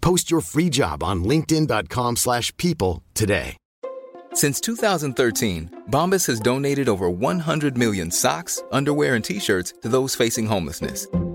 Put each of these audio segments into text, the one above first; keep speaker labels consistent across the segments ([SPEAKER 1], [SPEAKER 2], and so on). [SPEAKER 1] Post your free job on linkedin.com/people slash people today.
[SPEAKER 2] Since 2013, Bombas has donated over 100 million socks, underwear, and t shirts to those facing homelessness.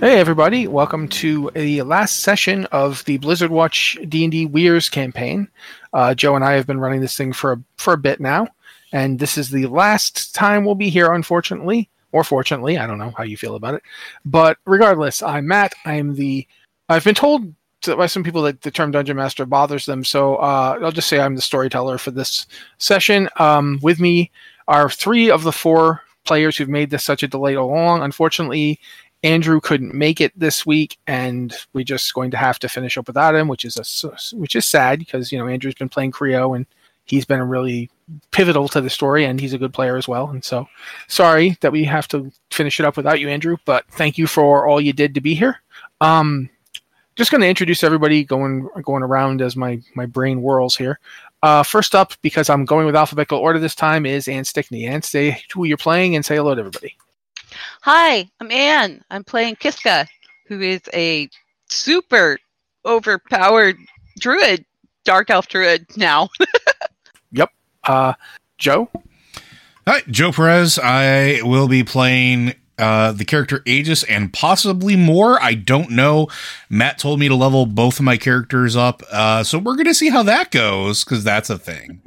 [SPEAKER 3] Hey everybody, welcome to the last session of the Blizzard Watch D&D Weirs campaign. Uh, Joe and I have been running this thing for a, for a bit now, and this is the last time we'll be here unfortunately, or fortunately, I don't know how you feel about it. But regardless, I'm Matt, I'm the I've been told to- by some people that the term dungeon master bothers them, so uh, I'll just say I'm the storyteller for this session. Um, with me are three of the four players who've made this such a delight all along. Unfortunately, Andrew couldn't make it this week, and we're just going to have to finish up without him, which is a s- which is sad because you know Andrew's been playing Creo and he's been really pivotal to the story, and he's a good player as well. And so, sorry that we have to finish it up without you, Andrew. But thank you for all you did to be here. Um, just going to introduce everybody going going around as my my brain whirls here. Uh, first up, because I'm going with alphabetical order this time, is Ann Stickney. Ann, say who you're playing and say hello to everybody.
[SPEAKER 4] Hi, I'm Anne. I'm playing Kiska, who is a super overpowered druid, dark elf druid now.
[SPEAKER 3] Uh, Joe.
[SPEAKER 5] Hi, Joe Perez. I will be playing uh, the character Aegis and possibly more. I don't know. Matt told me to level both of my characters up, uh, so we're going to see how that goes because that's a thing.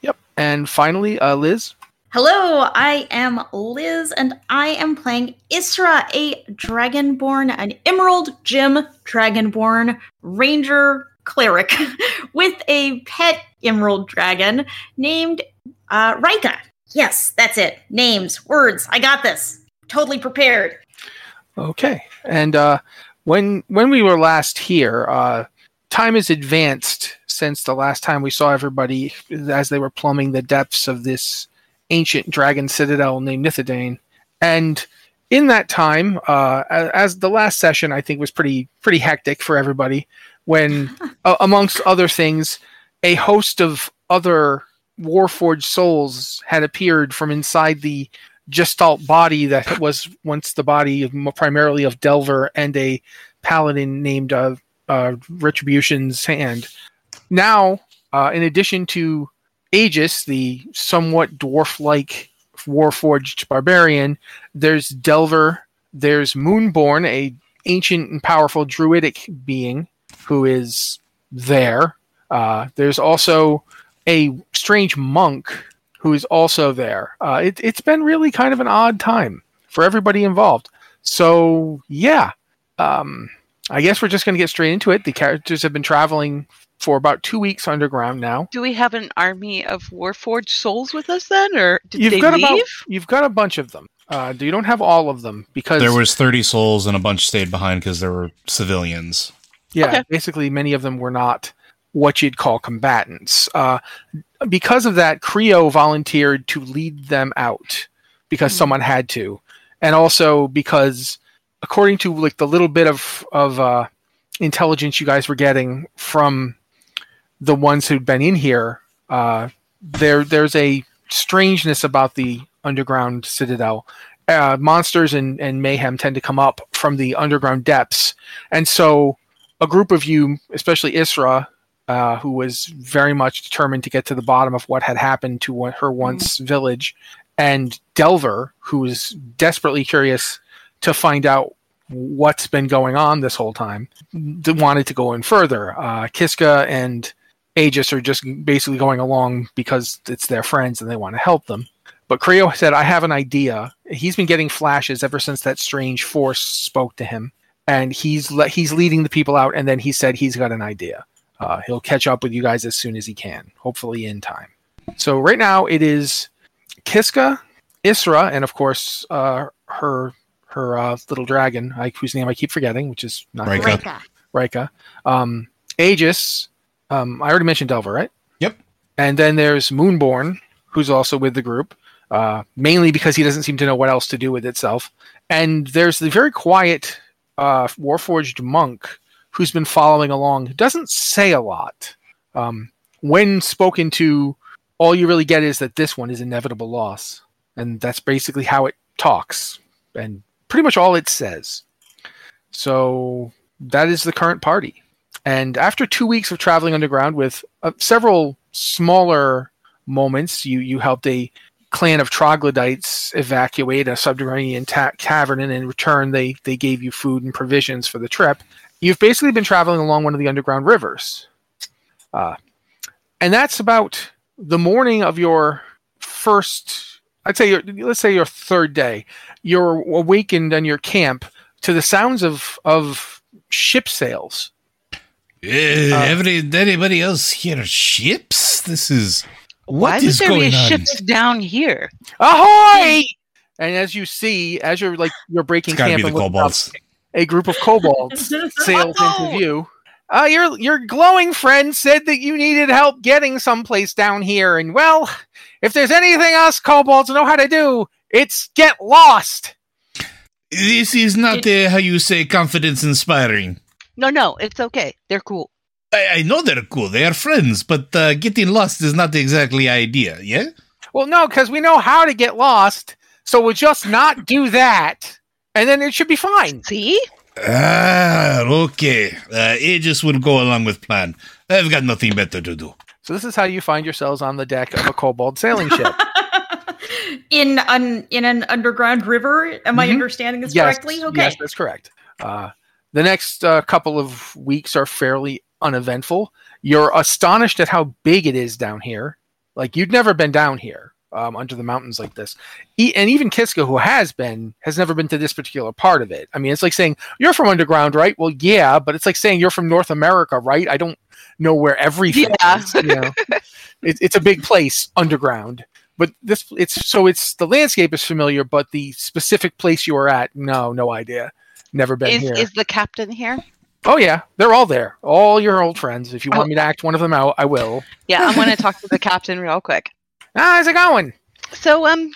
[SPEAKER 3] Yep. And finally, uh, Liz.
[SPEAKER 6] Hello, I am Liz, and I am playing Isra, a dragonborn, an emerald gem dragonborn ranger cleric with a pet emerald dragon named uh, Rika. Yes, that's it. Names, words. I got this. Totally prepared.
[SPEAKER 3] Okay. And uh, when when we were last here, uh, time has advanced since the last time we saw everybody as they were plumbing the depths of this ancient dragon citadel named Nithidane. And in that time, uh, a- as the last session, I think was pretty pretty hectic for everybody. When, uh, amongst other things, a host of other Warforged souls had appeared from inside the gestalt body that was once the body of, primarily of Delver and a paladin named uh, uh, Retribution's Hand. Now, uh, in addition to Aegis, the somewhat dwarf-like warforged barbarian, there's Delver, there's Moonborn, a ancient and powerful druidic being who is there. Uh, there's also a strange monk who is also there. Uh, it, it's been really kind of an odd time for everybody involved. So yeah, um, I guess we're just going to get straight into it. The characters have been traveling for about two weeks underground now.
[SPEAKER 4] Do we have an army of Warforged souls with us then, or did
[SPEAKER 3] You've
[SPEAKER 4] they
[SPEAKER 3] got
[SPEAKER 4] leave?
[SPEAKER 3] about you've got a bunch of them. Uh, you don't have all of them because
[SPEAKER 5] There was 30 souls and a bunch stayed behind because there were civilians.
[SPEAKER 3] Yeah, basically, many of them were not what you'd call combatants. Uh, because of that, Creo volunteered to lead them out because someone had to, and also because, according to like the little bit of of uh, intelligence you guys were getting from the ones who'd been in here, uh, there there's a strangeness about the underground citadel. Uh, monsters and, and mayhem tend to come up from the underground depths, and so a group of you, especially Isra, uh, who was very much determined to get to the bottom of what had happened to one, her once village, and Delver, who was desperately curious to find out what's been going on this whole time, d- wanted to go in further. Uh, Kiska and Aegis are just basically going along because it's their friends and they want to help them. But Creo said, I have an idea. He's been getting flashes ever since that strange force spoke to him. And he's le- he's leading the people out. And then he said he's got an idea. Uh, he'll catch up with you guys as soon as he can, hopefully in time. So right now it is Kiska, Isra, and of course uh, her her uh, little dragon, I, whose name I keep forgetting, which is not
[SPEAKER 5] Rika.
[SPEAKER 6] Rika.
[SPEAKER 3] Rika. Um, Aegis. Um, I already mentioned Delver, right?
[SPEAKER 5] Yep.
[SPEAKER 3] And then there's Moonborn, who's also with the group, uh, mainly because he doesn't seem to know what else to do with itself. And there's the very quiet uh, Warforged monk who's been following along. Doesn't say a lot. Um, when spoken to, all you really get is that this one is inevitable loss. And that's basically how it talks and pretty much all it says. So that is the current party. And after two weeks of traveling underground with uh, several smaller moments, you, you helped a clan of troglodytes evacuate a subterranean ta- cavern, and in return, they, they gave you food and provisions for the trip. You've basically been traveling along one of the underground rivers. Uh, and that's about the morning of your first, I'd say, your, let's say your third day. You're awakened in your camp to the sounds of, of ship sails.
[SPEAKER 5] Eh,
[SPEAKER 4] Uh,
[SPEAKER 5] every, anybody else hear ships? This is.
[SPEAKER 4] Why
[SPEAKER 5] what
[SPEAKER 4] would
[SPEAKER 5] is
[SPEAKER 4] there be
[SPEAKER 5] going on?
[SPEAKER 4] ships down here?
[SPEAKER 3] Ahoy! And as you see, as you're like you're breaking
[SPEAKER 5] It's got to
[SPEAKER 3] camp,
[SPEAKER 5] be the
[SPEAKER 3] and looking
[SPEAKER 5] kobolds.
[SPEAKER 3] up, a group of kobolds sails
[SPEAKER 6] Oh,
[SPEAKER 3] into view. Uh, your your glowing friend said that you needed help getting someplace down here, and well, if there's anything us kobolds know how to do, it's get lost.
[SPEAKER 5] This is not uh, how you say confidence inspiring.
[SPEAKER 4] No, no, it's okay. They're cool.
[SPEAKER 5] I, I know they're cool. They are friends, but uh, getting lost is not exactly idea. Yeah.
[SPEAKER 3] Well, no, because we know how to get lost, so we'll just not do that, and then it should be fine.
[SPEAKER 4] See?
[SPEAKER 5] Ah, okay. Uh, Aegis will go along with plan. I've got nothing better to do.
[SPEAKER 3] So this is how you find yourselves on the deck of a kobold sailing ship.
[SPEAKER 6] in an in an underground river. Am I
[SPEAKER 3] Mhm.
[SPEAKER 6] understanding this correctly? Okay.
[SPEAKER 3] Yes, that's correct. Uh, the next uh, couple of weeks are fairly uneventful. You're astonished at how big it is down here. Like you'd never been down here um, under the mountains like this, e- and even Kiska, who has been, has never been to this particular part of it. I mean, it's like saying you're from underground, right? Well, yeah, but it's like saying you're from North America, right? I don't know where everything
[SPEAKER 4] Yeah.
[SPEAKER 3] is. You know? it, it's a big place underground but this it's so it's the landscape is familiar but the specific place you are at no no idea never been
[SPEAKER 4] Is,
[SPEAKER 3] here
[SPEAKER 4] is the captain here?
[SPEAKER 3] oh yeah they're all there all your old friends if you want me to act one of them out i will
[SPEAKER 4] Yeah, I'm going to talk to the captain real quick.
[SPEAKER 3] ah, how's it going
[SPEAKER 4] So, um,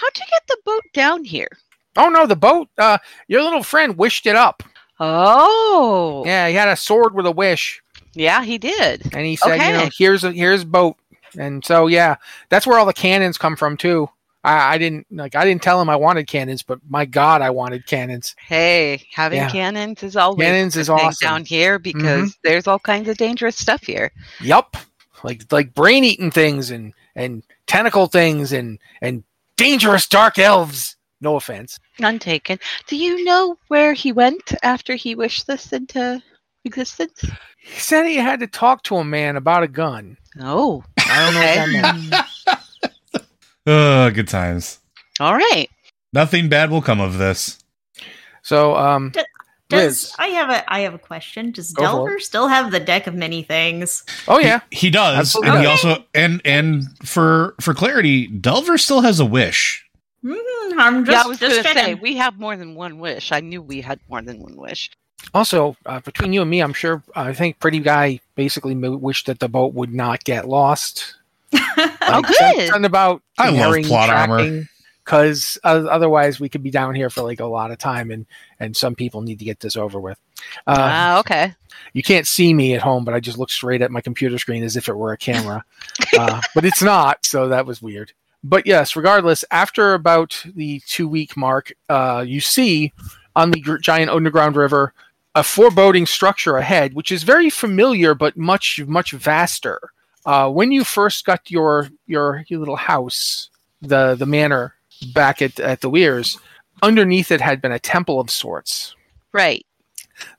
[SPEAKER 4] how'd you get the boat down here?
[SPEAKER 3] oh no the boat uh your little friend wished it up
[SPEAKER 4] Oh, yeah,
[SPEAKER 3] yeah he had a sword with a wish
[SPEAKER 4] he did.
[SPEAKER 3] and he said you know
[SPEAKER 4] Okay.
[SPEAKER 3] here's a here's boat and so yeah that's where all the cannons come from too I, I didn't like i didn't tell him i wanted cannons but my god i wanted cannons
[SPEAKER 4] Hey, having
[SPEAKER 3] Yeah.
[SPEAKER 4] cannons is always
[SPEAKER 3] Cannons
[SPEAKER 4] a
[SPEAKER 3] is
[SPEAKER 4] thing
[SPEAKER 3] awesome. Mm-hmm.
[SPEAKER 4] down here because there's all kinds of dangerous stuff here.
[SPEAKER 3] Yup. Like like brain eating things and and tentacle things and and dangerous dark elves. No offense.
[SPEAKER 4] None taken. Do you know where he went after he wished this into existence?
[SPEAKER 3] He said he had to talk to a man about a gun.
[SPEAKER 4] No.
[SPEAKER 3] I don't know what that
[SPEAKER 4] Oh, Okay.
[SPEAKER 3] meant.
[SPEAKER 5] Oh, good times.
[SPEAKER 4] All right.
[SPEAKER 5] Nothing bad will come of this.
[SPEAKER 3] So um
[SPEAKER 6] Does
[SPEAKER 3] Liz.
[SPEAKER 4] uh,
[SPEAKER 6] I have a I have a question. Does
[SPEAKER 3] Go for
[SPEAKER 6] Delver still have the deck of many things?
[SPEAKER 3] Oh yeah.
[SPEAKER 5] He does,
[SPEAKER 3] Absolutely.
[SPEAKER 5] and he
[SPEAKER 3] Okay.
[SPEAKER 5] also and and for for clarity, Delver still has a wish.
[SPEAKER 6] Mm, I'm just,
[SPEAKER 4] yeah, I was
[SPEAKER 6] just
[SPEAKER 4] going to
[SPEAKER 6] checking.
[SPEAKER 4] say we have more than one wish. I knew we had more than one wish.
[SPEAKER 3] Also, uh, between you and me, I'm sure I think Pretty Guy basically mo- wished that the boat would not get lost.
[SPEAKER 4] Oh, good.
[SPEAKER 3] Something about
[SPEAKER 5] I love plot armor.
[SPEAKER 3] because uh, otherwise we could be down here for like a lot of time, and and some people need to get this over with. Uh,
[SPEAKER 4] Ah, okay.
[SPEAKER 3] you can't see me at home, but I just look straight at my computer screen as if it were a camera. uh, but it's not, so that was weird. But yes, regardless, after about the two week mark, uh, you see on the gr- giant underground river a foreboding structure ahead, which is very familiar but much, much vaster. Uh, when you first got your, your your little house, the the manor back at at the weirs, underneath it had been a temple of sorts
[SPEAKER 4] Right.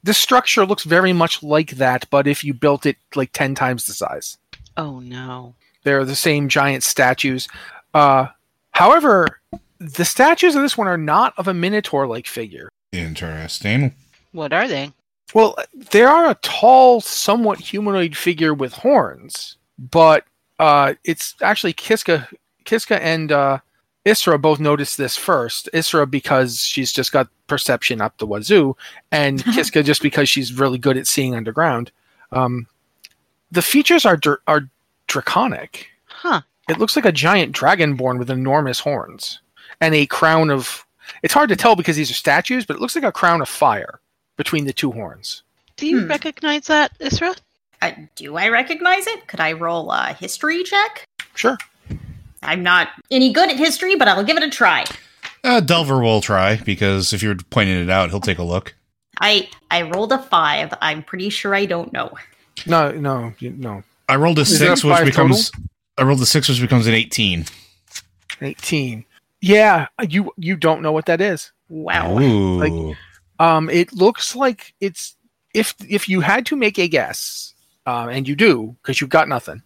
[SPEAKER 3] this structure looks very much like that, but if you built it like 10 times the size,
[SPEAKER 4] Oh no.
[SPEAKER 3] they're the same giant statues. Uh, however, the statues of this one are not of a minotaur like figure.
[SPEAKER 5] Interesting.
[SPEAKER 4] What are they?
[SPEAKER 3] Well, they are a tall, somewhat humanoid figure with horns, but uh, it's actually Kiska, Kiska and uh, Isra both noticed this first. Isra because she's just got perception up the wazoo, and Kiska just because she's really good at seeing underground. Um, the features are dr- are draconic.
[SPEAKER 4] Huh.
[SPEAKER 3] It looks like a giant dragonborn with enormous horns and a crown of. It's hard to tell because these are statues, but it looks like a crown of fire between the two horns.
[SPEAKER 4] Do you
[SPEAKER 6] Hmm.
[SPEAKER 4] recognize that, Isra?
[SPEAKER 6] Uh, do I recognize it? Could I roll a history check?
[SPEAKER 3] Sure.
[SPEAKER 6] I'm not any good at history, but I'll give it a try.
[SPEAKER 5] Uh, Delver will try because if you're pointing it out, he'll take a look.
[SPEAKER 6] I I rolled a five. I'm pretty sure I don't know.
[SPEAKER 3] No, no, you- no.
[SPEAKER 5] I rolled a
[SPEAKER 3] Is that
[SPEAKER 5] six, which
[SPEAKER 3] five
[SPEAKER 5] becomes I rolled a six, which becomes an eighteen.
[SPEAKER 3] Eighteen. Yeah, you you don't know what that is.
[SPEAKER 6] Wow.
[SPEAKER 5] Ooh,
[SPEAKER 3] Like- Um, it looks like it's if if you had to make a guess, um, and you do because you've got nothing.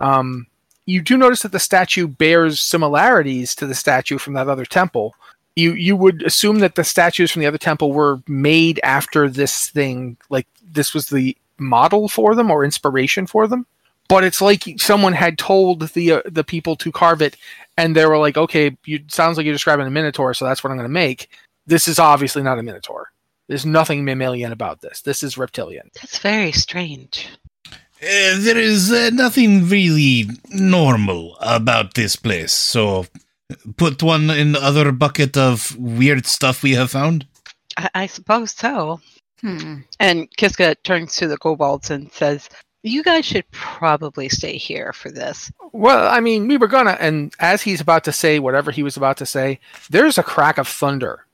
[SPEAKER 3] Um, you do notice that the statue bears similarities to the statue from that other temple. You you would assume that the statues from the other temple were made after this thing, like this was the model for them or inspiration for them. But it's like someone had told the uh, the people to carve it, and they were like, "Okay, you sounds like you're describing a minotaur, so that's what I'm going to make." This is obviously not a minotaur. There's nothing mammalian about this. This is reptilian.
[SPEAKER 4] That's very strange.
[SPEAKER 5] Uh, there is uh, nothing really normal about this place, so put one in the other bucket of weird stuff we have found.
[SPEAKER 4] I, I suppose so.
[SPEAKER 6] Hmm.
[SPEAKER 4] And Kiska turns to the kobolds and says, "You guys should probably stay here for this."
[SPEAKER 3] Well, I mean, we were gonna, and as he's about to say whatever he was about to say, there's a crack of thunder,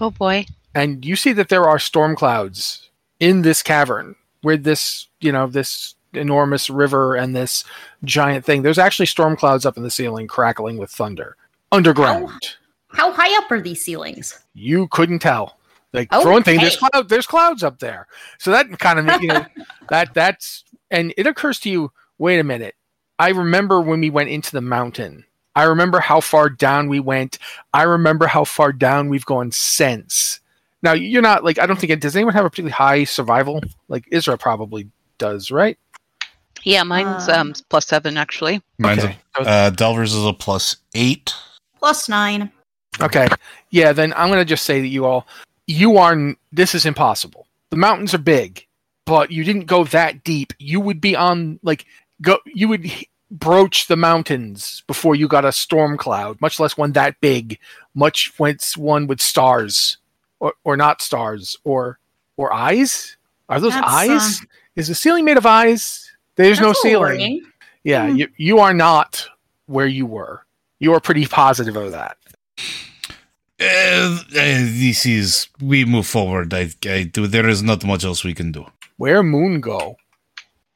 [SPEAKER 4] Oh boy.
[SPEAKER 3] and you see that there are storm clouds in this cavern with this, you know, this enormous river and this giant thing. There's actually storm clouds up in the ceiling, crackling with thunder underground.
[SPEAKER 6] How high up are these ceilings?
[SPEAKER 3] You couldn't tell. Like for one thing, there's
[SPEAKER 6] Okay.
[SPEAKER 3] cloud, there's clouds up there. So that kind of you know that that's and it occurs to you, wait a minute. I remember when we went into the mountain. I remember how far down we went. I remember how far down we've gone since. Now you're not like I don't think does anyone have a particularly high survival? Like Israel probably does, right?
[SPEAKER 4] Yeah, mine's um,
[SPEAKER 6] Um.
[SPEAKER 4] plus seven actually.
[SPEAKER 5] Mine's
[SPEAKER 3] Okay.
[SPEAKER 5] a, uh, Delver's is a plus eight.
[SPEAKER 6] Plus nine.
[SPEAKER 3] Okay. Yeah, then I'm going to just say that you all, you are, n- this is impossible. The mountains are big, but you didn't go that deep. You would be on, like, go, you would h- broach the mountains before you got a storm cloud, much less one that big, much once one with stars or, or not stars or, or eyes. Are those
[SPEAKER 6] That's, uh,
[SPEAKER 3] eyes? Is the ceiling made of eyes? There's
[SPEAKER 6] That's
[SPEAKER 3] no
[SPEAKER 6] a little
[SPEAKER 3] ceiling.
[SPEAKER 6] worrying. Hmm.
[SPEAKER 3] Yeah, you, you are not where you were. You are pretty positive of that.
[SPEAKER 5] Uh, uh, this is we move forward. I, I do. There is not much else we can do.
[SPEAKER 3] Where moon go?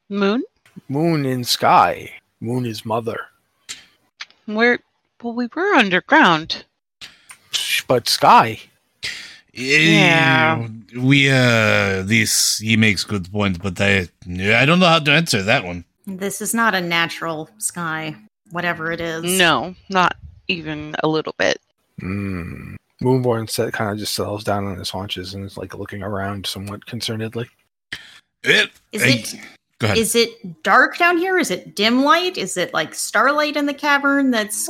[SPEAKER 4] Moon,
[SPEAKER 3] Moon in sky. Moon is mother.
[SPEAKER 4] we're well, we were underground.
[SPEAKER 3] Sh- But sky.
[SPEAKER 4] Yeah.
[SPEAKER 5] Uh, we uh, this he makes good point, but I I don't know how to answer that one.
[SPEAKER 6] This is not a natural sky, whatever it is.
[SPEAKER 4] No, not even a little bit.
[SPEAKER 3] Mm. Moonborn set kind of just settles down on his haunches and is like looking around somewhat concernedly.
[SPEAKER 5] It,
[SPEAKER 6] Is
[SPEAKER 5] I-
[SPEAKER 6] it
[SPEAKER 5] Go ahead.
[SPEAKER 6] is it dark down here? Is it dim light? Is it like starlight in the cavern that's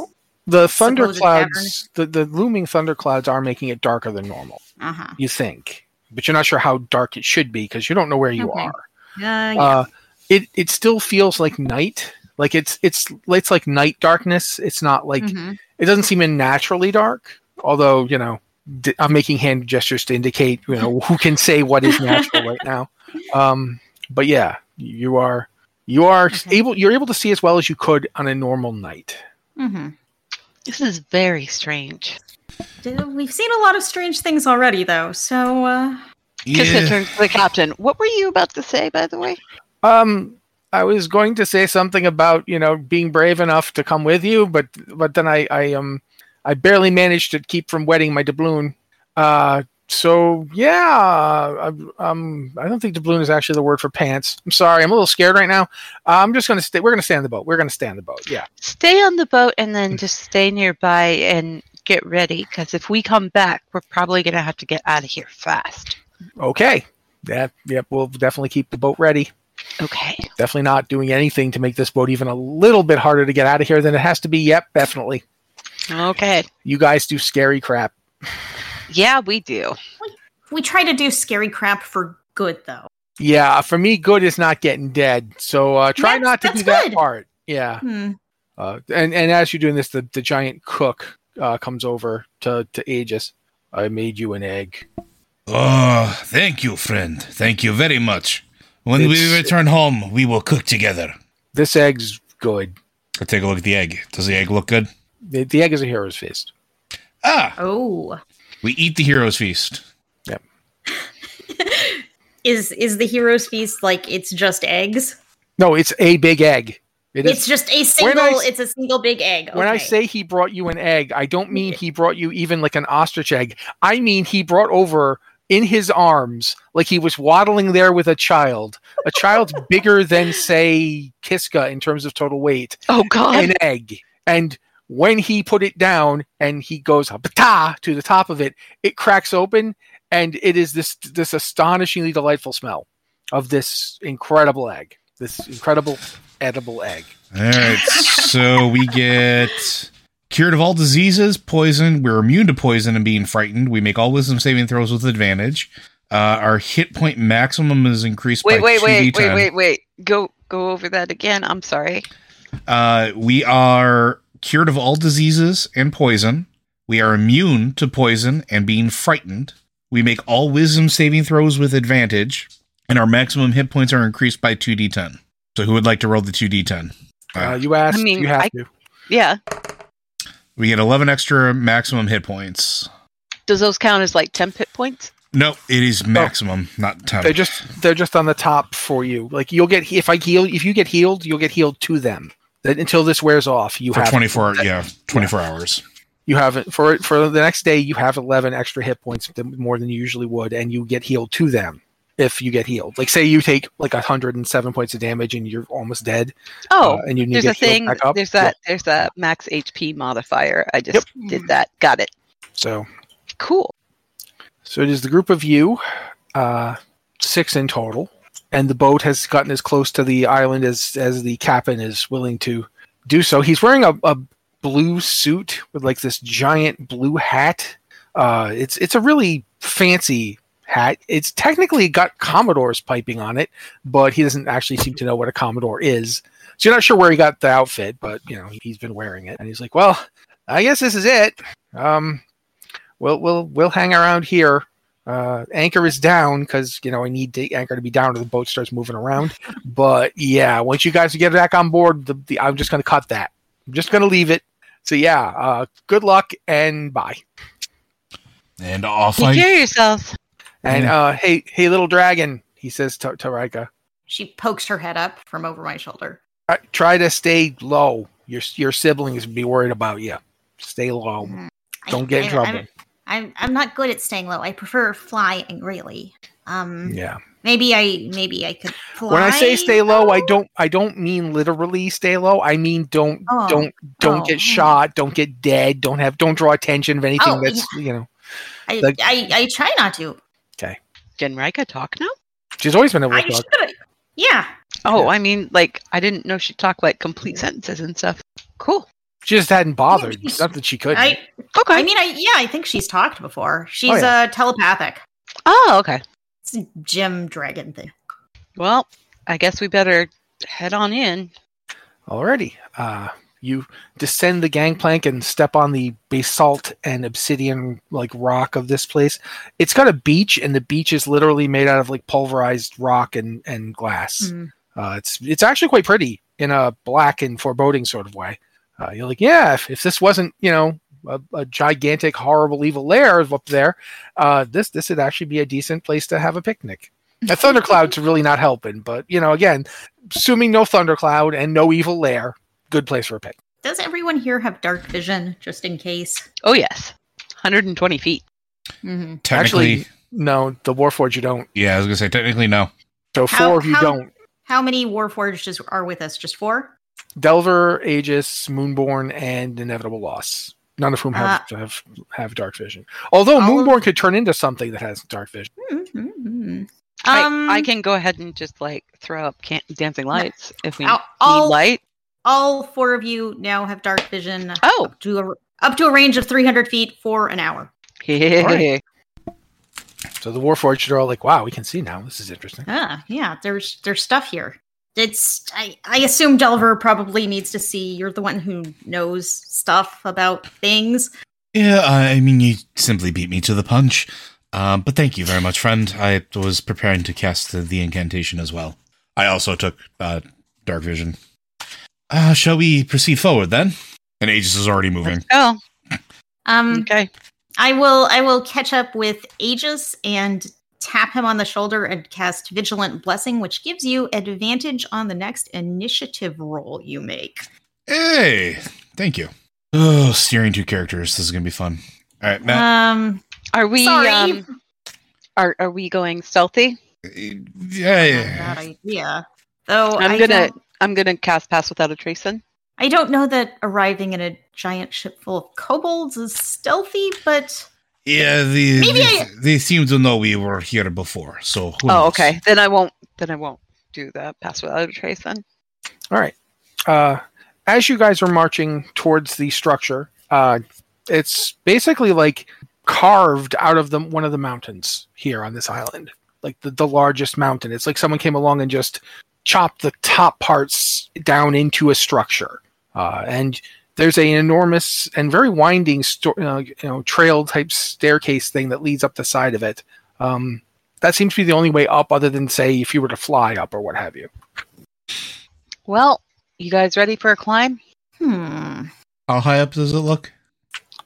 [SPEAKER 3] The
[SPEAKER 6] Supposed
[SPEAKER 3] thunderclouds, the, the looming thunderclouds are making it darker than normal,
[SPEAKER 6] Uh huh.
[SPEAKER 3] you think, but you're not sure how dark it should be because you don't know where you
[SPEAKER 6] Okay.
[SPEAKER 3] are.
[SPEAKER 6] Yeah, yeah.
[SPEAKER 3] Uh, it it still feels like night. Like it's it's it's like night darkness. It's not like
[SPEAKER 6] Mhm.
[SPEAKER 3] it doesn't seem unnaturally dark. Although you know, d- I'm making hand gestures to indicate you know who can say what is natural right now. Um, but yeah, you are you are able you're able to see as well as you could on a normal night.
[SPEAKER 6] Mhm.
[SPEAKER 4] This is very strange.
[SPEAKER 6] D- We've seen a lot of strange things already, though. So, uh,
[SPEAKER 4] Kiska turns to the captain. What were you about to say, by the way?
[SPEAKER 3] Um, I was going to say something about you know being brave enough to come with you, but but then I I um I barely managed to keep from wetting my doubloon. Uh, so yeah, I, um, I don't think doubloon is actually the word for pants. I'm sorry, I'm a little scared right now. Uh, I'm just gonna stay. We're gonna stay on the boat. We're gonna stay on the boat. Yeah.
[SPEAKER 4] Stay on the boat and then just stay nearby and get ready because if we come back, we're probably going to have to get out of here fast.
[SPEAKER 3] Okay. That. Yep. We'll definitely keep the boat ready.
[SPEAKER 4] Okay.
[SPEAKER 3] Definitely not doing anything to make this boat even a little bit harder to get out of here than it has to be. Yep. Definitely.
[SPEAKER 4] Okay.
[SPEAKER 3] You guys do scary crap.
[SPEAKER 4] Yeah, we do.
[SPEAKER 6] we try to do scary crap for good, though.
[SPEAKER 3] Yeah, for me, good is not getting dead. So uh, try
[SPEAKER 6] That's-
[SPEAKER 3] not to
[SPEAKER 6] that's
[SPEAKER 3] do that
[SPEAKER 6] good.
[SPEAKER 3] part. Yeah.
[SPEAKER 6] Hmm.
[SPEAKER 3] Uh, and and as you're doing this, the, the giant cook uh, comes over to to Aegis. I made you an egg.
[SPEAKER 5] Oh, thank you, friend. Thank you very much. When we
[SPEAKER 3] It's-
[SPEAKER 5] return home, we will cook together.
[SPEAKER 3] This egg's good.
[SPEAKER 5] Or take a look at the egg. Does the egg look good?
[SPEAKER 3] The, the egg is a hero's fist.
[SPEAKER 5] Ah,
[SPEAKER 6] Oh,
[SPEAKER 5] we eat the hero's feast.
[SPEAKER 6] is is the hero's feast like it's just eggs?
[SPEAKER 3] No, it's a big egg. It
[SPEAKER 6] It's
[SPEAKER 3] is.
[SPEAKER 6] just a
[SPEAKER 3] When
[SPEAKER 6] single.
[SPEAKER 3] I s-
[SPEAKER 6] it's a single big egg.
[SPEAKER 3] When I
[SPEAKER 6] Okay.
[SPEAKER 3] say he brought you an egg, I don't mean he brought you even like an ostrich egg. I mean he brought over in his arms, like he was waddling there with a child, a child bigger than, say, Kiska in terms of total weight.
[SPEAKER 4] Oh, God.
[SPEAKER 3] an egg. And when he put it down and he goes "Pata" to the top of it, it cracks open and it is this this astonishingly delightful smell of this incredible egg. This incredible edible egg.
[SPEAKER 5] All right, so we get cured of all diseases, poison. We're immune to poison and being frightened. We make all wisdom saving throws with advantage. Uh, our hit point maximum is increased
[SPEAKER 4] Wait,
[SPEAKER 5] by
[SPEAKER 4] wait, wait,
[SPEAKER 5] 2d10.
[SPEAKER 4] wait, wait, wait. Go go over that again. I'm sorry.
[SPEAKER 5] Uh, we are cured of all diseases and poison. We are immune to poison and being frightened. We make all wisdom saving throws with advantage, and our maximum hit points are increased by 2d10. So, who would like to roll the 2d10?
[SPEAKER 3] Uh, you asked,
[SPEAKER 4] I mean,
[SPEAKER 3] you have
[SPEAKER 4] I-
[SPEAKER 3] to.
[SPEAKER 4] Yeah.
[SPEAKER 5] We get 11 extra maximum hit points.
[SPEAKER 4] Does those count as like 10 pit points?
[SPEAKER 5] No, it is maximum, not 10.
[SPEAKER 3] Oh. They're just they're just on the top for you. Like you'll get if I heal if you get healed, you'll get healed to them. That until this wears off, you
[SPEAKER 5] for
[SPEAKER 3] have
[SPEAKER 5] 24, yeah, 24 hours.
[SPEAKER 3] you have it for for the next day you have 11 extra hit points th- more than you usually would and you get healed to them if you get healed like say you take like 107 points of damage and you're almost dead
[SPEAKER 4] Oh,
[SPEAKER 3] uh, and you need
[SPEAKER 4] there's
[SPEAKER 3] to
[SPEAKER 4] a
[SPEAKER 3] heal
[SPEAKER 4] thing.
[SPEAKER 3] back up.
[SPEAKER 4] There's that. There's that max HP modifier. I just did that. Got it.
[SPEAKER 3] Yeah. so
[SPEAKER 4] Cool.
[SPEAKER 3] so it is the group of you uh six in total and the boat has gotten as close to the island as as the captain is willing to do so he's wearing a, a blue suit with like this giant blue hat uh it's it's a really fancy hat it's technically got commodore's piping on it but he doesn't actually seem to know what a commodore is so you're not sure where he got the outfit but you know he's been wearing it and he's like well i guess this is it um we'll we'll we'll hang around here uh, anchor is down because you know I need the anchor to be down or the boat starts moving around. But yeah, once you guys get back on board, the, the I'm just going to cut that. I'm just going to leave it. So yeah, uh, good luck and bye.
[SPEAKER 5] And off
[SPEAKER 4] Take
[SPEAKER 5] I
[SPEAKER 4] care of yourself.
[SPEAKER 3] And
[SPEAKER 5] Yeah.
[SPEAKER 3] uh, hey, hey, little dragon, he says to, to Rika,
[SPEAKER 6] she pokes her head up from over my shoulder.
[SPEAKER 3] "Uh, try to stay low. Your your siblings would be worried about you. Stay low.
[SPEAKER 6] Mm-hmm. I-
[SPEAKER 3] Don't get in
[SPEAKER 6] I-
[SPEAKER 3] trouble.
[SPEAKER 6] I'm, I'm I'm not good at staying low. I prefer flying, really. Um,
[SPEAKER 3] yeah.
[SPEAKER 6] maybe I maybe I could fly.
[SPEAKER 3] When I say stay low, I
[SPEAKER 6] though?
[SPEAKER 3] don't I don't mean literally stay low. I mean don't
[SPEAKER 6] Oh.
[SPEAKER 3] don't don't
[SPEAKER 6] Oh.
[SPEAKER 3] get shot, don't get dead, don't have don't draw attention of anything
[SPEAKER 6] Oh,
[SPEAKER 3] that's you know.
[SPEAKER 6] I,
[SPEAKER 3] like-
[SPEAKER 6] I I try not to.
[SPEAKER 4] Can Rika talk now?
[SPEAKER 3] She's always been able
[SPEAKER 6] I
[SPEAKER 3] to talk.
[SPEAKER 6] should. Yeah.
[SPEAKER 4] Oh, I mean, like I didn't know she talked like complete sentences and stuff. Cool.
[SPEAKER 3] She just hadn't bothered. Not that she couldn't.
[SPEAKER 6] I
[SPEAKER 4] Okay.
[SPEAKER 6] I mean, I yeah, I think she's talked before. She's
[SPEAKER 3] yeah.
[SPEAKER 6] uh, telepathic.
[SPEAKER 4] oh, okay.
[SPEAKER 6] It's a gem dragon thing.
[SPEAKER 4] Well, I guess we better head on in.
[SPEAKER 3] Alrighty. Uh, you descend the gangplank and step on the basalt and obsidian like rock of this place. It's got a beach, and the beach is literally made out of like pulverized rock and and glass. Uh, it's it's actually quite pretty in a black and foreboding sort of way. Uh, you're like, yeah, if, if this wasn't you know a, a gigantic horrible evil lair up there, uh, this this would actually be a decent place to have a picnic. A thundercloud's really not helping, but you know, again, assuming no thundercloud and no evil lair, good place for a picnic.
[SPEAKER 6] Does everyone here have dark vision, just in case?
[SPEAKER 4] Oh, yes. 120 feet.
[SPEAKER 6] Mm-hmm.
[SPEAKER 5] Technically,
[SPEAKER 3] um, Actually, no, the Warforged you don't.
[SPEAKER 5] yeah, I was gonna say technically no.
[SPEAKER 3] So four
[SPEAKER 6] How-
[SPEAKER 3] of you
[SPEAKER 6] how-
[SPEAKER 3] don't.
[SPEAKER 6] How many warforged is, are with us? Just four.
[SPEAKER 3] Delver, Aegis, Moonborn, and Inevitable Loss. None of whom have have, have dark vision. Although
[SPEAKER 6] Uh, All of-
[SPEAKER 3] Moonborn could turn into something that has dark vision.
[SPEAKER 6] Mm-hmm.
[SPEAKER 4] I, I can go ahead and just like throw up can- dancing lights if we
[SPEAKER 6] I'll-
[SPEAKER 4] need
[SPEAKER 6] I'll-
[SPEAKER 4] light.
[SPEAKER 6] All four of you now have dark vision.
[SPEAKER 4] Oh.
[SPEAKER 6] up to a, up to a range of 300 feet for an hour.
[SPEAKER 4] Yeah.
[SPEAKER 3] right. So the Warforged are all like, "Wow, we can see now. This is interesting."
[SPEAKER 6] Ah, yeah. There's there's stuff here. It's I, I assume Delver probably needs to see. You're the one who knows stuff about things.
[SPEAKER 5] Yeah, I mean, you simply beat me to the punch. Um, but thank you very much, friend. I was preparing to cast the, the incantation as well. I also took uh, dark vision. Uh, shall we proceed forward then? And Aegis is already moving.
[SPEAKER 4] Oh,
[SPEAKER 6] Um,
[SPEAKER 4] okay.
[SPEAKER 6] I will I will catch up with Aegis and tap him on the shoulder and cast Vigilant Blessing, which gives you advantage on the next initiative roll you make.
[SPEAKER 5] Hey, thank you. Oh, steering two characters. This is gonna be fun. All right, Matt.
[SPEAKER 6] Um,
[SPEAKER 4] Are we
[SPEAKER 6] sorry,
[SPEAKER 4] um are are we going stealthy?
[SPEAKER 6] Uh,
[SPEAKER 5] yeah,
[SPEAKER 6] bad
[SPEAKER 5] yeah.
[SPEAKER 6] idea. Though
[SPEAKER 4] I'm
[SPEAKER 6] Oh, I
[SPEAKER 4] gonna
[SPEAKER 6] don't-
[SPEAKER 4] I'm gonna cast pass without a trace in.
[SPEAKER 6] I don't know that arriving in a giant ship full of kobolds is stealthy, but
[SPEAKER 5] yeah the,
[SPEAKER 6] Maybe
[SPEAKER 5] they,
[SPEAKER 6] I-
[SPEAKER 5] they seem to know we were here before. So who
[SPEAKER 4] Oh,
[SPEAKER 5] knows?
[SPEAKER 4] okay. Then I won't then I won't do the pass without a trace then.
[SPEAKER 3] All right. Uh, as you guys are marching towards the structure, uh, it's basically like carved out of the one of the mountains here on this island, like the, the largest mountain. It's like someone came along and just chopped the top parts down into a structure, uh, and there's an enormous and very winding, sto- uh, you know, trail type staircase thing that leads up the side of it. Um, that seems to be the only way up, other than say if you were to fly up or what have you.
[SPEAKER 4] Well, you guys ready for a climb?
[SPEAKER 6] hmm.
[SPEAKER 5] How high up does it look?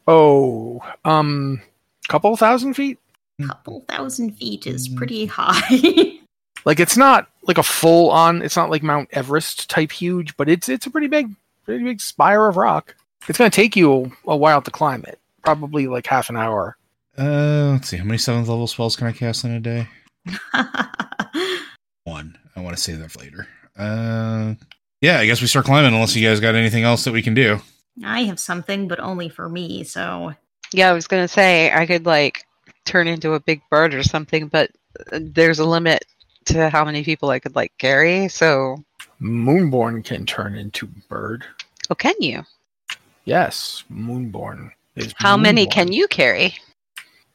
[SPEAKER 3] Oh, um, couple thousand feet.
[SPEAKER 6] couple thousand feet is pretty high.
[SPEAKER 3] Like it's not like a full on. It's not like Mount Everest type huge, but it's it's a pretty big, pretty big spire of rock. It's going to take you a while to climb it. Probably like half an hour.
[SPEAKER 5] Uh, let's see. How many seventh level spells can I cast in a day? One. I want to save that for later. Uh, yeah. I guess we start climbing unless you guys got anything else that we can do.
[SPEAKER 6] I have something, but only for me. So
[SPEAKER 4] Yeah, I was gonna say I could like turn into a big bird or something, but uh, there's a limit to how many people I could like carry. So,
[SPEAKER 3] Moonborn can turn into bird.
[SPEAKER 4] oh, can you?
[SPEAKER 3] Yes, Moonborn. is
[SPEAKER 4] How many can
[SPEAKER 3] Moonborn.
[SPEAKER 4] you carry?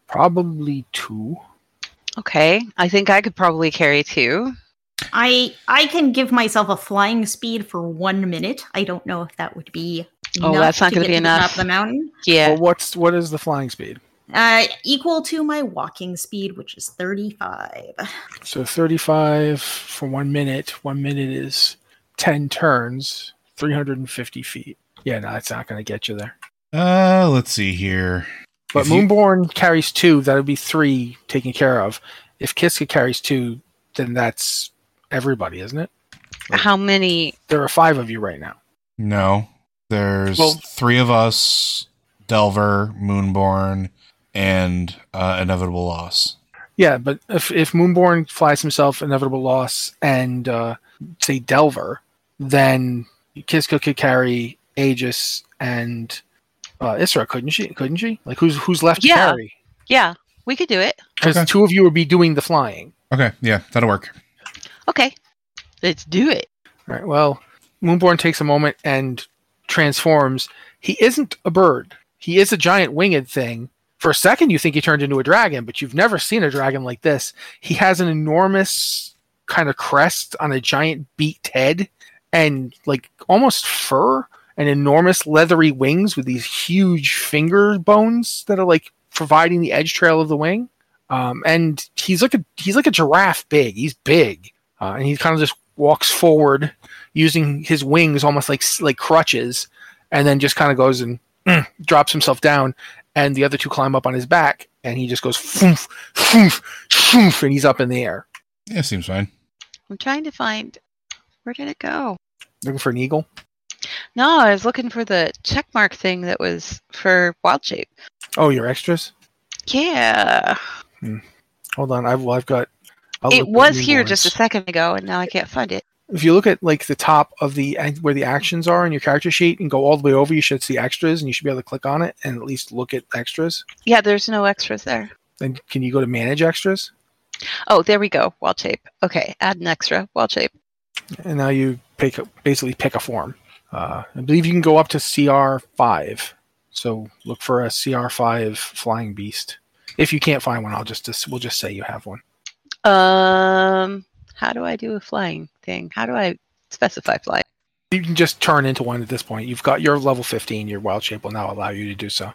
[SPEAKER 3] Probably two.
[SPEAKER 4] Okay, I think I could probably carry two.
[SPEAKER 6] I I can give myself a flying speed for one minute. I don't know if that would be.
[SPEAKER 4] Oh,
[SPEAKER 6] enough
[SPEAKER 4] that's not
[SPEAKER 6] to
[SPEAKER 4] gonna
[SPEAKER 6] get
[SPEAKER 4] be
[SPEAKER 6] to the top
[SPEAKER 4] enough.
[SPEAKER 6] of the mountain.
[SPEAKER 4] Yeah.
[SPEAKER 3] Well, what's what is the flying speed?
[SPEAKER 6] Uh, equal to my walking speed, which is thirty-five.
[SPEAKER 3] So 35 for one minute. One minute is 10 turns, 350 feet. Yeah, no, that's not going to get you there.
[SPEAKER 5] Uh, let's see here.
[SPEAKER 3] But
[SPEAKER 5] If you-
[SPEAKER 3] Moonborn carries two. That would be three taken care of. If Kiska carries two, then that's everybody, isn't it?
[SPEAKER 4] How many?
[SPEAKER 3] There are five of you right now.
[SPEAKER 5] No, there's
[SPEAKER 3] Well-
[SPEAKER 5] three of us: Delver, Moonborn, and uh, Inevitable Loss.
[SPEAKER 3] Yeah, but if, if Moonborn flies himself Inevitable Loss and, uh, say, Delver, then Kiska could carry Aegis and uh, Isra, couldn't she? Couldn't she? Like, who's who's left to
[SPEAKER 4] Yeah.
[SPEAKER 3] carry?
[SPEAKER 4] Yeah, we could do it.
[SPEAKER 3] because
[SPEAKER 5] Okay.
[SPEAKER 3] two of you would be doing the flying.
[SPEAKER 5] Okay, yeah, that'll work.
[SPEAKER 4] Okay, let's do it.
[SPEAKER 3] All right. Well, Moonborn takes a moment and transforms. He isn't a bird. He is a giant winged thing. For a second, you think he turned into a dragon, but you've never seen a dragon like this. He has an enormous kind of crest on a giant beaked head and like almost fur and enormous leathery wings with these huge finger bones that are like providing the edge trail of the wing. Um, and he's like a he's like a giraffe big. He's big, uh, and he kind of just walks forward using his wings almost like like crutches, and then just kind of goes and mm, drops himself down. And the other two climb up on his back, and he just goes foof, foof, foof, and he's up in the air.
[SPEAKER 5] Yeah, seems fine.
[SPEAKER 4] I'm trying to find where did it go?
[SPEAKER 3] Looking for an eagle.
[SPEAKER 4] No, I was looking for the checkmark thing that was for wild shape.
[SPEAKER 3] Oh, your extras. Hmm.
[SPEAKER 4] Yeah.
[SPEAKER 3] Hold on, I've well, I've got. I'll look
[SPEAKER 4] it
[SPEAKER 3] at
[SPEAKER 4] was
[SPEAKER 3] new
[SPEAKER 4] here
[SPEAKER 3] ones.
[SPEAKER 4] just a second ago and now I can't find it.
[SPEAKER 3] if you look at like the top of the and where the actions are on your character sheet and go all the way over, you should see extras, and you should be able to click on it and at least look at extras.
[SPEAKER 4] Yeah, there's no extras there.
[SPEAKER 3] And can you go to manage extras?
[SPEAKER 4] Oh, there we go. Wild shape. Okay, add an extra. Wild shape.
[SPEAKER 3] And now you pick basically pick a form. Uh, I believe you can go up to CR five. So look for a CR five flying beast. If you can't find one, I'll just, just we'll just say you have one.
[SPEAKER 4] Um, how do I do a flying thing? How do I specify fly?
[SPEAKER 3] You can just turn into one at this point. You've got your level fifteen. Your wild shape will now allow you to do so.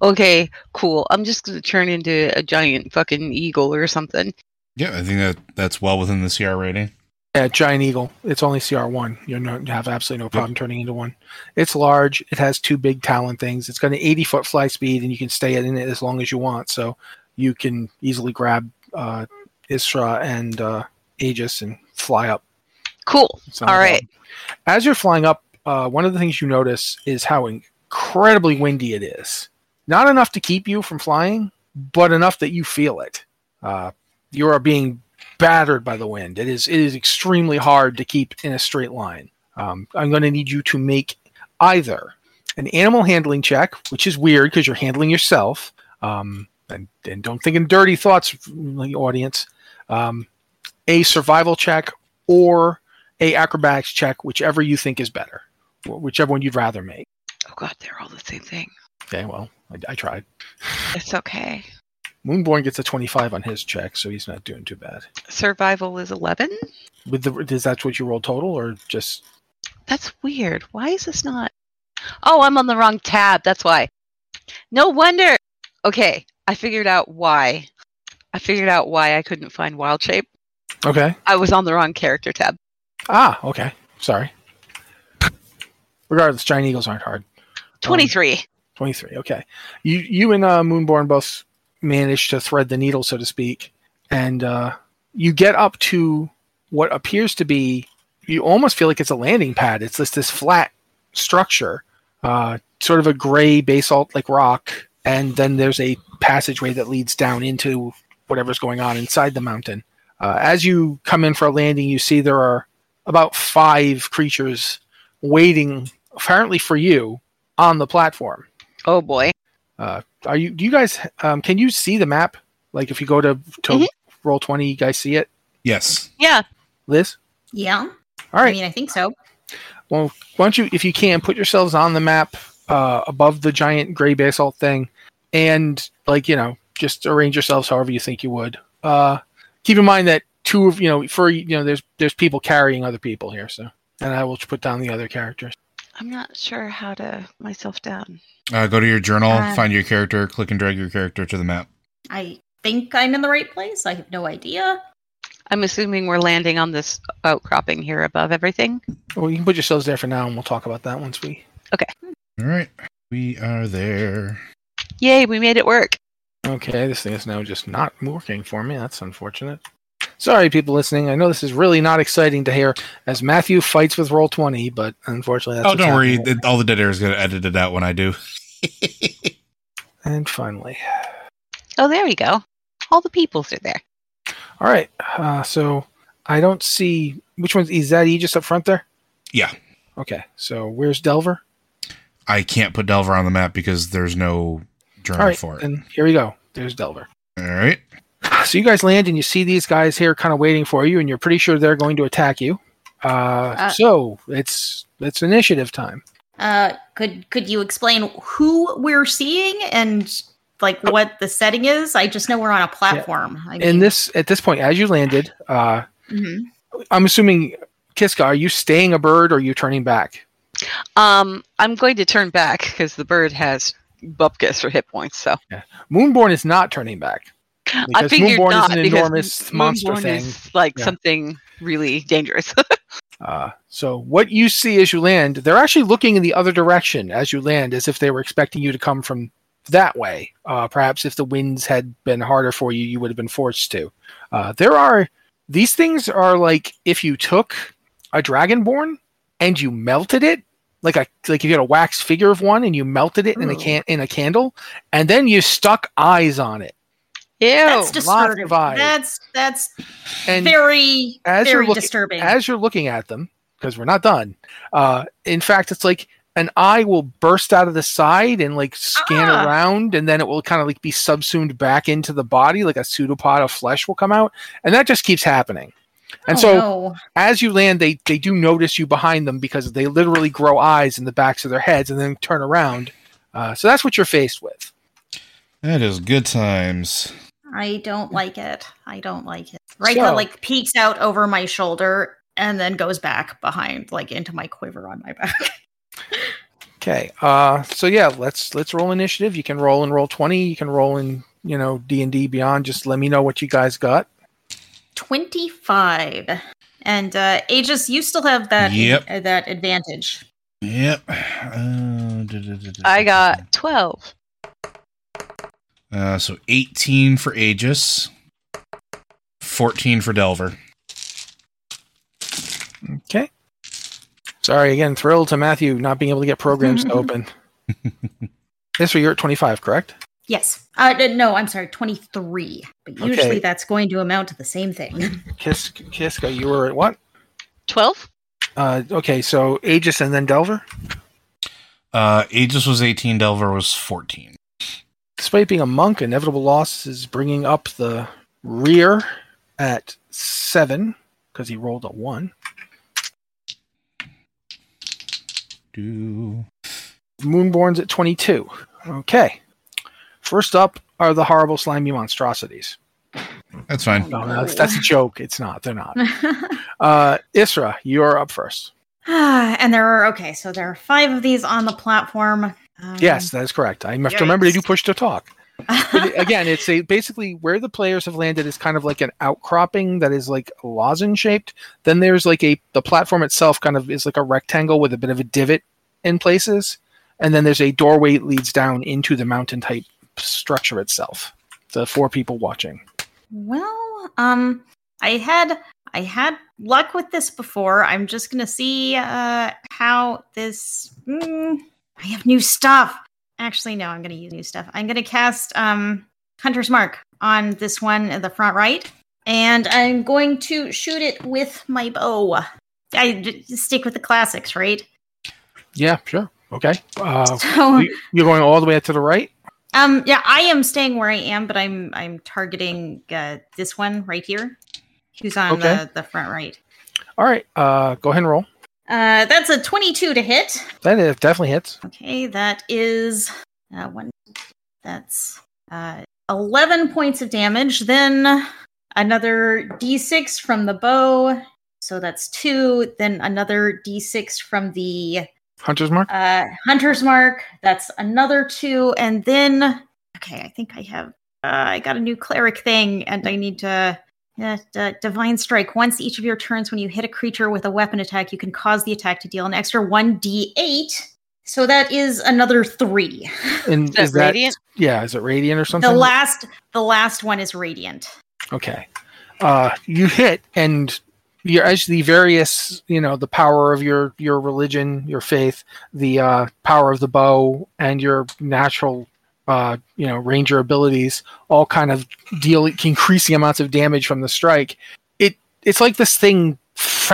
[SPEAKER 4] Okay, cool. I'm just gonna turn into a giant fucking eagle or something.
[SPEAKER 5] Yeah, I think that that's well within the CR rating.
[SPEAKER 3] Yeah, giant eagle. It's only CR one. You know, you have absolutely no problem turning into one. It's large. It has two big talon things. It's got an eighty foot fly speed, and you can stay in it as long as you want. So you can easily grab uh, Isra and uh, Aegis and fly up.
[SPEAKER 4] Cool.
[SPEAKER 3] It's
[SPEAKER 4] All
[SPEAKER 3] not a
[SPEAKER 4] right.
[SPEAKER 3] problem. As you're flying up, uh, one of the things you notice is how incredibly windy it is. Not enough to keep you from flying, but enough that you feel it. Uh, you are being battered by the wind. It is it is extremely hard to keep in a straight line. Um, I'm going to need you to make either an animal handling check, which is weird because you're handling yourself. Um, and, and don't think in dirty thoughts, the audience. Um, a survival check or a acrobatics check, whichever you think is better, wh- whichever one you'd rather make.
[SPEAKER 4] Oh god, they're all the same thing.
[SPEAKER 3] Okay, well, I, I tried.
[SPEAKER 4] It's okay.
[SPEAKER 3] Moonborn gets a 25 on his check, so he's not doing too bad.
[SPEAKER 4] Survival is eleven?
[SPEAKER 3] With the is that what you roll total or just
[SPEAKER 4] That's weird. Why is this not? Oh, I'm on the wrong tab. That's why. No wonder. Okay, I figured out why. I figured out why I couldn't find Wild Shape.
[SPEAKER 3] okay?
[SPEAKER 4] I was on the wrong character tab.
[SPEAKER 3] Ah, okay. Sorry. Regardless, giant eagles aren't hard.
[SPEAKER 4] 23.
[SPEAKER 3] 23 okay you you and uh, moonborn both manage to thread the needle so to speak and uh, you get up to what appears to be you almost feel like it's a landing pad it's just this flat structure uh, sort of a gray basalt like rock and then there's a passageway that leads down into whatever's going on inside the mountain uh, as you come in for a landing you see there are about five creatures waiting apparently for you on the platform
[SPEAKER 4] oh boy.
[SPEAKER 3] uh, are you? Do you guys? Um, can you see the map? Like if you go to to
[SPEAKER 4] Mhm.
[SPEAKER 3] roll twenty, you guys see it.
[SPEAKER 5] Yes.
[SPEAKER 4] Yeah.
[SPEAKER 3] Liz,
[SPEAKER 6] Yeah.
[SPEAKER 3] all
[SPEAKER 6] I
[SPEAKER 3] right.
[SPEAKER 6] mean, I think so.
[SPEAKER 3] Well, why don't you, if you can, put yourselves on the map uh, above the giant gray basalt thing, and like you know, just arrange yourselves however you think you would. Uh, keep in mind that two of you know for you know there's there's people carrying other people here, so and I will put down the other characters.
[SPEAKER 4] I'm not sure how to myself down.
[SPEAKER 5] Uh, go to your journal,
[SPEAKER 6] Uh,
[SPEAKER 5] find your character, click and drag your character to the map.
[SPEAKER 6] I think I'm in the right place. I have no idea.
[SPEAKER 4] I'm assuming we're landing on this outcropping here above everything.
[SPEAKER 3] Well, you can put yourselves there for now, and we'll talk about that once we.
[SPEAKER 5] All right. We are there.
[SPEAKER 4] Yay, we made it work.
[SPEAKER 3] Okay, this thing is now just not working for me. That's unfortunate. Sorry, people listening. I know this is really not exciting to hear as Matthew fights with roll twenty, but unfortunately, that's
[SPEAKER 5] oh,
[SPEAKER 3] what's
[SPEAKER 5] don't worry.
[SPEAKER 3] happening.
[SPEAKER 5] th- All the dead air is going to edit it out when I do.
[SPEAKER 3] And finally,
[SPEAKER 4] Oh, there we go. All the peoples are there.
[SPEAKER 3] all right. Uh, so I don't see which one's is that Aegis up front there.
[SPEAKER 5] Yeah.
[SPEAKER 3] Okay, so where's Delver?
[SPEAKER 5] I can't put Delver on the map because there's no journal
[SPEAKER 3] All right,
[SPEAKER 5] for it.
[SPEAKER 3] and here we go. There's Delver.
[SPEAKER 5] All right.
[SPEAKER 3] Ah, So you guys land and you see these guys here, kind of waiting for you, and you're pretty sure they're going to attack you. Uh,
[SPEAKER 6] Uh,
[SPEAKER 3] so it's it's initiative time.
[SPEAKER 6] Uh, could could you explain who we're seeing and like what the setting is? I just know we're on a platform. I
[SPEAKER 3] And this at this point, as you landed, uh,
[SPEAKER 6] Mhm.
[SPEAKER 4] Mm-hmm.
[SPEAKER 3] I'm assuming Kiska, are you staying a bird or are you turning back?
[SPEAKER 4] Um, I'm going to turn back because the bird has bupkis or hit points. So
[SPEAKER 3] Moonborn is not turning back.
[SPEAKER 4] I
[SPEAKER 3] Because
[SPEAKER 4] figured
[SPEAKER 3] Moonborn
[SPEAKER 4] not
[SPEAKER 3] is an
[SPEAKER 4] because
[SPEAKER 3] enormous
[SPEAKER 4] Moon-
[SPEAKER 3] monster
[SPEAKER 4] Moonborn
[SPEAKER 3] thing.
[SPEAKER 4] Is like
[SPEAKER 3] Yeah.
[SPEAKER 4] something really dangerous.
[SPEAKER 3] Uh, so what you see as you land, they're actually looking in the other direction as you land, as if they were expecting you to come from that way. Uh, perhaps if the winds had been harder for you, you would have been forced to. Uh, there are these things are like if you took a dragonborn and you melted it, like a like if you had a wax figure of one and you melted it in a can in a candle, and then you stuck eyes on it.
[SPEAKER 4] Ew.
[SPEAKER 6] that's disturbing.
[SPEAKER 3] of eyes.
[SPEAKER 6] That's that's
[SPEAKER 3] And
[SPEAKER 6] very
[SPEAKER 3] as you're
[SPEAKER 6] very
[SPEAKER 3] looking,
[SPEAKER 6] disturbing.
[SPEAKER 3] As you're looking at them, because we're not done. Uh, in fact, it's like an eye will burst out of the side and like scan
[SPEAKER 6] Ah.
[SPEAKER 3] around, and then it will kind of like be subsumed back into the body, like a pseudopod of flesh will come out, and that just keeps happening. And
[SPEAKER 6] Oh,
[SPEAKER 3] so,
[SPEAKER 6] no.
[SPEAKER 3] as you land, they they do notice you behind them because they literally grow eyes in the backs of their heads and then turn around. Uh, so that's what you're faced with.
[SPEAKER 5] That is good times.
[SPEAKER 6] I don't like it. I don't like it. Rika
[SPEAKER 3] So-
[SPEAKER 6] like peeks out over my shoulder and then goes back behind, like into my quiver on my back.
[SPEAKER 3] Okay. Uh, so yeah, let's let's roll initiative. You can roll in roll twenty. You can roll in you know D and D Beyond. Just let me know what you guys got.
[SPEAKER 6] 25. And uh Aegis, you still have that
[SPEAKER 5] Yep.
[SPEAKER 6] uh, that advantage.
[SPEAKER 5] Yep. Uh, da- da- da- da-
[SPEAKER 4] I got twelve.
[SPEAKER 5] Uh, so 18 for Aegis, 14 for Delver.
[SPEAKER 3] Okay. Sorry again. Thrilled to Matthew not being able to get programs to open. This year you're at twenty five, correct?
[SPEAKER 6] Yes. Uh n- no, I'm sorry, 23. But usually
[SPEAKER 3] Okay.
[SPEAKER 6] that's going to amount to the same thing.
[SPEAKER 3] Kis Kiska, you were at what?
[SPEAKER 4] Twelve.
[SPEAKER 3] Uh, okay, so Aegis and then Delver.
[SPEAKER 5] Uh, Aegis was 18, Delver was 14.
[SPEAKER 3] Despite being a monk, inevitable loss is bringing up the rear at seven because he rolled a one.
[SPEAKER 5] Do.
[SPEAKER 3] Moonborn's at 22. Okay. First up are the horrible slimy monstrosities.
[SPEAKER 5] That's fine.
[SPEAKER 3] No, that's, that's a joke. It's not. They're not. Uh, Isra, you're up first.
[SPEAKER 6] Ah, and there are okay, so there are 5 of these on the platform. Um,
[SPEAKER 3] Yes, that is correct. I have to remember to
[SPEAKER 6] Yikes.
[SPEAKER 3] do push to talk. But it- again, it's a basically where the players have landed is kind of like an outcropping that is like lozenge shaped. Then there's like a the platform itself kind of is like a rectangle with a bit of a divot in places, and then there's a doorway that leads down into the mountain type structure itself. The four people watching.
[SPEAKER 6] Well, um, I had I had luck with this before. I'm just gonna see uh how this. Mm, I have new stuff. Actually, no, I'm gonna use new stuff. I'm gonna cast um Hunter's Mark on this one in the front right, and I'm going to shoot it with my bow. I d- stick with the classics, right?
[SPEAKER 3] Yeah, sure. Okay. Uh,
[SPEAKER 6] So,
[SPEAKER 3] you- you're going all the way up to the right.
[SPEAKER 6] um, yeah, I am staying where I am, but I'm I'm targeting uh, this one right here, who's on
[SPEAKER 3] Okay.
[SPEAKER 6] the, the front right.
[SPEAKER 3] All right. Uh, go ahead and roll.
[SPEAKER 6] Uh, that's a 22 to hit.
[SPEAKER 3] That is, definitely hits.
[SPEAKER 6] Okay, that is uh, one. That's uh, 11 points of damage. Then another d6 from the bow. So that's two. Then another d6 from the
[SPEAKER 3] Hunter's mark.
[SPEAKER 6] uh, hunter's mark. That's another two. And then, okay, I think I have. Uh, I got a new cleric thing, and I need to. Uh, d- divine strike. Once each of your turns, when you hit a creature with a weapon attack, you can cause the attack to deal an extra one d8. So that is another three.
[SPEAKER 3] And
[SPEAKER 4] Is that radiant?
[SPEAKER 3] Yeah, is it radiant or something?
[SPEAKER 6] The last, the last one is radiant.
[SPEAKER 3] Okay. Uh, you hit, and your as the various, you know, the power of your your religion, your faith, the uh, power of the bow, and your natural, uh, you know, ranger abilities all kind of deal increasing amounts of damage from the strike. It it's like this thing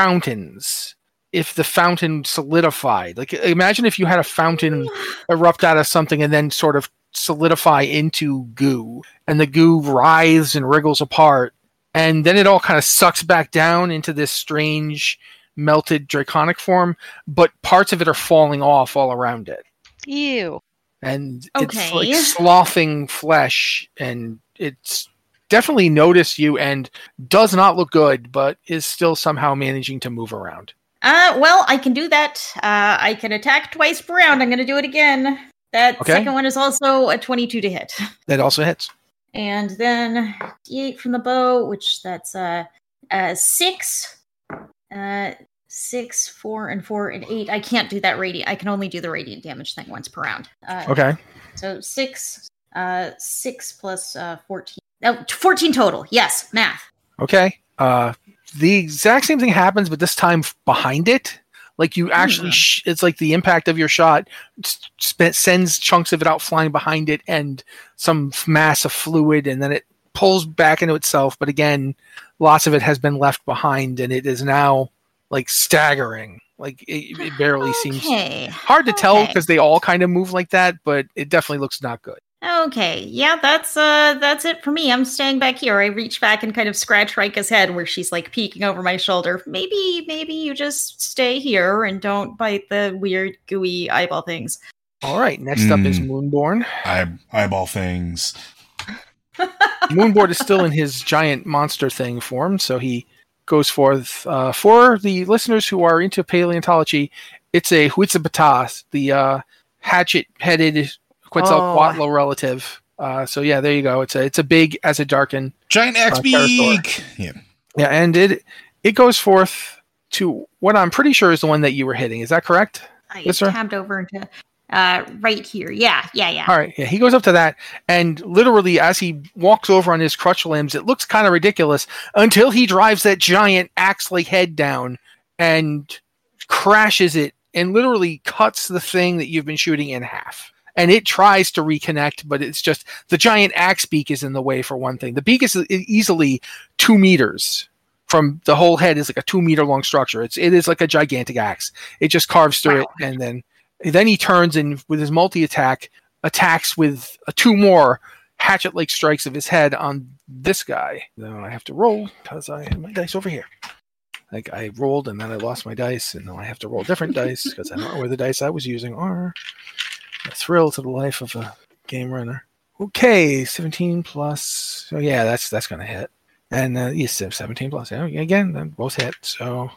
[SPEAKER 3] fountains. If the fountain solidified, like imagine if you had a fountain erupt out of something and then sort of solidify into goo and the goo writhes and wriggles apart and then it all kind of sucks back down into this strange melted draconic form, but parts of it are falling off all around it.
[SPEAKER 4] Ew.
[SPEAKER 3] And it's
[SPEAKER 6] Okay.
[SPEAKER 3] like sloughing flesh and it's definitely notice you and does not look good, but is still somehow managing to move around.
[SPEAKER 6] Uh, well, I can do that. Uh, I can attack twice per round. I'm going to do it again. That
[SPEAKER 3] Okay.
[SPEAKER 6] second one is also a 22 to hit.
[SPEAKER 3] That also hits.
[SPEAKER 6] And then D8 from the bow, which that's uh, uh, six, uh, six, four, and four, and eight. I can't do that radiant. I can only do the radiant damage thing once per round. Uh,
[SPEAKER 3] Okay.
[SPEAKER 6] So six, uh, six plus uh, 14. Oh, t- 14 total. Yes, math.
[SPEAKER 3] Okay. Uh, the exact same thing happens, but this time f- behind it. Like you
[SPEAKER 6] Hmm.
[SPEAKER 3] actually, sh- it's like the impact of your shot s- sp- sends chunks of it out flying behind it and some f- mass of fluid, and then it pulls back into itself. But again, lots of it has been left behind, and it is now like staggering. Like it, it barely seems
[SPEAKER 6] Okay.
[SPEAKER 3] hard to tell
[SPEAKER 6] okay.
[SPEAKER 3] because they all kind of move like that, but it definitely looks not good.
[SPEAKER 6] Okay, yeah, that's uh that's it for me. I'm staying back here. I reach back and kind of scratch Rika's head where she's like peeking over my shoulder. Maybe maybe you just stay here and don't bite the weird gooey eyeball things.
[SPEAKER 3] All right. Next up is
[SPEAKER 5] Hmm.
[SPEAKER 3] Moonborn.
[SPEAKER 5] I eyeball things.
[SPEAKER 3] Moonboard is still in his giant monster thing form, so he goes forth. Uh, for the listeners who are into paleontology, it's a Huitzilopochtli, the uh, hatchet-headed Quetzalcoatl relative. Uh, so yeah, there you go. It's a it's a big as a darken.
[SPEAKER 5] Giant axe
[SPEAKER 3] Uh, Pterosaur.
[SPEAKER 5] beak. Yeah.
[SPEAKER 3] Yeah, and it it goes forth to what I'm pretty sure is the one that you were hitting. Is that correct?
[SPEAKER 6] I
[SPEAKER 3] Yes, sir.
[SPEAKER 6] tabbed over into uh right here. Yeah, yeah, yeah.
[SPEAKER 3] All right, yeah, he goes up to that, and literally as he walks over on his crutch limbs, it looks kind of ridiculous until he drives that giant axe-like head down and crashes it, and literally cuts the thing that you've been shooting in half. And it tries to reconnect, but it's just the giant axe beak is in the way for one thing. The beak is e- easily two meters from the whole head is like a two meter long structure. It's it is like a gigantic axe. It just carves through it, and then then he turns and with his multi attack attacks with uh, two more hatchet like strikes of his head on this guy. Now I have to roll because I have my dice over here. Like I rolled and then I lost my dice, and now I have to roll different dice because I don't know where the dice I was using are. A thrill to the life of a game runner. Okay, seventeen plus. Oh yeah, that's that's gonna hit. And uh, yes, yeah, seventeen plus. Yeah, again, then both hit. So,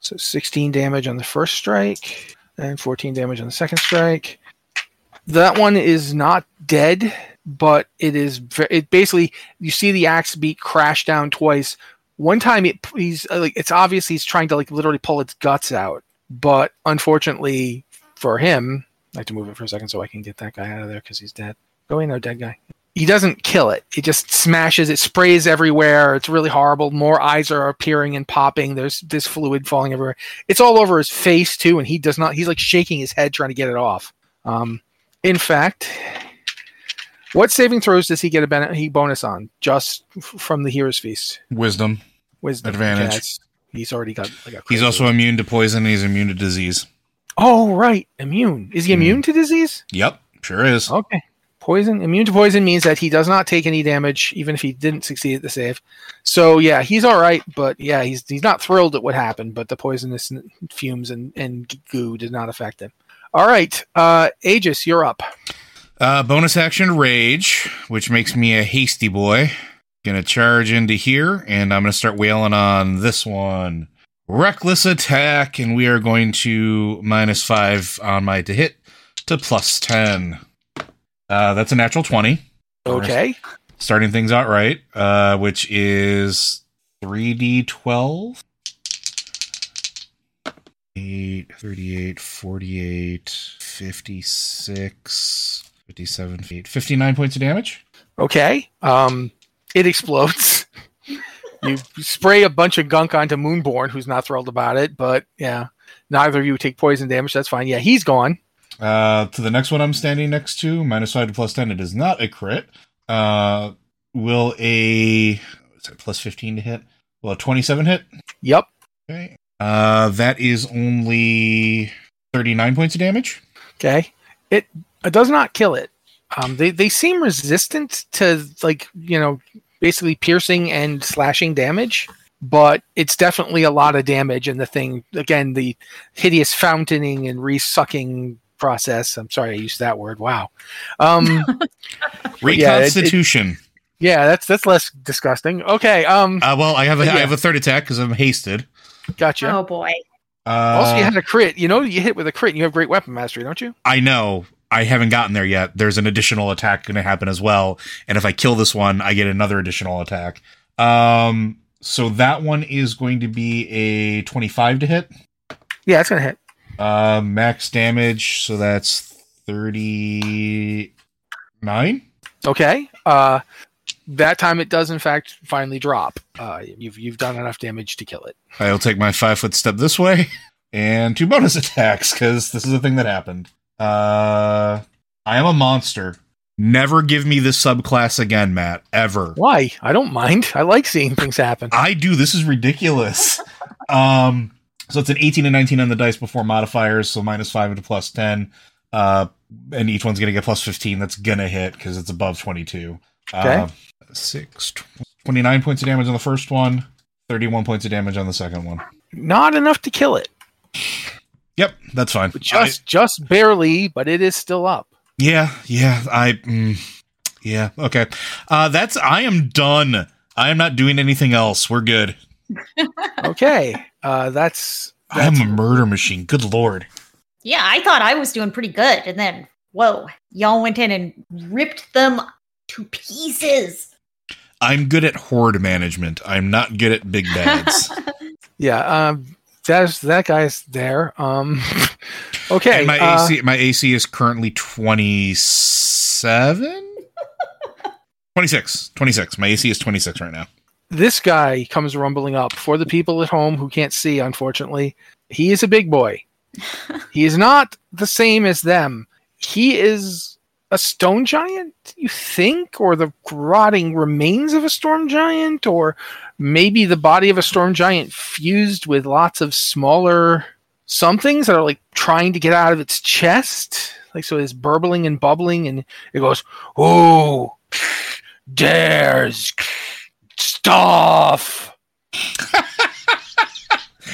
[SPEAKER 3] so sixteen damage on the first strike, and fourteen damage on the second strike. That one is not dead, but it is. ve- It basically you see the axe beat crash down twice. One time, it he's uh, like it's obvious he's trying to like literally pull its guts out, but unfortunately for him, I have to move it for a second so I can get that guy out of there because he's dead. Go in there, dead guy. He doesn't kill it. It just smashes. It sprays everywhere. It's really horrible. More eyes are appearing and popping. There's this fluid falling everywhere. It's all over his face too, and he does not. He's like shaking his head trying to get it off. Um, in fact, what saving throws does he get a ben- he bonus on just f- from the hero's feast?
[SPEAKER 5] Wisdom.
[SPEAKER 3] Wisdom
[SPEAKER 5] Advantage.
[SPEAKER 3] Yes. He's already got like a.
[SPEAKER 5] He's
[SPEAKER 3] crazy-
[SPEAKER 5] also immune to poison. and He's immune to disease.
[SPEAKER 3] oh right, immune. Is he immune to disease?
[SPEAKER 5] Hmm. Yep. Sure is.
[SPEAKER 3] Okay. Poison. Immune to poison means that he does not take any damage, even if he didn't succeed at the save. So yeah, he's all right, but yeah, he's he's not thrilled at what happened. But the poisonous n- fumes and and goo did not affect him. All right, uh, Aegis, you're up.
[SPEAKER 5] Uh, bonus action rage, which makes me a hasty boy. Gonna charge into here, and I'm gonna start wailing on this one. Reckless attack, and we are going to minus five on my to hit to plus ten. Uh, that's a natural twenty.
[SPEAKER 3] Okay.
[SPEAKER 5] Starting things out right, uh, which is three d twelve. 8, 38, 48, 56, 57, 59 points of damage.
[SPEAKER 3] Okay. Um, it explodes. you spray a bunch of gunk onto Moonborn, who's not thrilled about it, but yeah, neither of you take poison damage. That's fine. Yeah, he's gone.
[SPEAKER 5] Uh, to the next one I'm standing next to, minus 5 to plus 10. It is not a crit. Uh, will a is that plus 15 to hit? Well, a 27 hit.
[SPEAKER 3] Yep.
[SPEAKER 5] Okay. Uh, that is only 39 points of damage.
[SPEAKER 3] Okay. It, it does not kill it. Um, they, they seem resistant to, like, you know, basically piercing and slashing damage. but it's definitely a lot of damage. And the thing, again, the hideous fountaining and resucking process. I'm sorry I used that word. Wow. Um, but yeah, it- it-
[SPEAKER 5] Reconstitution.
[SPEAKER 3] yeah, that's that's less disgusting. Okay. Um,
[SPEAKER 5] uh, well, I have a,
[SPEAKER 3] Yeah.
[SPEAKER 5] I have a third attack because I'm hasted.
[SPEAKER 3] gotcha.
[SPEAKER 6] Oh boy.
[SPEAKER 5] Uh,
[SPEAKER 3] also, you had a crit. You know, you hit with a crit. and You have great weapon mastery, don't you?
[SPEAKER 5] I know I haven't gotten there yet. There's an additional attack going to happen as well, and if I kill this one, I get another additional attack. Um, so that one is going to be a 25 to hit.
[SPEAKER 3] Yeah, it's gonna hit.
[SPEAKER 5] Uh, max damage, so that's 39.
[SPEAKER 3] Okay. Uh, that time it does in fact finally drop. Uh, you've you've done enough damage to kill it.
[SPEAKER 5] I'll take my five foot step this way and two bonus attacks because this is a thing that happened. Uh, I am a monster. Never give me this subclass again, Matt. Ever.
[SPEAKER 3] Why? I don't mind. I like seeing things happen.
[SPEAKER 5] I do. This is ridiculous. um, so it's an 18 and 19 on the dice before modifiers. So minus five to plus 10. Uh, and each one's going to get plus 15. That's going to hit because it's above 22. Uh,
[SPEAKER 3] Okay.
[SPEAKER 5] six, tw- 29 points of damage on the first one, 31 points of damage on the second one.
[SPEAKER 3] Not enough to kill it.
[SPEAKER 5] Yep, that's fine.
[SPEAKER 3] But just just barely, but it is still up.
[SPEAKER 5] Yeah, yeah, I, mm, yeah, okay. Uh, that's I am done. I am not doing anything else. We're good.
[SPEAKER 3] Okay. Uh, that's
[SPEAKER 5] I am a murder machine. Good lord.
[SPEAKER 6] Yeah, I thought I was doing pretty good, and then whoa, y'all went in and ripped them to pieces.
[SPEAKER 5] I'm good at horde management. I'm not good at big bads.
[SPEAKER 3] yeah. Um, that's that guy's there. Um, okay.
[SPEAKER 5] and my
[SPEAKER 3] uh,
[SPEAKER 5] AC, my AC is currently 27, 26, 26. My AC is 26 right now.
[SPEAKER 3] this guy comes rumbling up for the people at home who can't see, unfortunately. He is a big boy. he is not the same as them. He is a stone giant, you think, or the rotting remains of a storm giant, or maybe the body of a storm giant fused with lots of smaller somethings that are like trying to get out of its chest. Like, so it's burbling and bubbling, and it goes, Oh, dares stuff.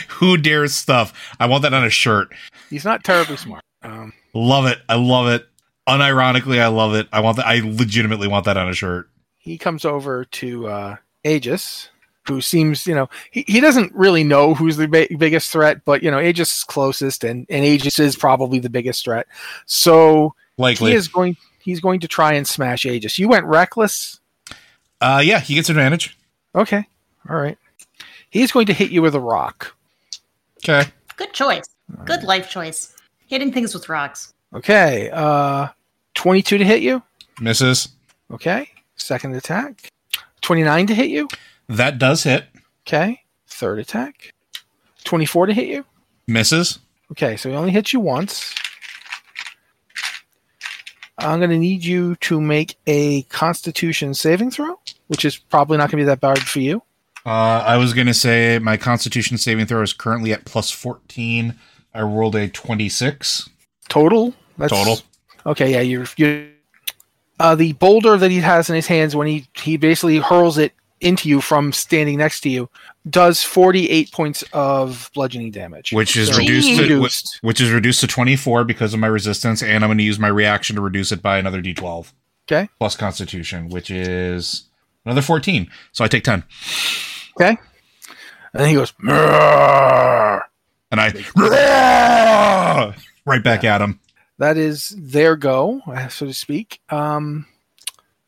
[SPEAKER 5] Who dares stuff? I want that on a shirt.
[SPEAKER 3] He's not terribly smart. Um,
[SPEAKER 5] Love it. I love it. Unironically, I love it. I want that. I legitimately want that on a shirt.
[SPEAKER 3] he comes over to uh, Aegis, who seems, you know, he, he doesn't really know who's the ba- biggest threat, but, you know, Aegis is closest, and, and Aegis is probably the biggest threat. So
[SPEAKER 5] Likely.
[SPEAKER 3] he is going. He's going to try and smash Aegis. You went reckless.
[SPEAKER 5] Uh, yeah, he gets advantage.
[SPEAKER 3] Okay. All right. He's going to hit you with a rock.
[SPEAKER 5] Okay.
[SPEAKER 6] Good choice. Good life choice. Hitting things with rocks.
[SPEAKER 3] Okay. Uh, 22 to hit you.
[SPEAKER 5] Misses.
[SPEAKER 3] Okay. Second attack. 29 to hit you.
[SPEAKER 5] That does hit.
[SPEAKER 3] Okay. Third attack. 24 to hit you.
[SPEAKER 5] Misses.
[SPEAKER 3] Okay, so he only hits you once. I'm going to need you to make a constitution saving throw, which is probably not going to be that bad for you.
[SPEAKER 5] Uh, I was going to say my constitution saving throw is currently at plus 14. I rolled a 26
[SPEAKER 3] Total? That's,
[SPEAKER 5] total.
[SPEAKER 3] Okay, yeah, you're. you're uh, the boulder that he has in his hands when he, he basically hurls it into you from standing next to you does 48 points of bludgeoning damage.
[SPEAKER 5] Which is
[SPEAKER 3] So-
[SPEAKER 5] reduced to, which,
[SPEAKER 3] Reduced.
[SPEAKER 5] which is reduced to 24 because of my resistance, and I'm going to use my reaction to reduce it by another d12
[SPEAKER 3] Okay.
[SPEAKER 5] plus Constitution, which is another 14. So I take 10,
[SPEAKER 3] Okay. And then he goes, "Murr."
[SPEAKER 5] and I right back at him.
[SPEAKER 3] that is their go, uh, so to speak. Um,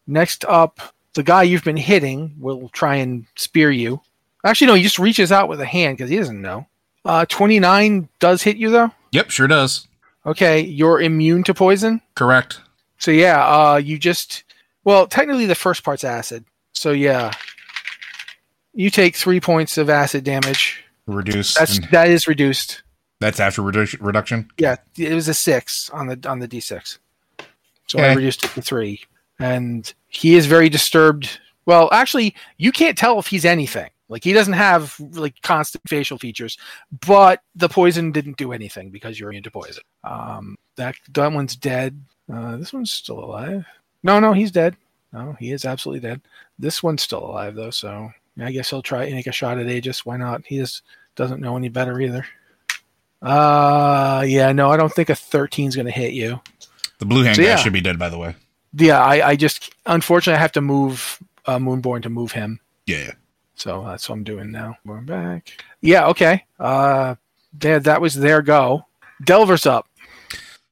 [SPEAKER 3] next up, the guy you've been hitting will try and spear you. Actually, no, he just reaches out with a hand because he doesn't know. Uh, 29 does hit you, though.
[SPEAKER 5] Yep, sure does.
[SPEAKER 3] Okay, you're immune to poison.
[SPEAKER 5] Correct.
[SPEAKER 3] So, yeah, uh, you just. Well, technically, the first part's acid. So, yeah. You take three points of acid damage.
[SPEAKER 5] Reduce.
[SPEAKER 3] That's
[SPEAKER 5] and
[SPEAKER 3] that is reduced.
[SPEAKER 5] that's after reduction. reduction.
[SPEAKER 3] Yeah, it was a six on the on the D six. So I
[SPEAKER 5] Okay.
[SPEAKER 3] reduced it to three. And he is very disturbed. Well, actually, you can't tell if he's anything. Like he doesn't have like constant facial features, but the poison didn't do anything because you're immune to poison. Um, that that one's dead. Uh, this one's still alive. No, no, he's dead. No, he is absolutely dead. This one's still alive though, so I guess he'll try and take a shot at Aegis. Why not? He just doesn't know any better either. Uh yeah, no, I don't think a 13's going to hit you.
[SPEAKER 5] The blue hand
[SPEAKER 3] So,
[SPEAKER 5] guy
[SPEAKER 3] yeah.
[SPEAKER 5] should be dead, by the way.
[SPEAKER 3] Yeah, I, I just unfortunately I have to move uh, Moonborn to move him.
[SPEAKER 5] Yeah, yeah.
[SPEAKER 3] So that's what I'm doing now. Going back. Yeah, okay. Uh there that was their go. Delver's up.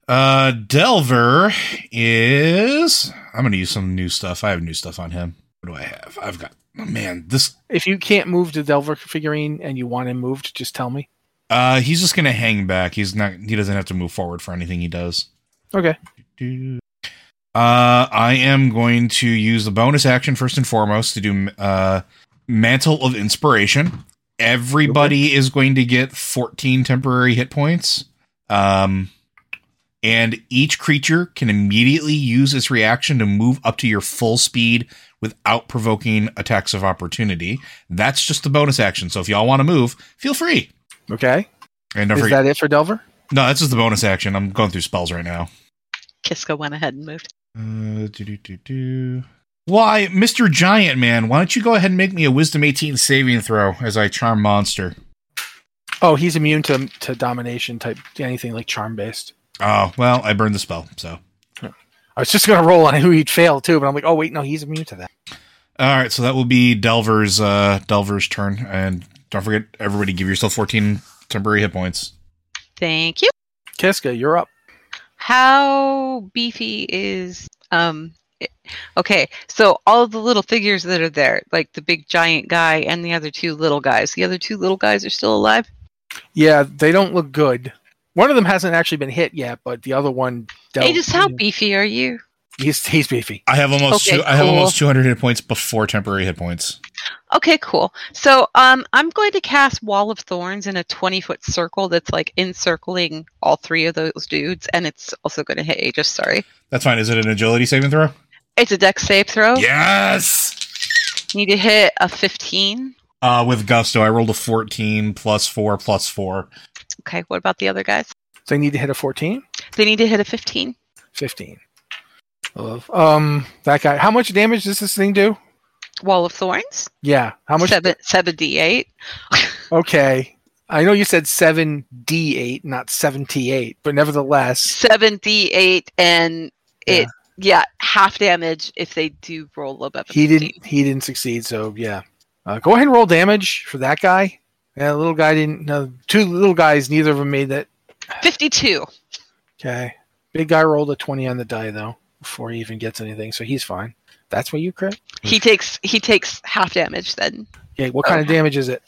[SPEAKER 5] Uh, Delver is. I'm gonna use some new stuff. I have new stuff on him. What do I have? I've got. Oh, man, this.
[SPEAKER 3] If you can't move the Delver figurine and you want him moved, just tell me.
[SPEAKER 5] Uh, he's just gonna hang back. He's not. He doesn't have to move forward for anything he does.
[SPEAKER 3] Okay.
[SPEAKER 5] Uh, I am going to use the bonus action first and foremost to do uh, mantle of inspiration. Everybody is going to get 14 temporary hit points. Um, and each creature can immediately use its reaction to move up to your full speed without provoking attacks of opportunity. That's just the bonus action. So if y'all want to move, feel free.
[SPEAKER 3] Okay.
[SPEAKER 5] And don't
[SPEAKER 3] Is
[SPEAKER 5] forget,
[SPEAKER 3] that it for Delver?
[SPEAKER 5] no, that's just the bonus action. I'm going through spells right now.
[SPEAKER 4] Kiska went ahead and moved.
[SPEAKER 5] Uh, do, do, do, do. Why, Mr. Giant Man, why don't you go ahead and make me a Wisdom 18 saving throw as I charm monster?
[SPEAKER 3] Oh, he's immune to to domination type anything like charm based.
[SPEAKER 5] Oh, well, I burned the spell, so.
[SPEAKER 3] I was just gonna roll on who he'd fail too, but I'm like, oh wait, no, he's immune to that.
[SPEAKER 5] All right, so that will be Delver's uh Delver's turn and don't forget everybody give yourself 14 temporary hit points.
[SPEAKER 4] Thank you.
[SPEAKER 3] Kiska, you're up.
[SPEAKER 4] How beefy is um it- okay, so all the little figures that are there, like the big giant guy and the other two little guys. The other two little guys are still alive?
[SPEAKER 3] Yeah, they don't look good. One of them hasn't actually been hit yet, but the other one.
[SPEAKER 4] Hey, just how beefy are you?
[SPEAKER 3] He's he's beefy.
[SPEAKER 5] I have almost
[SPEAKER 4] Okay,
[SPEAKER 5] two, I have
[SPEAKER 4] cool.
[SPEAKER 5] almost 200 hit points before temporary hit points.
[SPEAKER 4] Okay, cool. So um, I'm going to cast Wall of Thorns in a 20 foot circle that's like encircling all three of those dudes, and it's also going to hit Aegis. Sorry.
[SPEAKER 5] That's fine. Is it an agility saving throw?
[SPEAKER 4] It's a dex save throw.
[SPEAKER 5] Yes.
[SPEAKER 4] Oh. Need to hit a 15.
[SPEAKER 5] Uh with gusto, I rolled a 14 plus 4 plus 4.
[SPEAKER 4] Okay, what about the other guys?
[SPEAKER 3] They need to hit a 14,
[SPEAKER 4] They need to hit a 15.
[SPEAKER 3] 15. Love. Um, that guy. How much damage does this thing do?
[SPEAKER 4] Wall of Thorns.
[SPEAKER 3] Yeah. How much?
[SPEAKER 4] Seven, seven d8.
[SPEAKER 3] Okay. I know you said seven D eight, not seventy eight, but nevertheless,
[SPEAKER 4] Seven d8, and it, yeah. half damage if they do roll above. a
[SPEAKER 3] he
[SPEAKER 4] 15.
[SPEAKER 3] didn't he didn't succeed. So yeah, uh, go ahead and roll damage for that guy. Yeah, the little guy didn't. No, two little guys. Neither of them made that.
[SPEAKER 4] 52.
[SPEAKER 3] Okay. Big guy rolled a 20 on the die, though, before he even gets anything, so he's fine. That's what you crit?
[SPEAKER 4] He takes he takes half damage then.
[SPEAKER 3] Yeah, what
[SPEAKER 4] Oh.
[SPEAKER 3] kind of damage is it?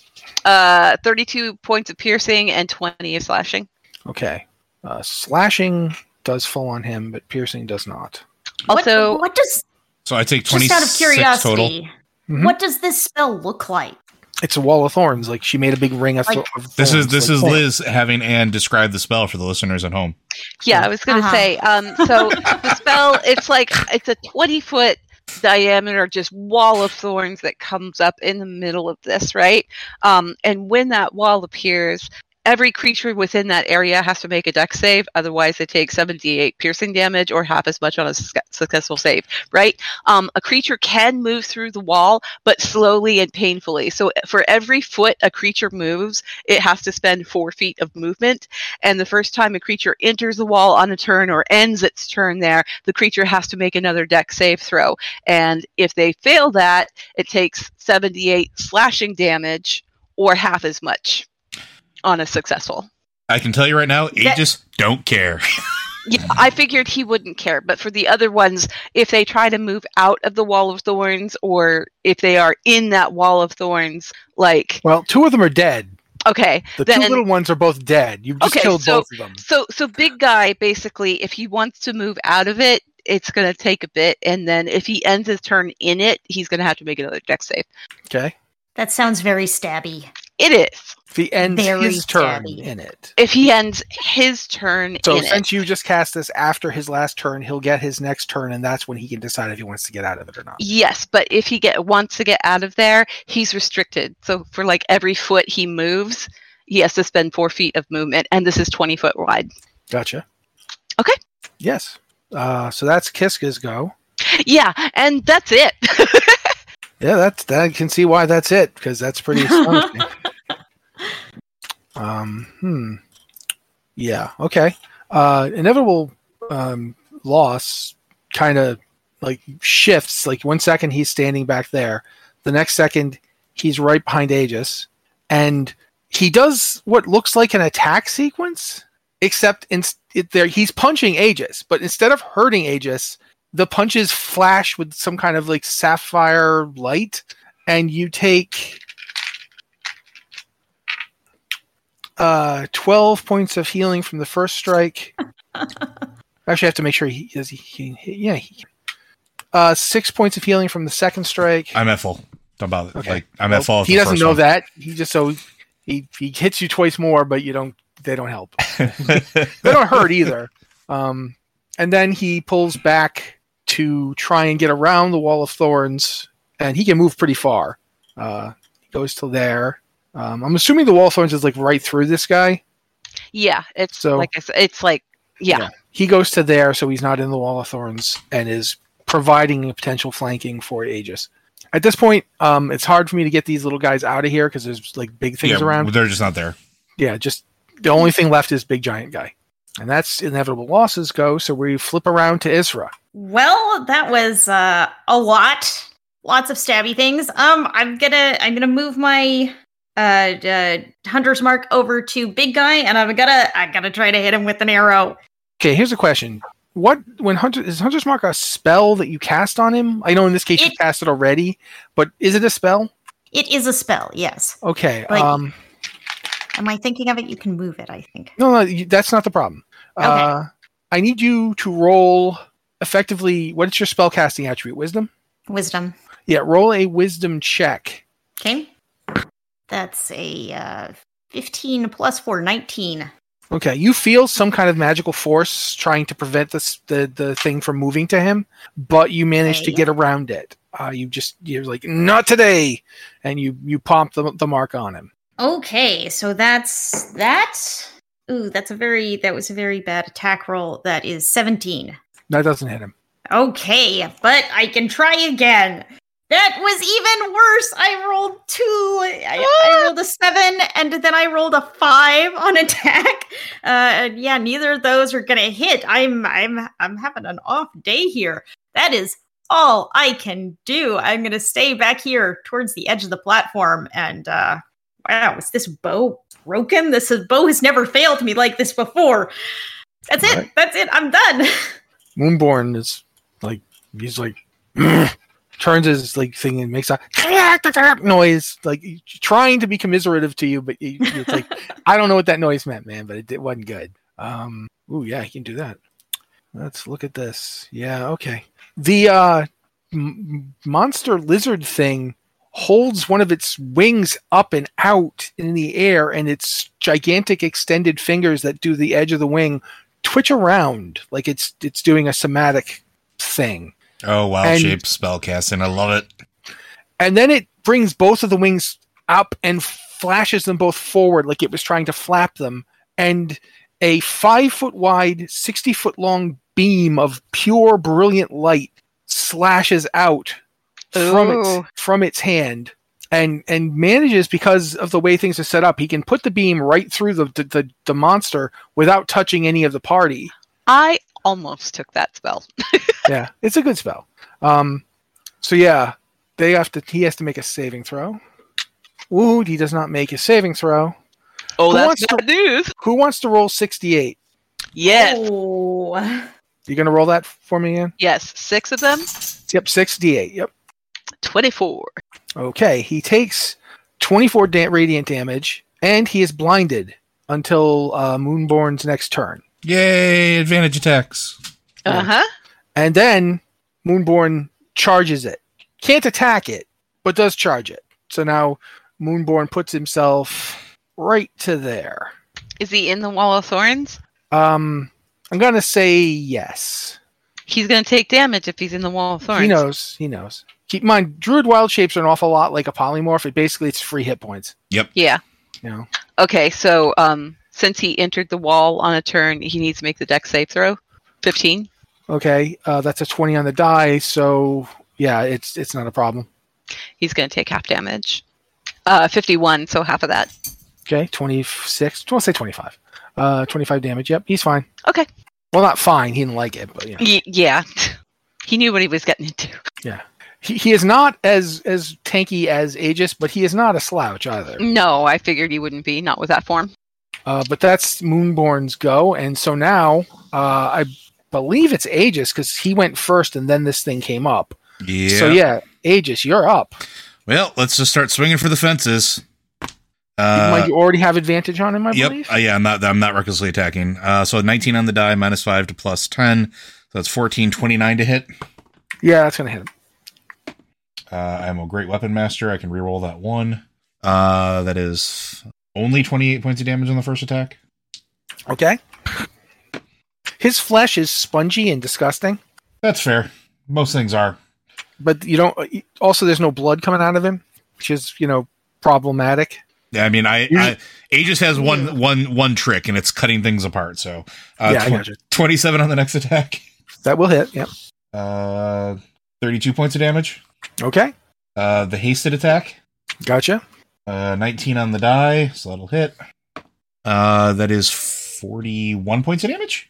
[SPEAKER 4] Uh, 32 points of piercing and 20 of slashing.
[SPEAKER 3] Okay. Uh, slashing does fall on him, but piercing does not.
[SPEAKER 4] Also,
[SPEAKER 6] what, what does
[SPEAKER 5] So I take 26
[SPEAKER 6] just out of curiosity?
[SPEAKER 5] total.
[SPEAKER 3] Mhm.
[SPEAKER 6] What does this spell look like?
[SPEAKER 3] It's a wall of thorns. Like, she made a big ring of, thor-
[SPEAKER 6] Like-
[SPEAKER 3] of
[SPEAKER 5] This is
[SPEAKER 3] thorns,
[SPEAKER 5] this
[SPEAKER 3] like
[SPEAKER 5] is
[SPEAKER 3] thorns.
[SPEAKER 5] Liz having Anne describe the spell for the listeners at home.
[SPEAKER 4] yeah, I was going to
[SPEAKER 6] Uh-huh.
[SPEAKER 4] say. Um, so the spell, it's like it's a 20 foot diameter just wall of thorns that comes up in the middle of this, right? Um, and when that wall appears, every creature within that area has to make a dex save. Otherwise, they take 78 piercing damage or half as much on a suc- successful save, right? Um, a creature can move through the wall, but slowly and painfully. So for every foot a creature moves, it has to spend four feet of movement. And the first time a creature enters the wall on a turn or ends its turn there, the creature has to make another deck save throw. And if they fail that, it takes 78 slashing damage or half as much on a successful.
[SPEAKER 5] I can tell you right now,
[SPEAKER 6] That-
[SPEAKER 5] Aegis don't care.
[SPEAKER 4] Yeah, I figured he wouldn't care, but for the other ones, if they try to move out of the wall of thorns or if they are in that wall of thorns, like
[SPEAKER 3] Well, two of them are dead.
[SPEAKER 4] okay,
[SPEAKER 3] The
[SPEAKER 4] then
[SPEAKER 3] two little ones are both dead. You've just
[SPEAKER 4] Okay,
[SPEAKER 3] killed
[SPEAKER 4] so-
[SPEAKER 3] both of them.
[SPEAKER 4] So, so big guy basically, if he wants to move out of it, it's going to take a bit, and then if he ends his turn in it, he's going to have to make another deck save.
[SPEAKER 3] Okay.
[SPEAKER 6] That sounds very stabby.
[SPEAKER 4] It is
[SPEAKER 3] If he ends
[SPEAKER 6] Very
[SPEAKER 3] his turn
[SPEAKER 6] stabby.
[SPEAKER 3] in it.
[SPEAKER 4] if he ends his turn
[SPEAKER 3] So
[SPEAKER 4] in
[SPEAKER 3] since
[SPEAKER 4] it.
[SPEAKER 3] you just cast this after his last turn, he'll get his next turn, and that's when he can decide if he wants to get out of it or not.
[SPEAKER 4] Yes, but if he get wants to get out of there, he's restricted. So for like every foot he moves, he has to spend four feet of movement, and this is twenty foot wide.
[SPEAKER 3] Gotcha.
[SPEAKER 4] Okay.
[SPEAKER 3] Yes. Uh, so that's Kiska's go.
[SPEAKER 4] Yeah, and that's it.
[SPEAKER 3] Yeah, that's that. I can see why that's it because that's pretty astonishing. um, hmm. Yeah. Okay. Uh, inevitable um, loss kind of like shifts. Like one second he's standing back there, the next second he's right behind Aegis, and he does what looks like an attack sequence. Except in, it, there, he's punching Aegis, but instead of hurting Aegis, the punches flash with some kind of like sapphire light, and you take uh, 12 points of healing from the first strike. Actually, I have to make sure he is. He, he, he- yeah. He, uh, six points of healing from the second strike.
[SPEAKER 5] I'm at full. Don't bother.
[SPEAKER 3] Okay.
[SPEAKER 5] Like I'm
[SPEAKER 3] Well,
[SPEAKER 5] at full.
[SPEAKER 3] He doesn't know that. He just so he he hits you twice more, but you don't. They don't help.
[SPEAKER 5] that.
[SPEAKER 3] they don't hurt either. Um, and then he pulls back to try and get around the wall of thorns, and he can move pretty far. Uh, he goes to there. Um, I'm assuming the wall of thorns is like right through this guy.
[SPEAKER 4] Yeah, it's
[SPEAKER 3] So-
[SPEAKER 4] like I said, it's like yeah,
[SPEAKER 3] He goes to there, so he's not in the wall of thorns and is providing a potential flanking for Aegis. At this point, um, it's hard for me to get these little guys out of here because there's like big things
[SPEAKER 5] yeah,
[SPEAKER 3] around.
[SPEAKER 5] They're just not there.
[SPEAKER 3] yeah, just the only thing left is big giant guy. And that's inevitable losses go, so we flip around to Isra.
[SPEAKER 6] Well, that was uh, a lot, lots of stabby things. Um, I'm gonna I'm gonna move my uh, uh hunter's mark over to big guy, and I'm gonna I gotta try to hit him with an arrow.
[SPEAKER 3] Okay, here's a question. What when Hunter is Hunter's Mark a spell that you cast on him? I know in this case you
[SPEAKER 6] It-
[SPEAKER 3] cast it already, but is it a spell?
[SPEAKER 6] It is a spell, yes.
[SPEAKER 3] Okay.
[SPEAKER 6] Like-
[SPEAKER 3] um
[SPEAKER 6] Am I thinking of it? You can move it. I think.
[SPEAKER 3] no, no, you- that's not the problem.
[SPEAKER 6] Okay.
[SPEAKER 3] Uh I need you to roll effectively what's your spell casting attribute? Wisdom?
[SPEAKER 6] Wisdom.
[SPEAKER 3] Yeah, roll a wisdom check.
[SPEAKER 6] Okay. That's a uh, 15 plus 4, 19.
[SPEAKER 3] Okay, you feel some kind of magical force trying to prevent this the the thing from moving to him, but you manage to
[SPEAKER 6] Okay.
[SPEAKER 3] get around it. Uh, you just you're like not today, and you you pop the the mark on him.
[SPEAKER 6] Okay, so that's that. Ooh, that's a very, that was a very bad attack roll. That is 17.
[SPEAKER 3] That doesn't hit him.
[SPEAKER 6] Okay, but I can try again. That was even worse. I rolled two. I, I rolled a seven, and then I rolled a five on attack. Uh, and yeah, neither of those are gonna hit. I'm, I'm, I'm having an off day here. That is all I can do. I'm gonna stay back here towards the edge of the platform. And uh, wow, is this bow broken? This is, bow has never failed me like this before. That's it.
[SPEAKER 3] Right.
[SPEAKER 6] That's it. I'm done.
[SPEAKER 3] Moonborn is like he's like turns his like thing and makes a noise, like trying to be commiserative to you, but you- it's like I don't know what that noise meant, man, but it, it wasn't good. Um, ooh, yeah, he can do that. Let's look at this. Yeah, okay. The uh, m- monster lizard thing holds one of its wings up and out in the air, and its gigantic extended fingers that do the edge of the wing twitch around like it's it's doing a somatic thing.
[SPEAKER 5] Oh, wild
[SPEAKER 3] And-
[SPEAKER 5] shape spell casting. I love it.
[SPEAKER 3] And then it brings both of the wings up and flashes them both forward like it was trying to flap them. And a five foot wide, 60 foot long beam of pure, brilliant light slashes out from
[SPEAKER 4] Ooh.
[SPEAKER 3] its, from its hand. And, and manages because of the way things are set up, he can put the beam right through the, the, the, the monster without touching any of the party.
[SPEAKER 4] I almost took that spell.
[SPEAKER 3] yeah, it's a good spell. Um, so yeah, they have to. He has to make a saving throw. Ooh, he does not make a saving throw.
[SPEAKER 4] Oh,
[SPEAKER 3] Who
[SPEAKER 4] that's
[SPEAKER 3] wants to-
[SPEAKER 4] bad news.
[SPEAKER 3] Who wants to roll sixty-eight?
[SPEAKER 4] Yes,
[SPEAKER 6] Oh.
[SPEAKER 3] You gonna roll that for me, Ian?
[SPEAKER 4] yes, six of them,
[SPEAKER 3] Yep, sixty-eight. Yep.
[SPEAKER 4] twenty-four.
[SPEAKER 3] Okay, he takes twenty-four da- radiant damage, and he is blinded until uh, Moonborn's next turn.
[SPEAKER 5] Yay! Advantage attacks.
[SPEAKER 3] Yeah.
[SPEAKER 4] Uh huh.
[SPEAKER 3] And then Moonborn charges it. Can't attack it, but does charge it. So now Moonborn puts himself right to there.
[SPEAKER 4] Is he in the wall of thorns?
[SPEAKER 3] Um, I'm gonna say yes.
[SPEAKER 4] He's gonna take damage if he's in the wall of thorns.
[SPEAKER 3] He knows. He knows. Keep in mind, druid wild shapes are an awful lot like a polymorph. It basically it's free hit points.
[SPEAKER 4] Yeah.
[SPEAKER 3] You know.
[SPEAKER 4] Okay. So, um, since he entered the wall on a turn, he needs to make the deck save throw. Fifteen.
[SPEAKER 3] Okay, uh, that's a twenty on the die. So yeah, it's it's not a problem.
[SPEAKER 4] He's going to take half damage. Uh, 51, so half of that.
[SPEAKER 3] Okay, 26. Don't say 25. Uh, 25 damage. Yep, he's fine.
[SPEAKER 4] Okay.
[SPEAKER 3] Well, not fine. He didn't like it, but you know.
[SPEAKER 4] Y- yeah. He knew what he was getting into.
[SPEAKER 3] yeah. He, he is not as as tanky as Aegis, but he is not a slouch either.
[SPEAKER 4] No, I figured he wouldn't be, not with that form.
[SPEAKER 3] Uh, but that's Moonborn's go, and so now uh, I believe it's Aegis because he went first, and then this thing came up.
[SPEAKER 5] Yeah.
[SPEAKER 3] So yeah, Aegis, you're up.
[SPEAKER 5] Well, let's just start swinging for the fences.
[SPEAKER 3] You
[SPEAKER 5] Uh,
[SPEAKER 3] might- you already have advantage on him, I
[SPEAKER 5] yep.
[SPEAKER 3] believe.
[SPEAKER 5] Uh, yeah, I'm not. I'm not recklessly attacking. Uh, so 19 on the die, minus five to plus 10. So that's 14, 29 to hit.
[SPEAKER 3] Yeah, that's gonna hit him.
[SPEAKER 5] Uh, I'm a great weapon master. I can reroll that one. Uh, that is only 28 points of damage on the first attack.
[SPEAKER 3] Okay. His flesh is spongy and disgusting,
[SPEAKER 5] That's fair. Most things are.
[SPEAKER 3] but you don't. Also, there's no blood coming out of him, which is you know problematic.
[SPEAKER 5] Yeah, I mean, I, I Aegis has one one one trick, and it's cutting things apart. So uh,
[SPEAKER 3] Yeah, I
[SPEAKER 5] tw-
[SPEAKER 3] gotcha.
[SPEAKER 5] 27 on the next attack.
[SPEAKER 3] That will hit. Yep.
[SPEAKER 5] Uh, 32 points of damage.
[SPEAKER 3] Okay.
[SPEAKER 5] Uh, the hasted attack.
[SPEAKER 3] Gotcha.
[SPEAKER 5] Uh, 19 on the die, so that'll hit. Uh, that is 41 points of damage.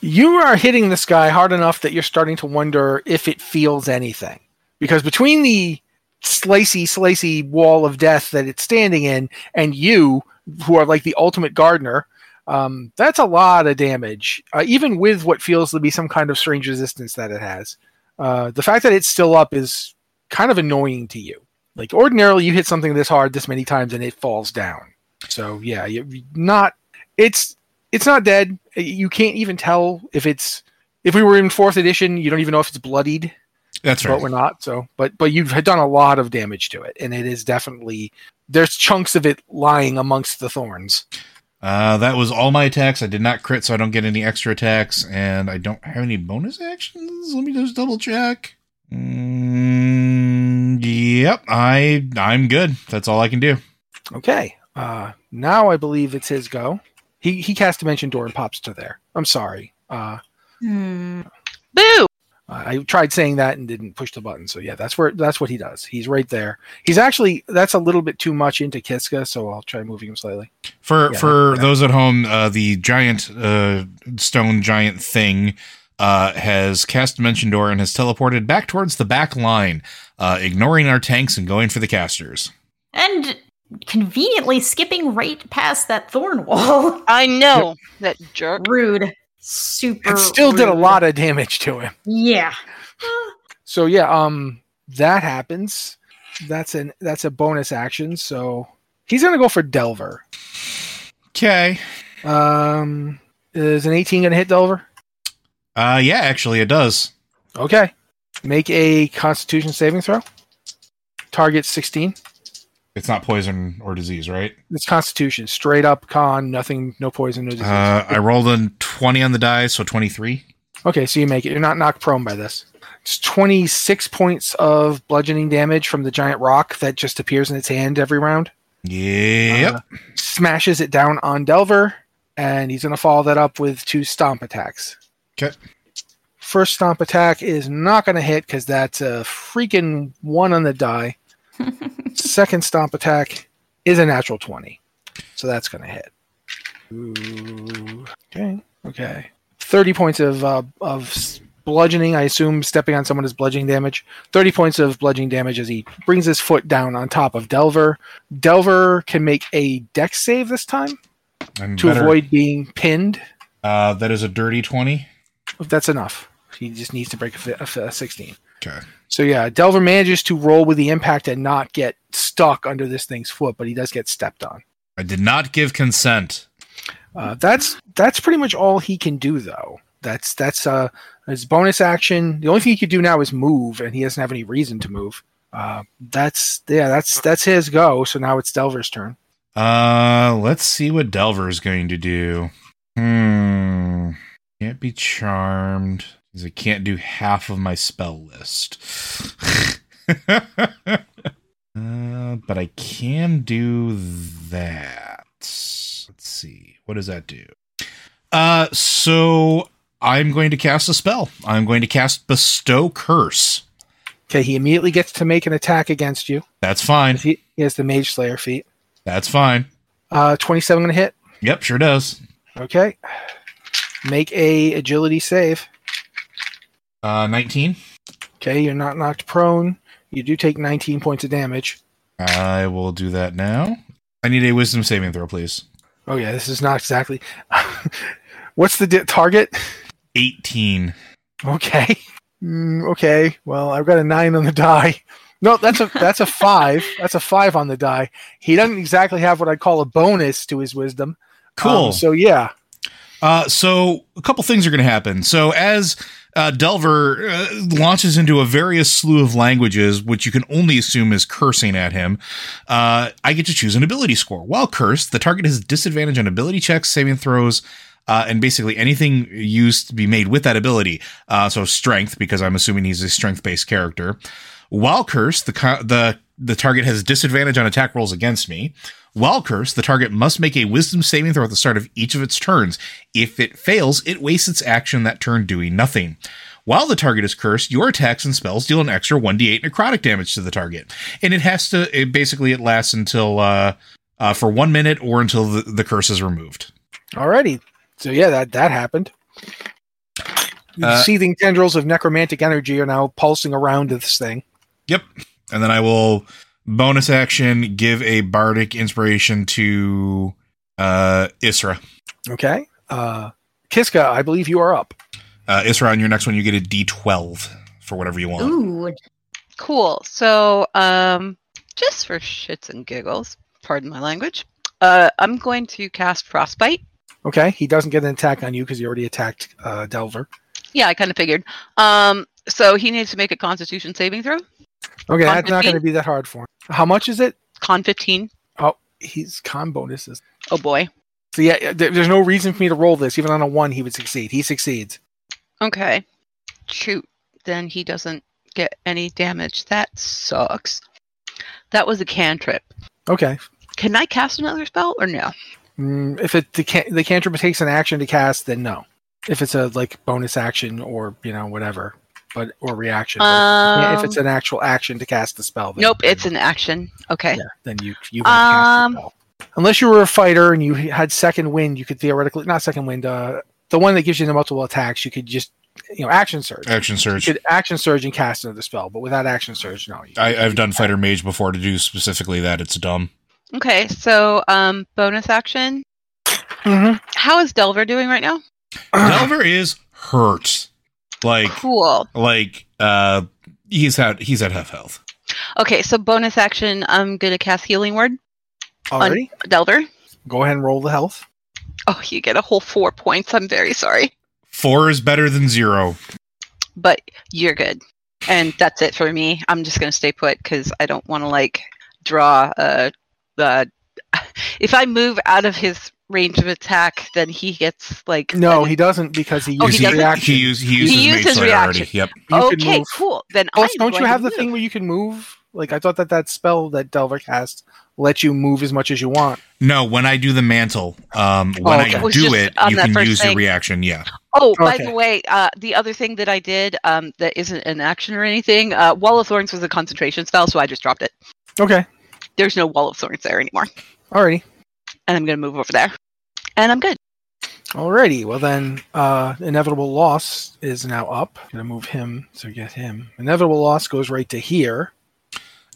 [SPEAKER 3] You are hitting this guy hard enough that you're starting to wonder if it feels anything. Because between the slicey, slicey wall of death that it's standing in and you, who are like the ultimate gardener, um, that's a lot of damage, uh, even with what feels to be some kind of strange resistance that it has. Uh, the fact that it's still up is kind of annoying to you. Like, ordinarily, you hit something this hard this many times and it falls down. So, yeah, you're not. It's it's not dead. You can't even tell if it's if we were in fourth edition, you don't even know if it's bloodied,
[SPEAKER 5] That's
[SPEAKER 3] but we're not. So, but but you've done a lot of damage to it, and it is definitely there's chunks of it lying amongst the thorns.
[SPEAKER 5] Uh, that was all my attacks. I did not crit, so I don't get any extra attacks, and I don't have any bonus actions. Let me just double check. Mm, yep, I I'm good. That's all I can do.
[SPEAKER 3] Okay, uh, now I believe it's his go. He he cast dimension door and pops to there. I'm sorry. Uh,
[SPEAKER 6] Hmm.
[SPEAKER 4] Boo!
[SPEAKER 3] I tried saying that and didn't push the button. So yeah, that's where that's what he does. He's right there. He's actually that's a little bit too much into Kiska, so I'll try moving him slightly.
[SPEAKER 5] For
[SPEAKER 3] Yeah,
[SPEAKER 5] for
[SPEAKER 3] yeah.
[SPEAKER 5] those at home, uh, the giant uh, stone giant thing uh, has cast Dimension Door and has teleported back towards the back line, uh, ignoring our tanks and going for the casters.
[SPEAKER 6] And conveniently skipping right past that thorn wall.
[SPEAKER 3] Uh,
[SPEAKER 4] I know that jerk.
[SPEAKER 6] rude. Super.
[SPEAKER 3] It still did a
[SPEAKER 6] rude.
[SPEAKER 3] lot of damage to him.
[SPEAKER 6] Yeah.
[SPEAKER 3] So yeah, um, that happens. That's an that's a bonus action. So he's gonna go for Delver.
[SPEAKER 5] Okay.
[SPEAKER 3] Um, is an eighteen gonna hit Delver?
[SPEAKER 5] Uh, yeah, actually, it does.
[SPEAKER 3] Okay, make a Constitution saving throw. Target sixteen.
[SPEAKER 5] It's not poison or disease, right?
[SPEAKER 3] It's Constitution, straight up con, nothing, no poison, no disease.
[SPEAKER 5] Uh, I rolled a 20 on the die, so 23.
[SPEAKER 3] okay, so you make it. You're not knocked prone by this. It's twenty six points of bludgeoning damage from the giant rock that just appears in its hand every round.
[SPEAKER 5] Yep.
[SPEAKER 3] Uh, smashes it down on Delver, and he's going to follow that up with two stomp attacks.
[SPEAKER 5] 'Kay.
[SPEAKER 3] First stomp attack is not going to hit because that's a freaking one on the die. Second stomp attack is a natural 20. So that's going to hit. Ooh. Okay. Okay. 30 points of, uh, of s- bludgeoning. I assume stepping on someone is bludgeoning damage. 30 points of bludgeoning damage as he brings his foot down on top of Delver. Delver can make a deck save this time
[SPEAKER 5] I'm
[SPEAKER 3] to
[SPEAKER 5] better.
[SPEAKER 3] avoid being pinned.
[SPEAKER 5] Uh, that is a dirty 20.
[SPEAKER 3] That's enough. He just needs to break a, fi- a, fi- a 16.
[SPEAKER 5] Okay.
[SPEAKER 3] So yeah, Delver manages to roll with the impact and not get stuck under this thing's foot, but he does get stepped on.
[SPEAKER 5] I did not give consent.
[SPEAKER 3] Uh, that's that's pretty much all he can do though. That's that's uh, his bonus action. The only thing he could do now is move, and he doesn't have any reason to move. Uh, that's yeah, that's that's his go. So now it's Delver's turn.
[SPEAKER 5] Uh, let's see what Delver's going to do. Hmm. Can't be charmed because I can't do half of my spell list. uh, but I can do that. Let's see. What does that do? Uh, so I'm going to cast a spell. I'm going to cast Bestow Curse.
[SPEAKER 3] Okay, he immediately gets to make an attack against you.
[SPEAKER 5] That's fine.
[SPEAKER 3] He, he has the Mage Slayer feat.
[SPEAKER 5] That's fine.
[SPEAKER 3] Uh, 27 gonna hit.
[SPEAKER 5] Yep, sure does.
[SPEAKER 3] Okay. Make a agility save.
[SPEAKER 5] Uh, 19.
[SPEAKER 3] Okay, you're not knocked prone. You do take 19 points of damage.
[SPEAKER 5] I will do that now. I need a wisdom saving throw, please.
[SPEAKER 3] Oh yeah, this is not exactly. What's the di- target?
[SPEAKER 5] 18.
[SPEAKER 3] Okay. Mm, okay. Well, I've got a nine on the die. No, that's a that's a five. That's a five on the die. He doesn't exactly have what I'd call a bonus to his wisdom.
[SPEAKER 5] Cool.
[SPEAKER 3] Um, so yeah,
[SPEAKER 5] Uh, so a couple things are going to happen. So as uh, Delver uh, launches into a various slew of languages, which you can only assume is cursing at him, uh, I get to choose an ability score. While cursed, the target has disadvantage on ability checks, saving throws, uh, and basically anything used to be made with that ability. Uh, so strength, because I'm assuming he's a strength-based character. While cursed, the co- the the target has disadvantage on attack rolls against me. While cursed, the target must make a wisdom saving throw at the start of each of its turns. If it fails, it wastes its action that turn doing nothing. While the target is cursed, your attacks and spells deal an extra 1d8 necrotic damage to the target. And it has to, it basically, it lasts until, uh, uh, for one minute or until the, the curse is removed.
[SPEAKER 3] Alrighty. So yeah, that that happened. The
[SPEAKER 5] Uh,
[SPEAKER 3] seething tendrils of necromantic energy are now pulsing around this thing.
[SPEAKER 5] Yep. And then I will bonus action give a bardic inspiration to, uh, Isra.
[SPEAKER 3] Okay. Uh, Kiska, I believe you are up.
[SPEAKER 5] Uh, Isra, on your next one, you get a d12 for whatever you want.
[SPEAKER 6] Ooh.
[SPEAKER 4] Cool. So, um, just for shits and giggles, pardon my language, uh, I'm going to cast Frostbite.
[SPEAKER 3] Okay. He doesn't get an attack on you because he already attacked uh, Delver.
[SPEAKER 4] Yeah, I kind of figured. Um, so he needs to make a Constitution saving throw.
[SPEAKER 3] Okay,
[SPEAKER 4] Con
[SPEAKER 3] that's not
[SPEAKER 4] 15?
[SPEAKER 3] going to be that hard for him. How much is it?
[SPEAKER 4] Con 15.
[SPEAKER 3] Oh, he's con bonuses.
[SPEAKER 4] Oh boy.
[SPEAKER 3] So yeah, there- there's no reason for me to roll this. Even on a one, he would succeed. He succeeds.
[SPEAKER 4] Okay. Shoot. Then he doesn't get any damage. That sucks. That was a cantrip.
[SPEAKER 3] Okay.
[SPEAKER 4] Can I cast another spell or no?
[SPEAKER 3] Mm, if it the, can- the cantrip takes an action to cast, then no. If it's a like bonus action or you know whatever, but or reaction. but if- if it's
[SPEAKER 4] Um,
[SPEAKER 3] an actual action to cast the spell, then,
[SPEAKER 4] Nope, it's an action. Okay.
[SPEAKER 3] yeah, then you you won't cast
[SPEAKER 4] Um,
[SPEAKER 3] the spell. Unless you were a fighter and you had second wind, you could theoretically not second wind. Uh, the one that gives you the multiple attacks, you could just you know action surge.
[SPEAKER 5] Action
[SPEAKER 3] You
[SPEAKER 5] surge.
[SPEAKER 3] could action surge and cast another spell, but without action surge, no. You,
[SPEAKER 5] I, I've done fighter mage before to do specifically that. It's dumb.
[SPEAKER 4] Okay, so um bonus action.
[SPEAKER 3] Mhm.
[SPEAKER 4] How is Delver doing right now?
[SPEAKER 5] Delver is hurt. Like
[SPEAKER 4] Cool.
[SPEAKER 5] like uh he's at he's at half health.
[SPEAKER 4] Okay, so bonus action, I'm gonna cast healing word on
[SPEAKER 3] Alrighty,
[SPEAKER 4] Delver.
[SPEAKER 3] go ahead and roll the health.
[SPEAKER 4] Oh, you get a whole four points. I'm very sorry.
[SPEAKER 5] Four is better than zero.
[SPEAKER 4] But you're good. And that's it for me. I'm just gonna stay put because I don't wanna like draw uh uh if I move out of his range of attack, then he gets like
[SPEAKER 3] No,
[SPEAKER 4] an-
[SPEAKER 3] he doesn't because he
[SPEAKER 4] Oh,
[SPEAKER 3] used
[SPEAKER 4] he
[SPEAKER 3] his
[SPEAKER 4] doesn't?
[SPEAKER 3] reaction.
[SPEAKER 5] He used he used
[SPEAKER 4] He
[SPEAKER 5] his
[SPEAKER 4] used
[SPEAKER 5] mage
[SPEAKER 4] his
[SPEAKER 5] slayer already.
[SPEAKER 4] reaction.
[SPEAKER 5] Yep.
[SPEAKER 3] you can
[SPEAKER 4] okay,
[SPEAKER 3] move.
[SPEAKER 4] cool. Then
[SPEAKER 3] Plus,
[SPEAKER 4] I'm
[SPEAKER 3] don't you
[SPEAKER 4] going
[SPEAKER 3] have
[SPEAKER 4] to
[SPEAKER 3] the thing
[SPEAKER 4] move.
[SPEAKER 3] where you can move? Like I thought that that spell that Delver cast lets you move as much as you want.
[SPEAKER 5] No, when I do the mantle, um
[SPEAKER 3] Oh,
[SPEAKER 5] when
[SPEAKER 3] okay.
[SPEAKER 5] I
[SPEAKER 3] It
[SPEAKER 4] was
[SPEAKER 5] do
[SPEAKER 4] just
[SPEAKER 5] it,
[SPEAKER 4] on
[SPEAKER 5] you
[SPEAKER 4] that
[SPEAKER 5] can
[SPEAKER 4] first
[SPEAKER 5] use your
[SPEAKER 4] thing.
[SPEAKER 5] reaction, yeah.
[SPEAKER 4] Oh, by
[SPEAKER 3] Okay.
[SPEAKER 4] the way, uh, the other thing that I did um, that isn't an action or anything, uh, Wall of Thorns was a concentration spell, so I just dropped it.
[SPEAKER 3] Okay,
[SPEAKER 4] There's no Wall of Thorns there anymore,
[SPEAKER 3] alrighty,
[SPEAKER 4] and I'm going to move over there, and I'm good.
[SPEAKER 3] alrighty. Well then, uh, inevitable loss is now up. gonna move him so get him. Inevitable loss goes right to here.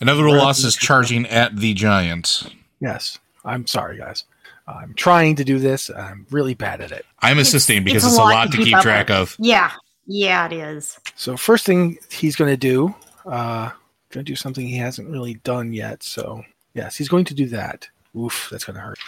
[SPEAKER 5] Another
[SPEAKER 3] Where
[SPEAKER 5] loss
[SPEAKER 3] is
[SPEAKER 5] is
[SPEAKER 3] the-
[SPEAKER 5] charging at the giant.
[SPEAKER 3] Yes, I'm sorry, guys. I'm trying to do this. I'm really bad at it.
[SPEAKER 5] I'm assisting because it's, a lot to keep
[SPEAKER 6] up
[SPEAKER 5] track of.
[SPEAKER 6] Yeah. Yeah, it is.
[SPEAKER 3] So first thing he's going to do, uh, going to do something he hasn't really done yet. So yes, he's going to do that. Oof, that's going to hurt.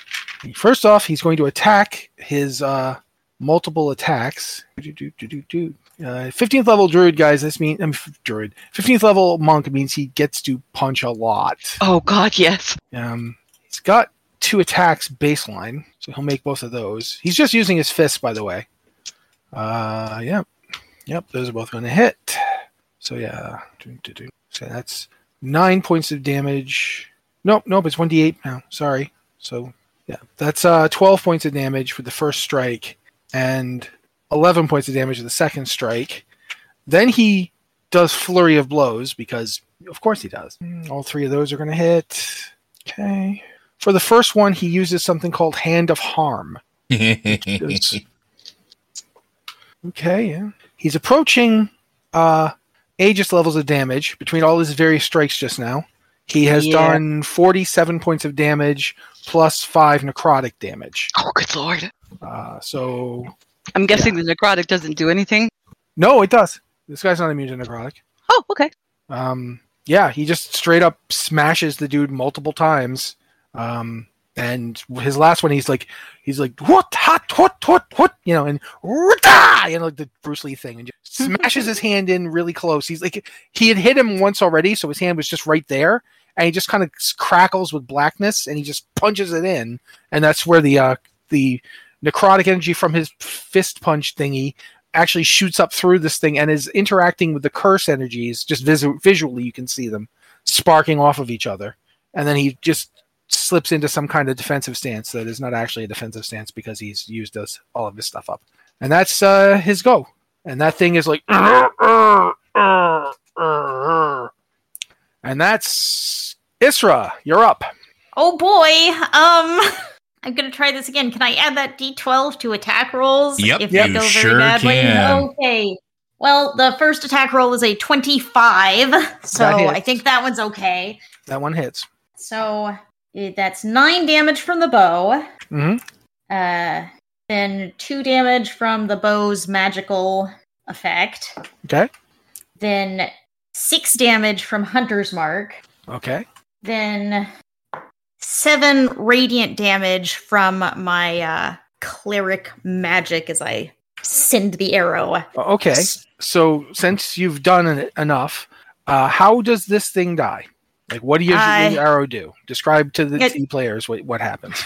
[SPEAKER 3] First off, he's going to attack his uh, multiple attacks. Do, do, do, do, do. Uh, 15th level druid, guys. This means I'm druid. 15th level monk means he gets to punch a lot.
[SPEAKER 4] Oh God, yes.
[SPEAKER 3] Um, he's got two attacks baseline, so he'll make both of those. He's just using his fists, by the way. Uh, yep, yep, those are both going to hit. So yeah, Doo, doo, doo. so that's nine points of damage. Nope, nope, it's one d eight now. Sorry. So yeah, that's uh twelve points of damage for the first strike and eleven points of damage for the second strike. Then he does flurry of blows because, of course, he does. Mm, All three of those are going to hit. Okay. For the first one, he uses something called Hand of Harm. It's- okay, yeah. He's approaching uh, Aegis levels of damage between all his various strikes just now. He has
[SPEAKER 4] Yeah.
[SPEAKER 3] done 47 points of damage plus 5 necrotic damage.
[SPEAKER 4] Oh, good lord.
[SPEAKER 3] Uh, so,
[SPEAKER 4] I'm guessing the necrotic doesn't do anything.
[SPEAKER 3] no, it does. This guy's not immune to necrotic.
[SPEAKER 4] Oh, okay.
[SPEAKER 3] Um, yeah, he just straight up smashes the dude multiple times. Um, and his last one, he's like, he's like, what, hot, what, what, what, you know, and "Rata!" you know, like the Bruce Lee thing, and just smashes his hand in really close. He's like, he had hit him once already, so his hand was just right there, and he just kind of crackles with blackness, and he just punches it in, and that's where the uh, the necrotic energy from his fist punch thingy actually shoots up through this thing and is interacting with the curse energies just visu- visually you can see them sparking off of each other and then he just slips into some kind of defensive stance that is not actually a defensive stance because he's used us all of his stuff up and that's uh, his go and that thing is like and that's isra you're up
[SPEAKER 6] Oh boy. Um I'm gonna try this again. Can I add that D12 to attack rolls?
[SPEAKER 5] Yep,
[SPEAKER 6] if they
[SPEAKER 5] you
[SPEAKER 6] go very
[SPEAKER 5] sure
[SPEAKER 6] badly?
[SPEAKER 5] can.
[SPEAKER 6] Okay. Well, the first attack roll is a 25, so
[SPEAKER 3] That hits.
[SPEAKER 6] I think that one's okay.
[SPEAKER 3] that one hits
[SPEAKER 6] So eh, that's nine damage from the bow.
[SPEAKER 3] hmm
[SPEAKER 6] Uh, then two damage from the bow's magical effect.
[SPEAKER 3] okay
[SPEAKER 6] Then six damage from Hunter's Mark.
[SPEAKER 3] okay
[SPEAKER 6] Then seven radiant damage from my uh, cleric magic as I send the arrow.
[SPEAKER 3] okay so since you've done en- enough uh, how does this thing die like what do you
[SPEAKER 6] I-
[SPEAKER 3] the arrow do describe to the
[SPEAKER 6] It-
[SPEAKER 3] team players what, what happens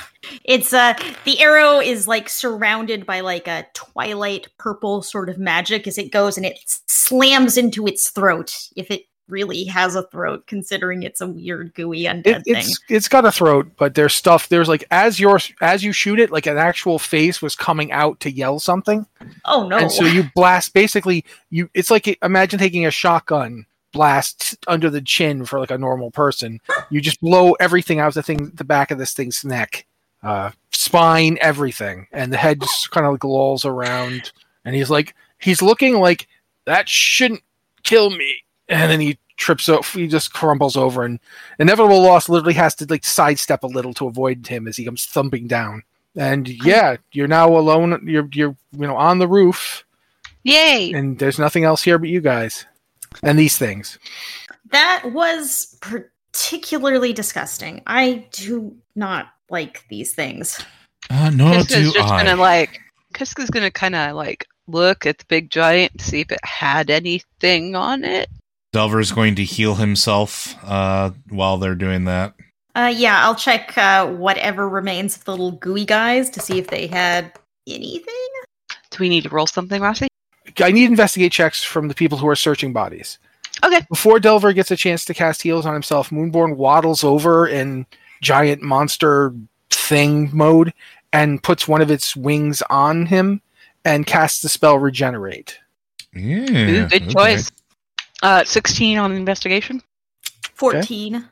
[SPEAKER 6] It's uh the arrow is like surrounded by like a twilight purple sort of magic as it goes and it slams into its throat if it really has a throat considering it's a weird gooey undead
[SPEAKER 3] it,
[SPEAKER 6] thing.
[SPEAKER 3] it's it's got a throat, but there's stuff. There's like as your as you shoot it, like an actual face was coming out to yell something,
[SPEAKER 6] Oh no.
[SPEAKER 3] and so you blast. Basically, you it's like imagine taking a shotgun blast under the chin for like a normal person. You just blow everything out of the thing, the back of this thing's neck, uh, spine, everything, and the head just kind of like lolls around, and he's like he's looking like that shouldn't kill me, and then he trips over, he just crumbles over and Inevitable Loss literally has to like sidestep a little to avoid him as he comes thumping down. And yeah, you're now alone. You're you're you know on the roof,
[SPEAKER 4] Yay.
[SPEAKER 3] and there's nothing else here but you guys, and these things.
[SPEAKER 6] That was particularly disgusting. I do not like these things.
[SPEAKER 5] Uh, no, do
[SPEAKER 4] Kiska's just
[SPEAKER 5] I.
[SPEAKER 4] gonna like Kiska's gonna kinda like look at the big giant, see if it had anything on it.
[SPEAKER 5] Delver's going to heal himself uh, while they're doing that.
[SPEAKER 6] Uh, yeah, I'll check uh, whatever remains of the little gooey guys to see if they had anything.
[SPEAKER 4] Do we need to roll something, Rossi?
[SPEAKER 3] I need investigate checks from the people who are searching bodies.
[SPEAKER 4] Okay.
[SPEAKER 3] Before Delver gets a chance to cast heals on himself, Moonborn waddles over in giant monster thing mode and puts one of its wings on him and casts the spell regenerate.
[SPEAKER 5] Yeah,
[SPEAKER 4] Ooh, good
[SPEAKER 5] okay.
[SPEAKER 4] choice. Uh sixteen on investigation.
[SPEAKER 6] 14.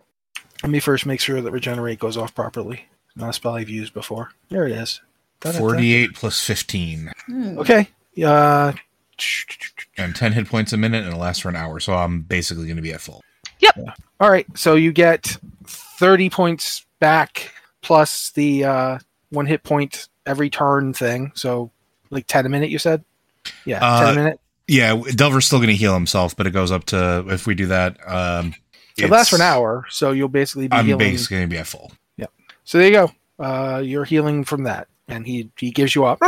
[SPEAKER 3] Let me first make sure that regenerate goes off properly. Not a spell I've used before. There it is. Da-da-da.
[SPEAKER 5] 48 plus 15
[SPEAKER 6] Hmm.
[SPEAKER 3] Okay. Uh,
[SPEAKER 5] and 10 hit points a minute and it lasts for an hour so i'm basically going to be at full
[SPEAKER 3] all right. So you get 30 points back plus the uh, one hit point every turn thing. So like 10 a minute, you said? Yeah. 10
[SPEAKER 5] Uh,
[SPEAKER 3] a minute.
[SPEAKER 5] yeah delver's still going to heal himself but it goes up to if we do that um
[SPEAKER 3] It lasts for an
[SPEAKER 5] it's-
[SPEAKER 3] hour. So you'll basically be
[SPEAKER 5] i'm
[SPEAKER 3] healing.
[SPEAKER 5] basically going to be at full
[SPEAKER 3] So there you go. Uh, you're healing from that. And he, he gives you up.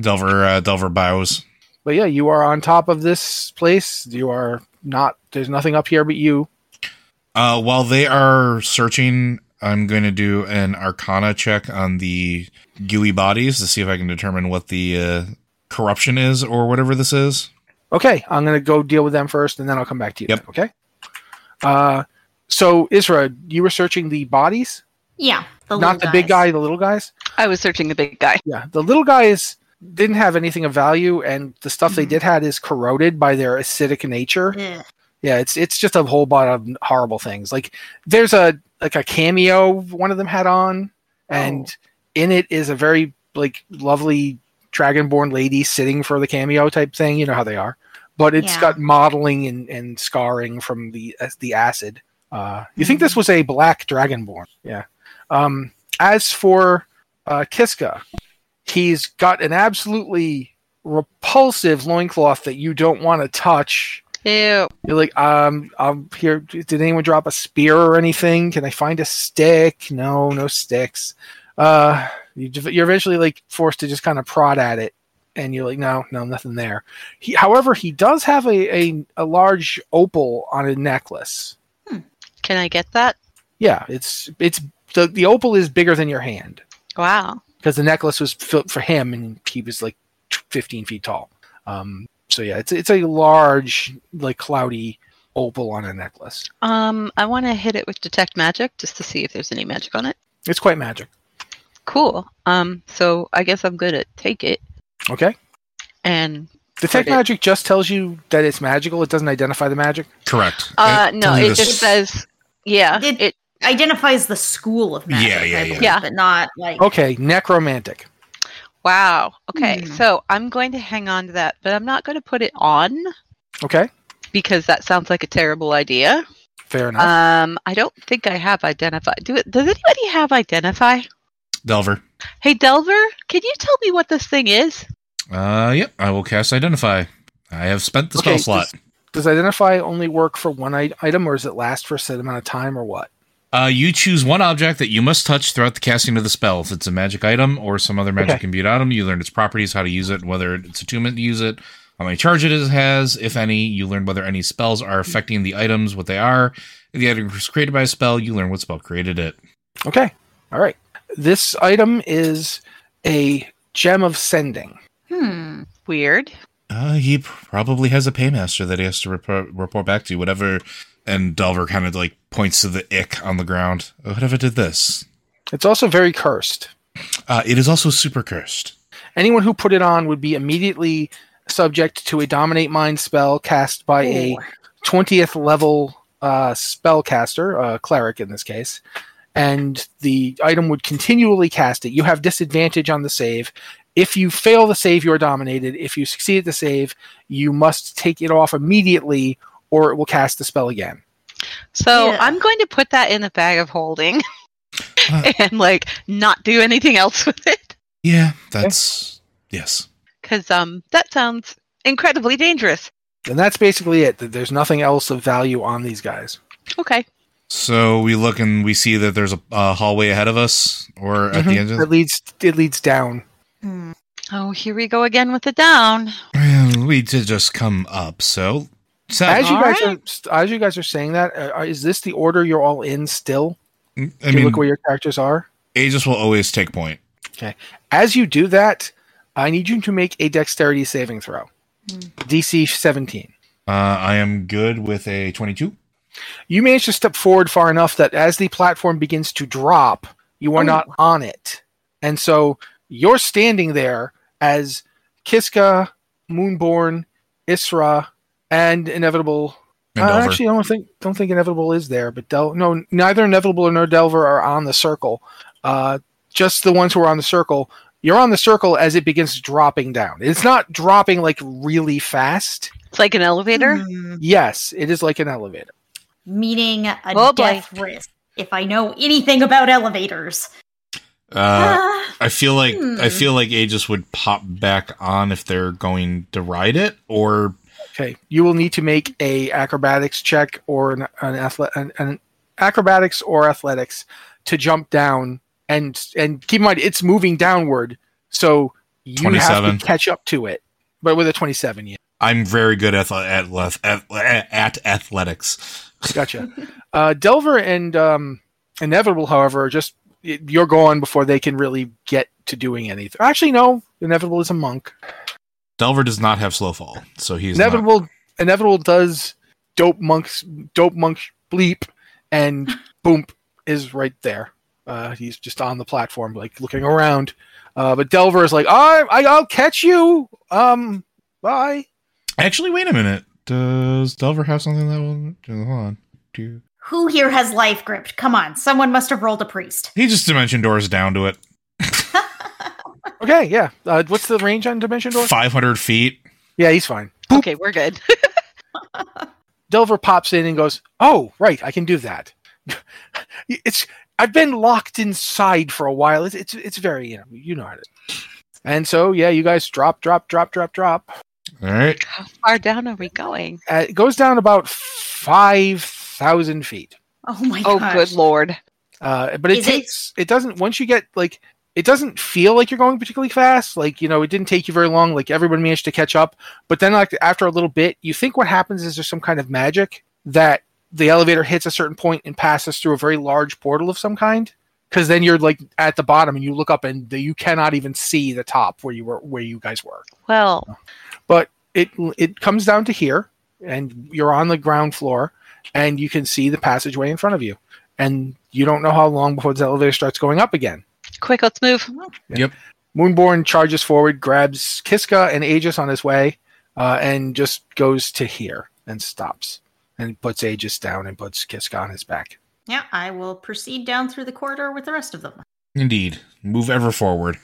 [SPEAKER 5] delver uh, delver bows
[SPEAKER 3] But yeah, you are on top of this place. You are not, there's nothing up here but you.
[SPEAKER 5] uh while they are searching i'm going to do an arcana check on the gooey bodies to see if i can determine what the uh, corruption is or whatever this is
[SPEAKER 3] Okay, I'm gonna go deal with them first, and then I'll come back to you.
[SPEAKER 5] Yep.
[SPEAKER 3] Okay. Uh, so Isra, you were searching the bodies,
[SPEAKER 6] Yeah.
[SPEAKER 3] not
[SPEAKER 6] little
[SPEAKER 3] the big
[SPEAKER 6] guys.
[SPEAKER 3] guy, the little guys.
[SPEAKER 4] I was searching the big guy.
[SPEAKER 3] Yeah, the little guy is didn't have anything of value, and the stuff
[SPEAKER 6] Mm-hmm.
[SPEAKER 3] they did had is corroded by their acidic nature.
[SPEAKER 6] Ugh.
[SPEAKER 3] Yeah, it's it's just a whole bunch of horrible things. Like there's a like a cameo one of them had on, and in it is a very like lovely dragonborn lady sitting for the cameo type thing. You know how they are, but it's
[SPEAKER 6] Yeah.
[SPEAKER 3] got modeling and, and scarring from the as the acid. Uh, you think this was a black dragonborn? Yeah. Um, as for uh, Kiska, he's got an absolutely repulsive loincloth that you don't want to touch.
[SPEAKER 4] Ew.
[SPEAKER 3] You're like, um, I'm here. Did anyone drop a spear or anything? Can I find a stick? No, no sticks. Uh, you, you're eventually like forced to just kind of prod at it, and you're like, no, no, nothing there. He, however, he does have a, a a large opal on a necklace.
[SPEAKER 4] Hmm. Can I get that?
[SPEAKER 3] Yeah, it's it's the the opal is bigger than your hand
[SPEAKER 4] Wow.
[SPEAKER 3] because the necklace was built for him and he was like t- 15 feet tall. Um, so yeah, it's it's a large like cloudy opal on a necklace.
[SPEAKER 4] Um, I want to hit it with detect magic just to see if there's any magic on it.
[SPEAKER 3] It's quite magic.
[SPEAKER 4] Cool. Um, so I guess I'm gonna take it
[SPEAKER 3] Okay.
[SPEAKER 4] and
[SPEAKER 3] Detect
[SPEAKER 4] put it-
[SPEAKER 3] magic just tells you that it's magical. It doesn't identify the magic.
[SPEAKER 5] Correct.
[SPEAKER 4] Uh,
[SPEAKER 5] It
[SPEAKER 4] no,
[SPEAKER 5] tells you
[SPEAKER 4] it
[SPEAKER 5] this-
[SPEAKER 4] just says, yeah,
[SPEAKER 6] Did-
[SPEAKER 4] it
[SPEAKER 6] Identifies the school of magic,
[SPEAKER 5] Yeah, yeah,
[SPEAKER 6] I
[SPEAKER 5] yeah.
[SPEAKER 6] believe,
[SPEAKER 4] Yeah.
[SPEAKER 6] but not like
[SPEAKER 3] Okay, necromantic.
[SPEAKER 4] Wow. Okay.
[SPEAKER 6] Hmm.
[SPEAKER 4] So I'm going to hang on to that, but I'm not going to put it on
[SPEAKER 3] Okay,
[SPEAKER 4] because that sounds like a terrible idea.
[SPEAKER 3] fair enough.
[SPEAKER 4] Um, I don't think I have identify. Do it? Does anybody have identify?
[SPEAKER 5] Delver.
[SPEAKER 4] Hey, Delver, can you tell me what this thing is?
[SPEAKER 5] Uh, yep. I will cast Identify. I have
[SPEAKER 2] Um,
[SPEAKER 5] spent the spell
[SPEAKER 3] Okay,
[SPEAKER 5] slot.
[SPEAKER 3] Does, does identify only work for one i- item, or does it last for a set amount of time, or what?
[SPEAKER 5] Uh, you choose one object that you must touch throughout the casting of the spell. If it's a magic item or some other magic
[SPEAKER 3] Okay.
[SPEAKER 5] imbued item, you learn its properties, how to use it, whether it's attunement to use it, how many charges it is- has, if any. You learn whether any spells are affecting the items, what they are. If the item was created by a spell, you learn what spell created it.
[SPEAKER 3] Okay, all right. This item is a gem of sending.
[SPEAKER 6] hmm.
[SPEAKER 4] Weird.
[SPEAKER 5] Uh, he probably has a paymaster that he has to report, report back to, whatever. And Delver kind of like points to the ick on the ground. Whatever did this?
[SPEAKER 3] It's also very cursed.
[SPEAKER 5] Uh, it is also super cursed.
[SPEAKER 3] Anyone who put it on would be immediately subject to a dominate mind spell cast by a 20th level uh, spellcaster, uh, cleric in this case, and the item would continually cast it. You have disadvantage on the save. If you fail the save, you are dominated. If you succeed at the save, you must take it off immediately or it will cast the spell again.
[SPEAKER 4] So
[SPEAKER 6] Yeah.
[SPEAKER 4] I'm going to put that in a bag of holding
[SPEAKER 5] Uh.
[SPEAKER 4] and like not do anything else with it
[SPEAKER 5] Yeah, that's. Yes.
[SPEAKER 4] because um, that sounds incredibly dangerous.
[SPEAKER 3] And that's basically it. There's nothing else of value on these guys.
[SPEAKER 4] Okay.
[SPEAKER 5] So we look and we see that there's a, a hallway ahead of us, or at the end
[SPEAKER 3] Mhm. it
[SPEAKER 5] of
[SPEAKER 3] leads it leads down.
[SPEAKER 6] Hmm.
[SPEAKER 4] Oh, here we go again with the down.
[SPEAKER 5] Well, we did just come up. So, so
[SPEAKER 3] As you guys
[SPEAKER 4] Alright.
[SPEAKER 3] are as you guys are saying that, uh, is this the order you're all in still?
[SPEAKER 5] Mm, I
[SPEAKER 3] Do you
[SPEAKER 5] mean,
[SPEAKER 3] look where your characters are.
[SPEAKER 5] Aegis will always take point.
[SPEAKER 3] As you do that, I need you to make a dexterity saving throw. DC 17.
[SPEAKER 5] Uh, I am good with a twenty-two.
[SPEAKER 3] You manage to step forward far enough that as the platform begins to drop, you are not on it. And so you're standing there as Kiska, Moonborn, Isra, and Inevitable.
[SPEAKER 5] And
[SPEAKER 3] I
[SPEAKER 5] Delver.
[SPEAKER 3] actually don't think don't think Inevitable is there, but Del no neither Inevitable nor Delver are on the circle. Uh, just the ones who are on the circle. You're on the circle as it begins dropping down. It's not dropping like really fast.
[SPEAKER 4] It's like an elevator.
[SPEAKER 6] Hmm.
[SPEAKER 3] Yes, it is like an elevator.
[SPEAKER 6] Meeting a
[SPEAKER 4] Oh, boy.
[SPEAKER 6] death risk. If I know anything about elevators,
[SPEAKER 5] Uh,
[SPEAKER 6] Ah,
[SPEAKER 5] I feel like
[SPEAKER 6] Hmm.
[SPEAKER 5] I feel like Aegis would pop back on if they're going to ride it, or
[SPEAKER 3] Okay, you will need to make a acrobatics check or an an, athle- an, an acrobatics or athletics to jump down and and keep in mind it's moving downward, so you have
[SPEAKER 5] 27.
[SPEAKER 3] to catch up to it. But with a twenty-seven, yeah,
[SPEAKER 5] I'm very good at at, at, at athletics.
[SPEAKER 3] gotcha. uh, Delver and um, Inevitable, however, are just y- you're gone before they can really get to doing anything. Actually, no, Inevitable is a monk.
[SPEAKER 5] Delver does not have slow fall, so he's not-
[SPEAKER 3] Inevitable Inevitable does dope monks dope monks bleep and boom is right there. Uh, he's just on the platform, like looking around. Uh, but Delver is like, I, I, I'll catch you. Um, bye.
[SPEAKER 5] Actually, wait a minute. Does Delver have something that will? Hold on. Do
[SPEAKER 6] Who here has life gripped? Come on, someone must have rolled a priest.
[SPEAKER 5] he just dimension doors down to it?
[SPEAKER 3] Okay, yeah. Uh, what's the range on Dimension Door?
[SPEAKER 5] Five hundred feet.
[SPEAKER 3] Yeah, he's fine.
[SPEAKER 4] Okay, we're good.
[SPEAKER 3] Delver pops in and goes, "Oh, right, I can do that." it's I've been locked inside for a while. It's it's, it's very you know, you know how it is. And so yeah, you guys drop, drop, drop, drop, drop.
[SPEAKER 5] All right.
[SPEAKER 4] How far down are we going?
[SPEAKER 3] Uh, it goes down about five thousand feet.
[SPEAKER 6] Oh my
[SPEAKER 4] Oh,
[SPEAKER 6] gosh.
[SPEAKER 4] good lord.
[SPEAKER 3] Uh, but it
[SPEAKER 6] Is it-
[SPEAKER 3] takes it doesn't once you get like it doesn't feel like you're going particularly fast. Like you know, it didn't take you very long. Like everyone managed to catch up. But then like after a little bit, you think what happens is there's some kind of magic that the elevator hits a certain point and passes through a very large portal of some kind. Because then you're like at the bottom and you look up and the, you cannot even see the top where you were where you guys were
[SPEAKER 4] Well,
[SPEAKER 3] but it it comes down to here and you're on the ground floor and you can see the passageway in front of you and you don't know how long before the elevator starts going up again
[SPEAKER 4] quick, let's move.
[SPEAKER 3] moonborn charges forward grabs kiska and aegis on his way uh, and just goes to here and stops and puts aegis down and puts kiska on his back
[SPEAKER 6] Yeah, I will proceed down through the corridor with the rest of them.
[SPEAKER 5] Indeed. Move ever forward.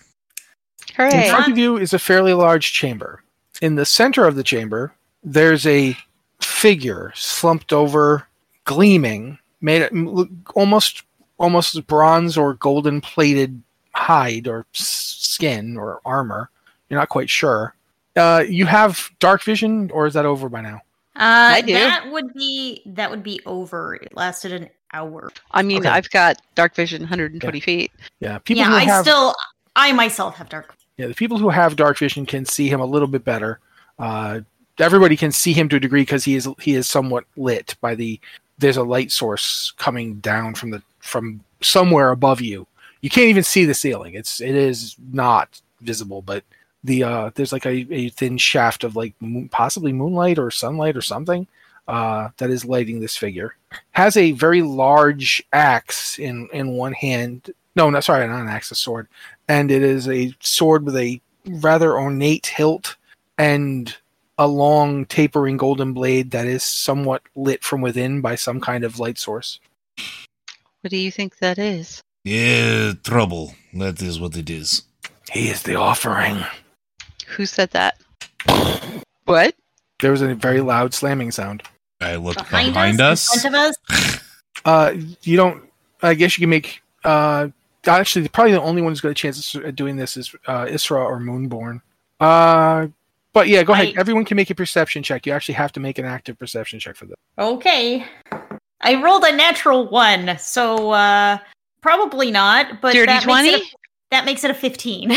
[SPEAKER 3] In
[SPEAKER 4] Hooray.
[SPEAKER 3] front of you is a fairly large chamber. In the center of the chamber, there's a figure slumped over, gleaming, made it look almost almost bronze or golden plated hide or s- skin or armor. You're not quite sure. Uh, you have dark vision, or is that over by now?
[SPEAKER 6] Uh,
[SPEAKER 4] I do.
[SPEAKER 6] That would be that would be over. It lasted an hour.
[SPEAKER 4] I mean,
[SPEAKER 3] Okay.
[SPEAKER 4] I've got dark vision 120 feet.
[SPEAKER 3] Yeah, people
[SPEAKER 6] yeah,
[SPEAKER 3] who
[SPEAKER 6] I
[SPEAKER 3] have
[SPEAKER 6] still, I myself have dark.
[SPEAKER 3] yeah the people who have dark vision can see him a little bit better. Uh, everybody can see him to a degree because he is he is somewhat lit by the there's a light source coming down from the from somewhere above you. You can't even see the ceiling. It's it is not visible, but the uh, there's like a, a thin shaft of like moon, possibly moonlight or sunlight or something uh, that is lighting this figure. Has a very large axe in in one hand. No, no, sorry, not an axe, a sword, and it is a sword with a rather ornate hilt and a long tapering golden blade that is somewhat lit from within by some kind of light source.
[SPEAKER 4] What do you think that is?
[SPEAKER 5] Yeah, trouble. That is what it is.
[SPEAKER 3] He is the offering.
[SPEAKER 4] Who said that? What?
[SPEAKER 3] There was a very loud slamming sound.
[SPEAKER 5] I look
[SPEAKER 6] Behind,
[SPEAKER 5] behind,
[SPEAKER 6] us,
[SPEAKER 5] us.
[SPEAKER 6] in front of us.
[SPEAKER 3] Uh, you don't. I guess you can make. Uh, actually, probably the only one who's got a chance at doing this is uh, Isra or Moonborn. Uh, but yeah, go ahead.
[SPEAKER 6] I-
[SPEAKER 3] Everyone can make a perception check. You actually have to make an active perception check for this.
[SPEAKER 6] Okay, I rolled a natural one, so uh probably not. But
[SPEAKER 4] Dirty
[SPEAKER 6] that makes
[SPEAKER 4] 20?
[SPEAKER 6] it a, that makes it a fifteen.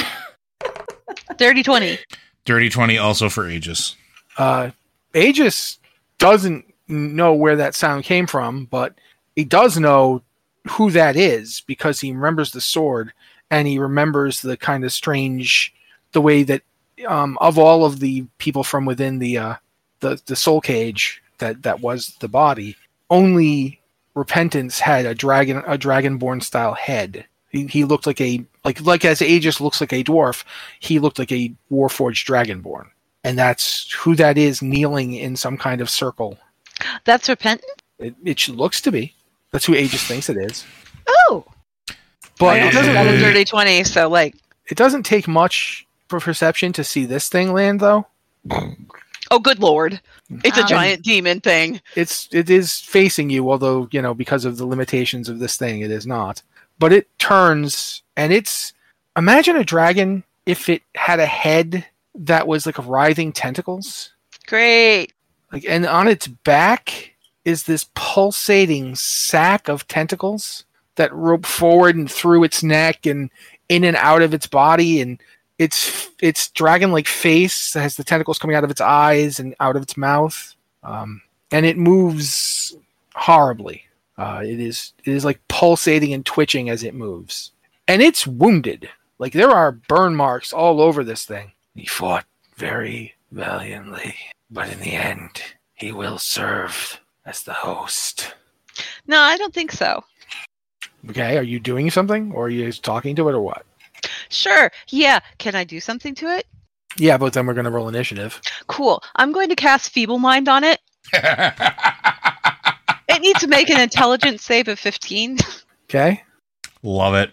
[SPEAKER 4] Dirty 20.
[SPEAKER 5] Dirty 20 also for Aegis.
[SPEAKER 3] Uh, Aegis doesn't know where that sound came from, but he does know who that is because he remembers the sword and he remembers the kind of strange, the way that um, of all of the people from within the uh, the the soul cage that that was the body, only repentance had a dragon a dragonborn style head. He, he looked like a like like as Aegis looks like a dwarf, he looked like a warforged dragonborn and that's who that is kneeling in some kind of circle.
[SPEAKER 4] That's repentant?
[SPEAKER 3] It, it looks to be. That's who Aegis thinks it is.
[SPEAKER 4] Oh!
[SPEAKER 3] But
[SPEAKER 4] I
[SPEAKER 3] it
[SPEAKER 4] also
[SPEAKER 3] doesn't,
[SPEAKER 4] got a dirty 20, so like,
[SPEAKER 3] it doesn't take much for perception to see this thing land, though.
[SPEAKER 4] oh, good lord. It's a
[SPEAKER 6] Um,
[SPEAKER 4] giant demon thing.
[SPEAKER 3] It's it is facing you, although you know because of the limitations of this thing, it is not. But it turns and it's imagine a dragon if it had a head that was like writhing tentacles.
[SPEAKER 4] Great.
[SPEAKER 3] like and on its back is this pulsating sack of tentacles that rope forward and through its neck and in and out of its body and its its dragon like face has the tentacles coming out of its eyes and out of its mouth um, and it moves horribly uh, it is it is like pulsating and twitching as it moves and it's wounded like there are burn marks all over this thing he fought very valiantly but in the end, he will serve as the host.
[SPEAKER 4] No, I don't think so.
[SPEAKER 3] Okay, are you doing something, or are you just talking to it, or what?
[SPEAKER 4] Sure. Yeah. Can I do something to it?
[SPEAKER 3] Yeah, but then we're going to roll initiative.
[SPEAKER 4] Cool. I'm going to cast Feeble Mind on it. it needs to make an intelligence save of 15.
[SPEAKER 3] Okay,
[SPEAKER 5] Love it.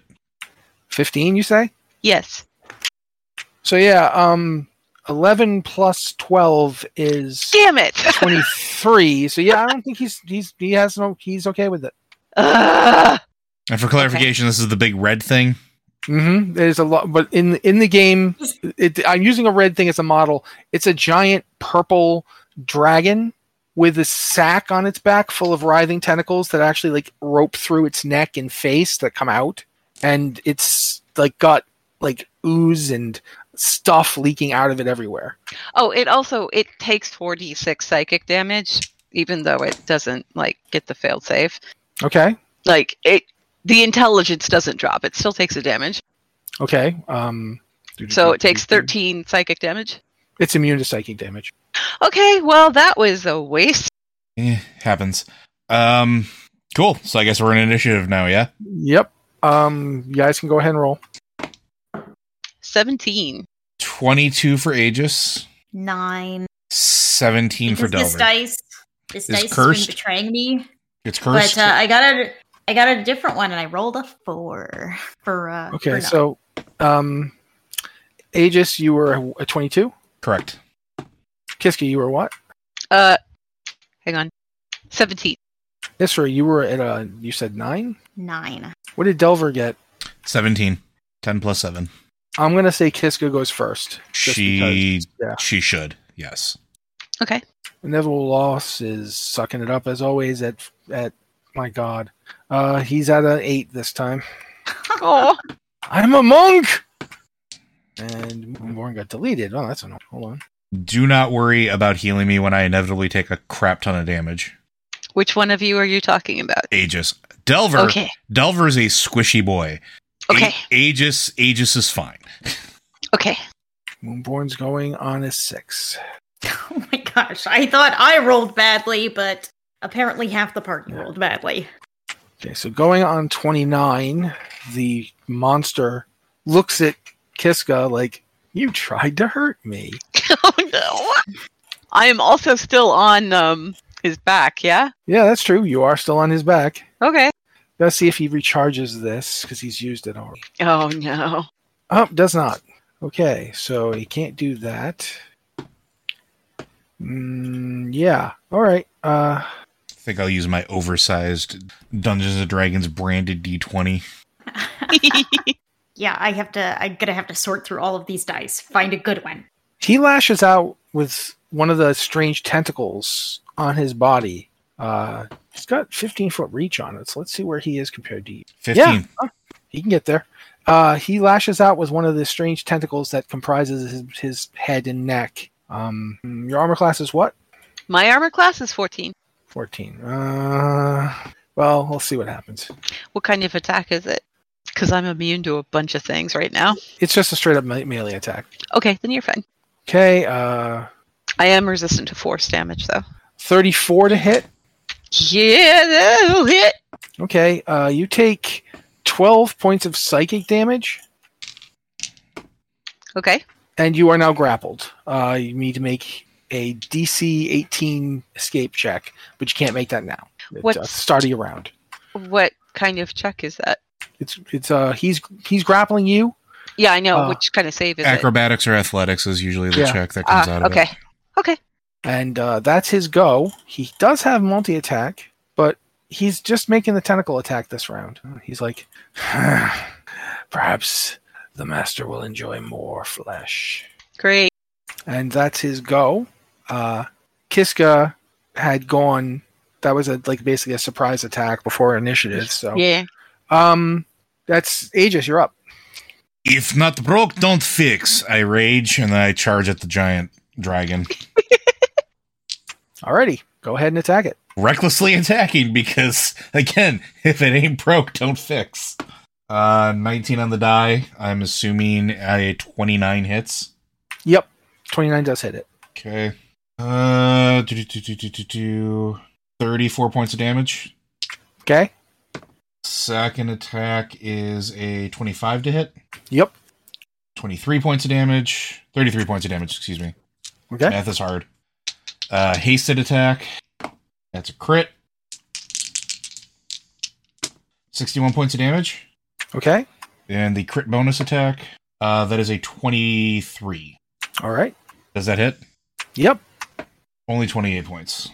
[SPEAKER 3] fifteen, you say?
[SPEAKER 4] yes.
[SPEAKER 3] So yeah, um, eleven plus twelve is
[SPEAKER 4] Damn it.
[SPEAKER 3] twenty-three. so yeah, I don't think he's he's he has no he's okay with it.
[SPEAKER 4] Ugh.
[SPEAKER 5] And for clarification, this is the big red thing.
[SPEAKER 3] hmm There's a lot, but in in the game, it, I'm using a red thing as a model. It's a giant purple dragon with a sack on its back full of writhing tentacles that actually like rope through its neck and face that come out, and it's like got like ooze and stuff leaking out of it everywhere.
[SPEAKER 4] oh, it also it takes 4d6 psychic damage, even though it doesn't like get the failed save.
[SPEAKER 3] Okay,
[SPEAKER 4] Like it, the intelligence doesn't drop. It still takes a damage.
[SPEAKER 3] okay. Um,
[SPEAKER 4] So it takes 13 psychic damage.
[SPEAKER 3] it's immune to psychic damage.
[SPEAKER 4] Okay, well that was a waste.
[SPEAKER 5] Eh, happens. Um, cool. So I guess we're in initiative now. Yeah.
[SPEAKER 3] Yep. Um, you guys can go ahead and roll.
[SPEAKER 4] 17.
[SPEAKER 5] Twenty-two for Aegis.
[SPEAKER 6] Nine.
[SPEAKER 5] Seventeen for
[SPEAKER 6] Because this
[SPEAKER 5] Delver.
[SPEAKER 6] dice, this
[SPEAKER 5] Is
[SPEAKER 6] dice has
[SPEAKER 5] cursed.
[SPEAKER 6] been betraying me.
[SPEAKER 5] It's cursed.
[SPEAKER 6] But uh, I got a I got a different one, and I rolled a four for. Uh,
[SPEAKER 3] Okay,
[SPEAKER 6] for
[SPEAKER 3] so um, Aegis, you were a- a 22.
[SPEAKER 5] Correct.
[SPEAKER 3] Kiska, you were what?
[SPEAKER 4] Uh hang on. 17.
[SPEAKER 3] Isra, you were at a you said nine.
[SPEAKER 6] nine.
[SPEAKER 3] What did Delver get?
[SPEAKER 5] Seventeen. Ten plus seven.
[SPEAKER 3] I'm gonna say Kiska goes first. just
[SPEAKER 5] She.
[SPEAKER 3] because, yeah.
[SPEAKER 5] She should. Yes.
[SPEAKER 4] Okay.
[SPEAKER 3] Inevitable loss is sucking it up as always. At at my god, uh, he's at an eight this time.
[SPEAKER 4] Oh,
[SPEAKER 3] I'm a monk. And Moonborn got deleted. Oh, that's annoying. Hold on.
[SPEAKER 5] Do not worry about healing me when I inevitably take a crap ton of damage.
[SPEAKER 4] which one of you are you talking about?
[SPEAKER 5] Aegis. Delver.
[SPEAKER 4] Okay.
[SPEAKER 5] Delver is a squishy boy. A-
[SPEAKER 4] Okay.
[SPEAKER 5] Aegis. Aegis is fine.
[SPEAKER 4] Okay.
[SPEAKER 3] Moonborn's going on a six.
[SPEAKER 6] Oh my gosh! I thought I rolled badly, but apparently half the party rolled badly.
[SPEAKER 3] Okay, so going on 29, the monster looks at Kiska like, You tried to hurt me.
[SPEAKER 4] oh no. I am also still on um his back, yeah?
[SPEAKER 3] Yeah, that's true. You are still on his back.
[SPEAKER 4] Okay.
[SPEAKER 3] Let's see if he recharges this because he's used it already.
[SPEAKER 4] Oh no.
[SPEAKER 3] Oh, does not. Okay, so he can't do that. Mm, yeah. All right. Uh,
[SPEAKER 5] I think I'll use my oversized Dungeons and Dragons branded D20.
[SPEAKER 6] Yeah, I have to. I'm gonna have to sort through all of these dice, find a good one.
[SPEAKER 3] he lashes out with one of the strange tentacles on his body. Uh, he's got 15 foot reach on it, so let's see where he is compared to you.
[SPEAKER 5] 15.
[SPEAKER 3] oh, He can get there. Uh, he lashes out with one of the strange tentacles that comprises his, his head and neck. Um, your armor class is what?
[SPEAKER 4] My armor class is 14.
[SPEAKER 3] 14. Uh, well, we'll see what happens.
[SPEAKER 4] What kind of attack is it? Because I'm immune to a bunch of things right now.
[SPEAKER 3] It's just a straight up me- melee attack.
[SPEAKER 4] Okay, then you're fine.
[SPEAKER 3] Okay, uh,
[SPEAKER 4] I am resistant to force damage, though.
[SPEAKER 3] 34 to hit.
[SPEAKER 4] Yeah, that'll hit.
[SPEAKER 3] Okay, uh, you take 12 points of psychic damage,
[SPEAKER 4] Okay.
[SPEAKER 3] and you are now grappled. Uh, you need to make a DC 18 escape check, but you can't make that now. It's, uh,
[SPEAKER 4] What's-
[SPEAKER 3] start of your round.
[SPEAKER 4] What kind of check is that?
[SPEAKER 3] It's it's uh he's he's grappling you.
[SPEAKER 4] Yeah, I know.
[SPEAKER 3] Uh,
[SPEAKER 4] Which kind of save is
[SPEAKER 5] Acrobatics or athletics is usually the
[SPEAKER 3] Yeah.
[SPEAKER 5] check that
[SPEAKER 4] it?
[SPEAKER 5] comes
[SPEAKER 4] Ah,
[SPEAKER 5] out of
[SPEAKER 4] okay.
[SPEAKER 5] it.
[SPEAKER 4] Okay.
[SPEAKER 3] and uh, that's his go. He does have multi attack, but he's just making the tentacle attack this round. He's like, perhaps the master will enjoy more flesh,
[SPEAKER 4] Great.
[SPEAKER 3] and that's his go. Uh, Kiska had gone. That was a like basically a surprise attack before initiative. So
[SPEAKER 4] Yeah.
[SPEAKER 3] um, that's Aegis. You're up.
[SPEAKER 5] If not broke, don't fix. I rage and then I charge at the giant dragon.
[SPEAKER 3] Alrighty, go ahead and attack it.
[SPEAKER 5] Recklessly attacking because, again, if it ain't broke, don't fix. Uh, 19 on the die. I'm assuming a 29 hits.
[SPEAKER 3] Yep, twenty nine does hit it.
[SPEAKER 5] Okay. Uh, do, do, do, do, do, do, do. 34 points of damage.
[SPEAKER 3] Okay,
[SPEAKER 5] Second attack is a 25 to hit,
[SPEAKER 3] Yep.
[SPEAKER 5] 23 points of damage, 33 points of damage, excuse me.
[SPEAKER 3] Okay.
[SPEAKER 5] Math is hard. Uh, hasted attack. That's a crit. 61 points of damage.
[SPEAKER 3] Okay.
[SPEAKER 5] And the crit bonus attack. Uh, that is a 23.
[SPEAKER 3] All right.
[SPEAKER 5] Does that hit?
[SPEAKER 3] Yep.
[SPEAKER 5] Only 28 points.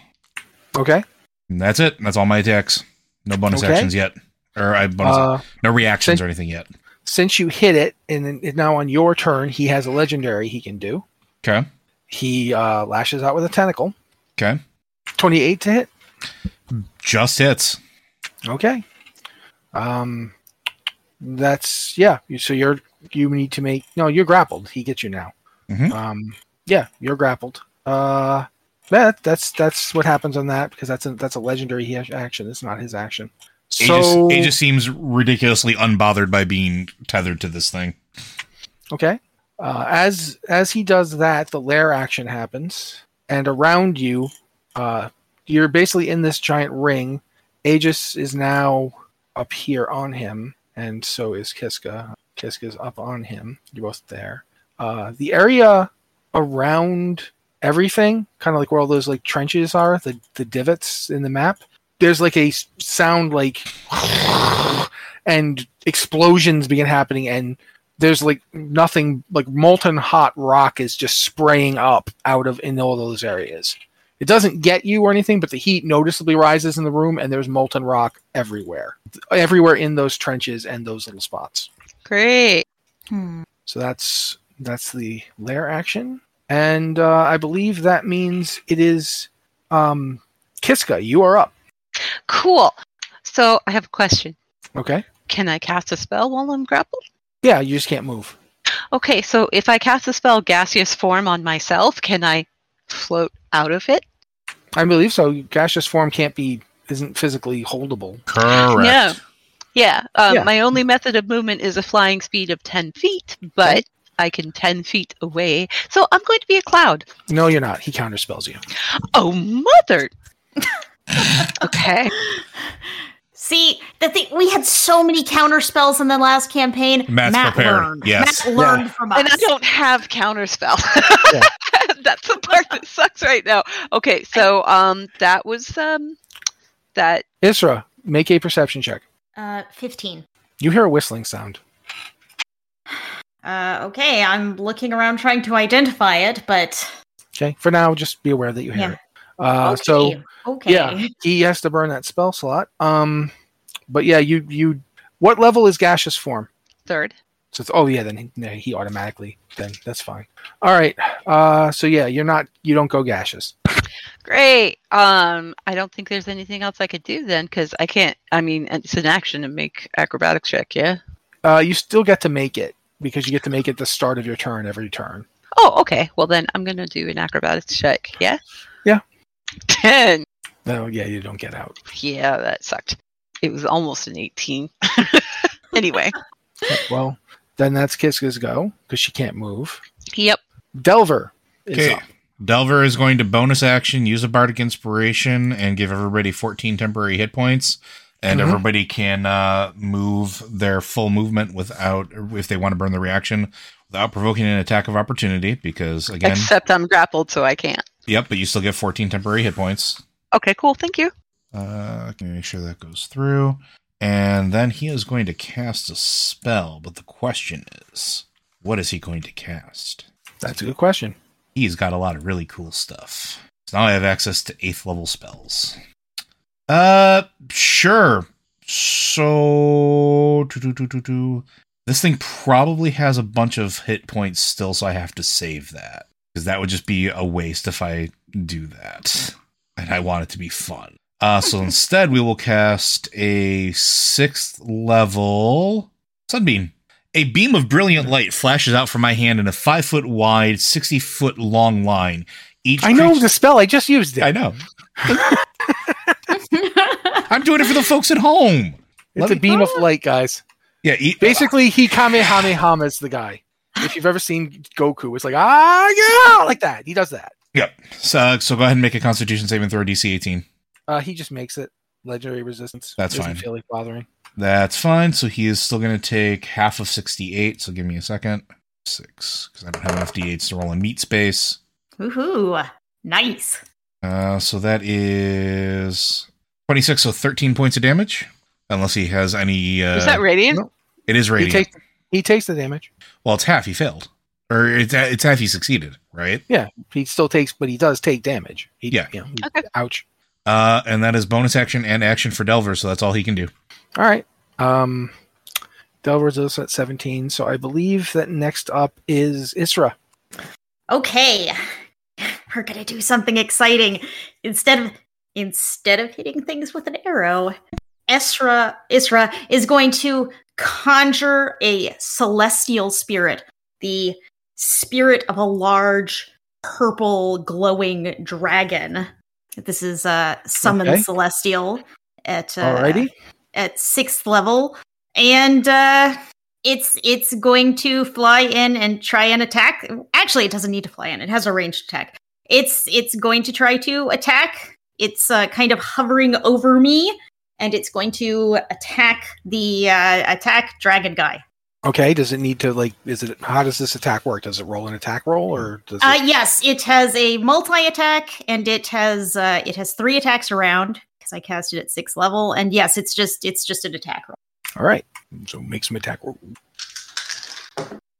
[SPEAKER 3] Okay.
[SPEAKER 5] And that's it. That's all my attacks. No bonus
[SPEAKER 3] Okay.
[SPEAKER 5] actions yet. Or I bonus
[SPEAKER 3] Uh,
[SPEAKER 5] no reactions
[SPEAKER 3] since-
[SPEAKER 5] or anything yet.
[SPEAKER 3] Since you hit it, and then and now on your turn, he has a legendary he can do.
[SPEAKER 5] Okay.
[SPEAKER 3] He uh, lashes out with a tentacle.
[SPEAKER 5] Okay.
[SPEAKER 3] 28 to hit.
[SPEAKER 5] Just hits.
[SPEAKER 3] Okay. Um, that's yeah. you- So you're you need to make no. You're grappled. He gets you now.
[SPEAKER 5] Mhm.
[SPEAKER 3] Um, yeah, you're grappled. Uh, that that's that's what happens on that because that's a, that's a legendary he- action. It's not his action. So
[SPEAKER 5] Aegis, Aegis seems ridiculously unbothered by being tethered to this thing.
[SPEAKER 3] Okay. Uh, as as he does that, the lair action happens, and around you, uh, you're basically in this giant ring. Aegis is now up here on him, and so is Kiska. Kiska's up on him. You're both there. Uh, the area around everything, kind of like where all those like trenches are, the the divots in the map. There's like a s- sound like, and explosions begin happening, and there's like nothing like molten hot rock is just spraying up out of in all those areas it doesn't get you or anything but the heat noticeably rises in the room and there's molten rock everywhere everywhere in those trenches and those little spots
[SPEAKER 4] Great.
[SPEAKER 3] so that's that's the lair action and uh, i believe that means it is um kiska you are up
[SPEAKER 4] Cool. So I have a question.
[SPEAKER 3] okay
[SPEAKER 4] Can I cast a spell while I'm grappled?
[SPEAKER 3] yeah you just can't move
[SPEAKER 4] Okay, so if I cast the spell gaseous form on myself, can I float out of it?
[SPEAKER 3] i believe so gaseous form can't be isn't physically holdable
[SPEAKER 5] Correct.
[SPEAKER 4] No. Yeah, um,
[SPEAKER 3] Yeah.
[SPEAKER 4] my only method of movement is a flying speed of 10 feet, but I can 10 feet away. So I'm going to be a cloud.
[SPEAKER 3] no you're not he counterspells you
[SPEAKER 4] Oh, mother! okay.
[SPEAKER 6] See, the thing we had so many counter spells in the last campaign.
[SPEAKER 5] Matt's
[SPEAKER 6] Matt
[SPEAKER 5] prepared,
[SPEAKER 6] learned.
[SPEAKER 5] yes.
[SPEAKER 6] Matt learned
[SPEAKER 3] Yeah.
[SPEAKER 6] from us.
[SPEAKER 4] And I don't have counterspell.
[SPEAKER 3] Yeah.
[SPEAKER 4] That's the part that sucks right now. Okay, so um, that was um, that
[SPEAKER 3] isra make a perception check
[SPEAKER 6] Uh, Fifteen.
[SPEAKER 3] You hear a whistling sound.
[SPEAKER 6] Uh, okay, I'm looking around trying to identify it, but
[SPEAKER 3] Okay. For now, just be aware that you hear
[SPEAKER 6] Yeah.
[SPEAKER 3] it. Uh,
[SPEAKER 6] okay,
[SPEAKER 3] So
[SPEAKER 6] okay.
[SPEAKER 3] yeah, he has to burn that spell slot. Um, but yeah, you you. What level is gaseous form?
[SPEAKER 4] third.
[SPEAKER 3] So it's oh yeah, then he, no, he automatically then that's fine. All right. Uh, so yeah, you're not you don't go gaseous.
[SPEAKER 4] Great. Um, I don't think there's anything else I could do then because I can't. I mean, it's an action to make acrobatics check. Yeah.
[SPEAKER 3] Uh, you still get to make it because you get to make it the start of your turn every turn.
[SPEAKER 4] Oh, okay. Well, then I'm gonna do an acrobatics check. Yeah.
[SPEAKER 3] Yeah.
[SPEAKER 4] Ten.
[SPEAKER 3] No, yeah, you don't get out.
[SPEAKER 4] Yeah, that sucked. It was almost an eighteen. anyway.
[SPEAKER 3] Well, then that's Kiska's go because she can't move.
[SPEAKER 4] Yep.
[SPEAKER 3] Delver is
[SPEAKER 5] Okay.
[SPEAKER 3] up.
[SPEAKER 5] Delver is going to bonus action, use a bardic inspiration, and give everybody 14 temporary hit points. And
[SPEAKER 3] Mhm.
[SPEAKER 5] everybody can uh, move their full movement without, if they want to burn the reaction, without provoking an attack of opportunity. Because again,
[SPEAKER 4] Except I'm grappled, so I can't.
[SPEAKER 5] yep, but you still get 14 temporary hit points.
[SPEAKER 4] Okay. Cool. Thank you.
[SPEAKER 5] Uh, can make sure that goes through. And then he is going to cast a spell. But the question is, what is he going to cast?
[SPEAKER 3] That's a good question.
[SPEAKER 5] he's got a lot of really cool stuff. So now I have access to eighth level spells. Uh, sure. So, do, do, do, do, do. this thing probably has a bunch of hit points still, so I have to save that because that would just be a waste if I do that, and I want it to be fun. Uh, so instead, we will cast a sixth level sunbeam. A beam of brilliant light flashes out from my hand in a five foot wide, sixty foot long line. Each
[SPEAKER 3] I know
[SPEAKER 5] creature-
[SPEAKER 3] the spell. I just used it.
[SPEAKER 5] I know. I'm doing it for the folks at home.
[SPEAKER 3] It's a
[SPEAKER 5] Let me-
[SPEAKER 3] beam of light, guys.
[SPEAKER 5] Yeah, e- eat,
[SPEAKER 3] Basically, he Kamehameha's the guy. If you've ever seen Goku, it's like, ah, yeah, like that. He does that.
[SPEAKER 5] Yep. So, so go ahead and make a Constitution saving throw, DC 18.
[SPEAKER 3] Uh, he just makes it legendary resistance.
[SPEAKER 5] That's
[SPEAKER 3] Doesn't
[SPEAKER 5] fine.
[SPEAKER 3] feel like bothering.
[SPEAKER 5] That's fine. So he is still going to take half of 68. So give me a second. Six, because I don't have enough d8s to roll in meat space.
[SPEAKER 6] Woohoo! Nice.
[SPEAKER 5] Uh, so that is 26, so 13 points of damage. Unless he has any. Uh,
[SPEAKER 4] Is that radiant?
[SPEAKER 5] It is
[SPEAKER 3] He
[SPEAKER 5] radiant.
[SPEAKER 3] takes he takes the damage.
[SPEAKER 5] well, it's half he failed. Or it's, it's half he succeeded, right?
[SPEAKER 3] Yeah, he still takes, but he does take damage. He,
[SPEAKER 5] Yeah.
[SPEAKER 3] you know, he- Ouch.
[SPEAKER 5] Uh, and that is bonus action and action for Delver, so that's all he can do.
[SPEAKER 3] All right. Um, Delver's also at seventeen, so I believe that next up is Isra.
[SPEAKER 6] Okay. We're gonna do something exciting. Instead of instead of hitting things with an arrow, Esra Isra is going to conjure a celestial spirit, the spirit of a large purple glowing dragon. This is uh summon
[SPEAKER 3] Okay.
[SPEAKER 6] celestial at uh,
[SPEAKER 3] Alrighty.
[SPEAKER 6] at sixth level, and uh, it's it's going to fly in and try and attack. Actually, it doesn't need to fly in; it has a ranged attack. It's it's going to try to attack. It's uh, kind of hovering over me, and it's going to attack the uh, attack dragon guy.
[SPEAKER 3] Okay. Does it need to like? Is it? How does this attack work? Does it roll an attack roll, or does
[SPEAKER 6] Uh,
[SPEAKER 3] it?
[SPEAKER 6] yes, it has a multi attack, and it has uh, it has three attacks around because I cast it at sixth level. And yes, it's just it's just an attack roll.
[SPEAKER 3] All right. So make some attack roll.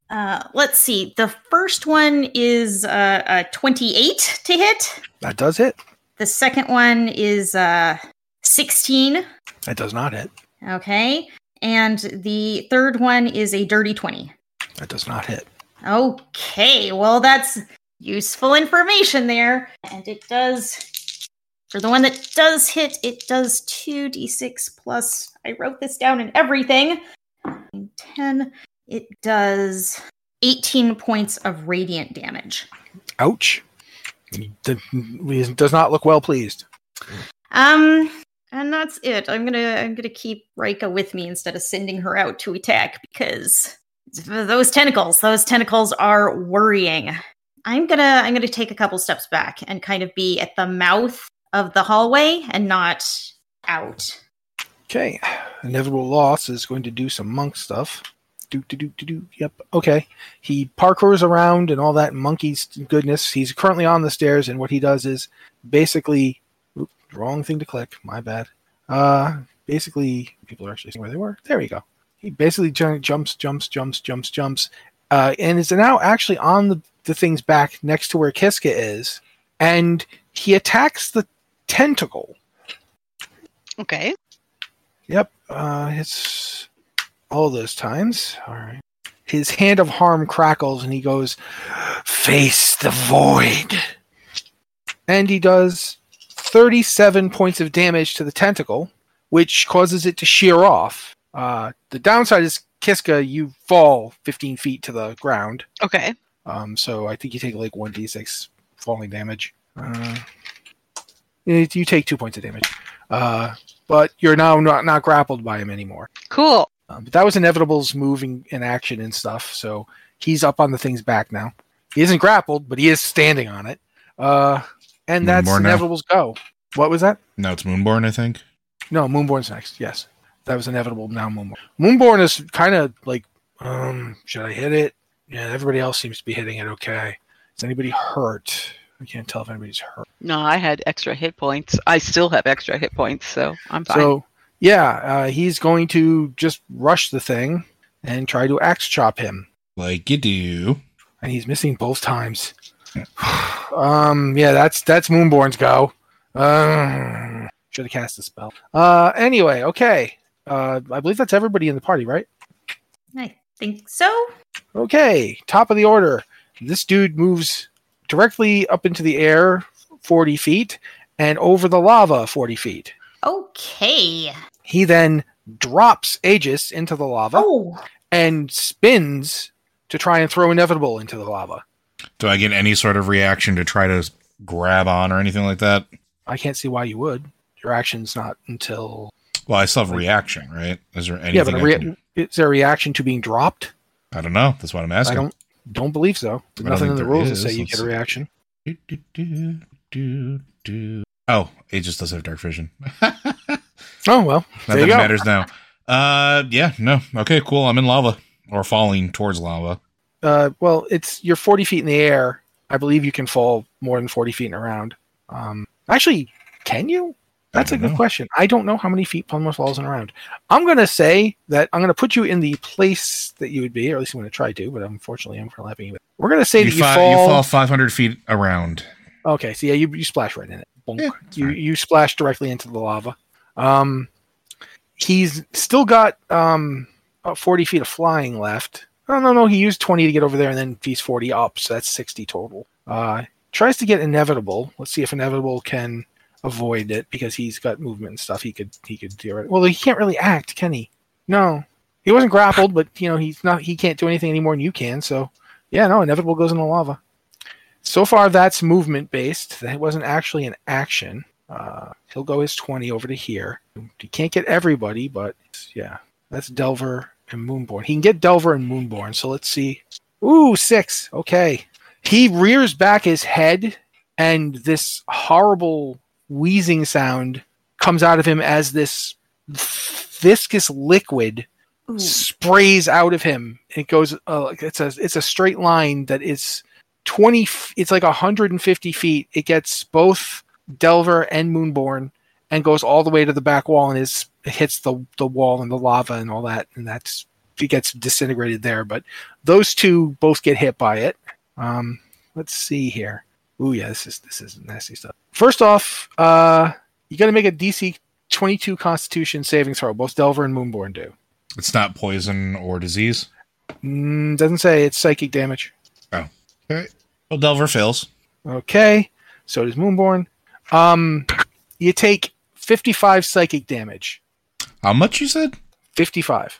[SPEAKER 6] Uh, let's see. The first one is uh, a 28 to hit.
[SPEAKER 3] That does hit.
[SPEAKER 6] The second one is uh, 16.
[SPEAKER 3] That does not hit.
[SPEAKER 6] Okay. And the third one is a dirty 20.
[SPEAKER 3] That does not hit.
[SPEAKER 6] Okay. Well, that's useful information there. And it does, for the one that does hit, it does 2d6 plus, I wrote this down and everything. 10. It does 18 points of radiant damage.
[SPEAKER 3] Ouch. The- he does not look well pleased.
[SPEAKER 6] Um, and that's it. I'm gonna I'm gonna keep Rika with me instead of sending her out to attack because those tentacles, those tentacles are worrying. I'm gonna I'm gonna take a couple steps back and kind of be at the mouth of the hallway and not out.
[SPEAKER 3] Okay. Inevitable loss is going to do some monk stuff. Do do do do do. Yep. Okay. He parkours around and all that monkey's goodness. He's currently on the stairs, and what he does is basically oop, wrong thing to click. My bad. Uh, basically, people are actually seeing where they were. There we go. He basically ju- jumps, jumps, jumps, jumps, jumps, uh, and is now actually on the, the thing's back next to where Kiska is, and he attacks the tentacle.
[SPEAKER 4] Okay.
[SPEAKER 3] Yep. Uh, it's all those times. All right. His hand of harm crackles and he goes, Face the void. And he does 37 points of damage to the tentacle, which causes it to shear off. Uh, the downside is, Kiska, you fall 15 feet to the ground.
[SPEAKER 4] Okay.
[SPEAKER 3] Um, so I think you take like 1d6 falling damage. Uh, you you take two points of damage. Uh, but you're now not, not grappled by him anymore.
[SPEAKER 4] Cool.
[SPEAKER 3] Um, but that was Inevitable's moving and action and stuff. So he's up on the thing's back now. He isn't grappled, but he is standing on it. Uh, and
[SPEAKER 5] Moonborn
[SPEAKER 3] that's
[SPEAKER 5] now?
[SPEAKER 3] Inevitable's go. What was that?
[SPEAKER 5] Now it's Moonborn, I think.
[SPEAKER 3] No, Moonborn's next. Yes, that was inevitable. Now Moonborn. Moonborn is kind of like, um, should I hit it? Yeah, everybody else seems to be hitting it. Okay, is anybody hurt? I can't tell if anybody's hurt.
[SPEAKER 4] No, I had extra hit points. I still have extra hit points, so I'm fine.
[SPEAKER 3] So yeah, uh, he's going to just rush the thing and try to axe chop him,
[SPEAKER 5] Like you do.
[SPEAKER 3] and he's missing both times. um, yeah, that's that's Moonborn's go. Um, should have cast a spell. Uh, anyway, okay. Uh, I believe that's everybody in the party, right?
[SPEAKER 6] I think so.
[SPEAKER 3] Okay, top of the order. This dude moves directly up into the air 40 feet and over the lava 40 feet.
[SPEAKER 6] Okay.
[SPEAKER 3] He then drops Aegis into the lava
[SPEAKER 6] Oh,
[SPEAKER 3] and spins to try and throw Inevitable into the lava.
[SPEAKER 5] Do I get any sort of reaction to try to grab on or anything like that?
[SPEAKER 3] I can't see why you would. Your action's not until.
[SPEAKER 5] Well, I still have reaction, right? Is there anything?
[SPEAKER 3] Yeah, but a
[SPEAKER 5] I,
[SPEAKER 3] rea-
[SPEAKER 5] can-
[SPEAKER 3] is there a reaction to being dropped?
[SPEAKER 5] I don't know. That's what I'm
[SPEAKER 3] I
[SPEAKER 5] asking.
[SPEAKER 3] don't don't believe so. There's
[SPEAKER 5] I don't
[SPEAKER 3] nothing
[SPEAKER 5] think
[SPEAKER 3] in the
[SPEAKER 5] there
[SPEAKER 3] rules
[SPEAKER 5] is.
[SPEAKER 3] that say you
[SPEAKER 5] Let's
[SPEAKER 3] get a
[SPEAKER 5] see.
[SPEAKER 3] reaction.
[SPEAKER 5] Do, do, do, do, do. Oh, it just does have dark vision. Not
[SPEAKER 3] Oh well,
[SPEAKER 5] that
[SPEAKER 3] there you
[SPEAKER 5] it
[SPEAKER 3] go.
[SPEAKER 5] matters now. Uh, yeah, no. Okay, cool. I'm in lava or falling towards lava.
[SPEAKER 3] Uh, well, it's you're 40 feet in the air. I believe you can fall more than 40 feet in a round. Um, actually, can you? That's a
[SPEAKER 5] don't
[SPEAKER 3] good
[SPEAKER 5] know.
[SPEAKER 3] question. I don't know how many feet Plumber falls in a round. I'm going to say that I'm going to put you in the place that you would be, or at least I'm going to try to, but unfortunately I'm overlapping you. We're going to say
[SPEAKER 5] You,
[SPEAKER 3] that you
[SPEAKER 5] fi-
[SPEAKER 3] fall,
[SPEAKER 5] you fall 500 feet around.
[SPEAKER 3] Okay, so yeah, you, you splash right in it. Bonk.
[SPEAKER 5] Yeah,
[SPEAKER 3] you you splash directly into the lava. Um, he's still got um about forty feet of flying left. Oh no no, he used twenty to get over there, and then he's forty up, so that's sixty total. Uh, tries to get inevitable. Let's see if inevitable can avoid it because he's got movement and stuff. He could he could do it. Well, he can't really act, can he? No, he wasn't grappled, but you know he's not. He can't do anything anymore, and you can. So yeah, no, inevitable goes in the lava. So far, that's movement based. That wasn't actually an action. Uh, he'll go his 20 over to here. He can't get everybody, but yeah, that's Delver and Moonborn. He can get Delver and Moonborn. So let's see. Ooh, six. Okay. He rears back his head, and this horrible wheezing sound comes out of him as this viscous liquid sprays out of him. It goes. Uh, it's a it's a straight line that is 20 f- it's like 150 feet it gets both delver and moonborn and goes all the way to the back wall and is it hits the the wall and the lava and all that and that's it gets disintegrated there but those two both get hit by it um let's see here Ooh, yeah this is this is nasty stuff first off uh you got to make a dc 22 constitution saving throw both delver and moonborn do
[SPEAKER 5] It's not poison or disease.
[SPEAKER 3] mm, doesn't say it's psychic damage
[SPEAKER 5] Oh. Okay. Well, Delver fails.
[SPEAKER 3] Okay. So does Moonborn. Um, you take 55 psychic damage.
[SPEAKER 5] How much you said?
[SPEAKER 3] 55.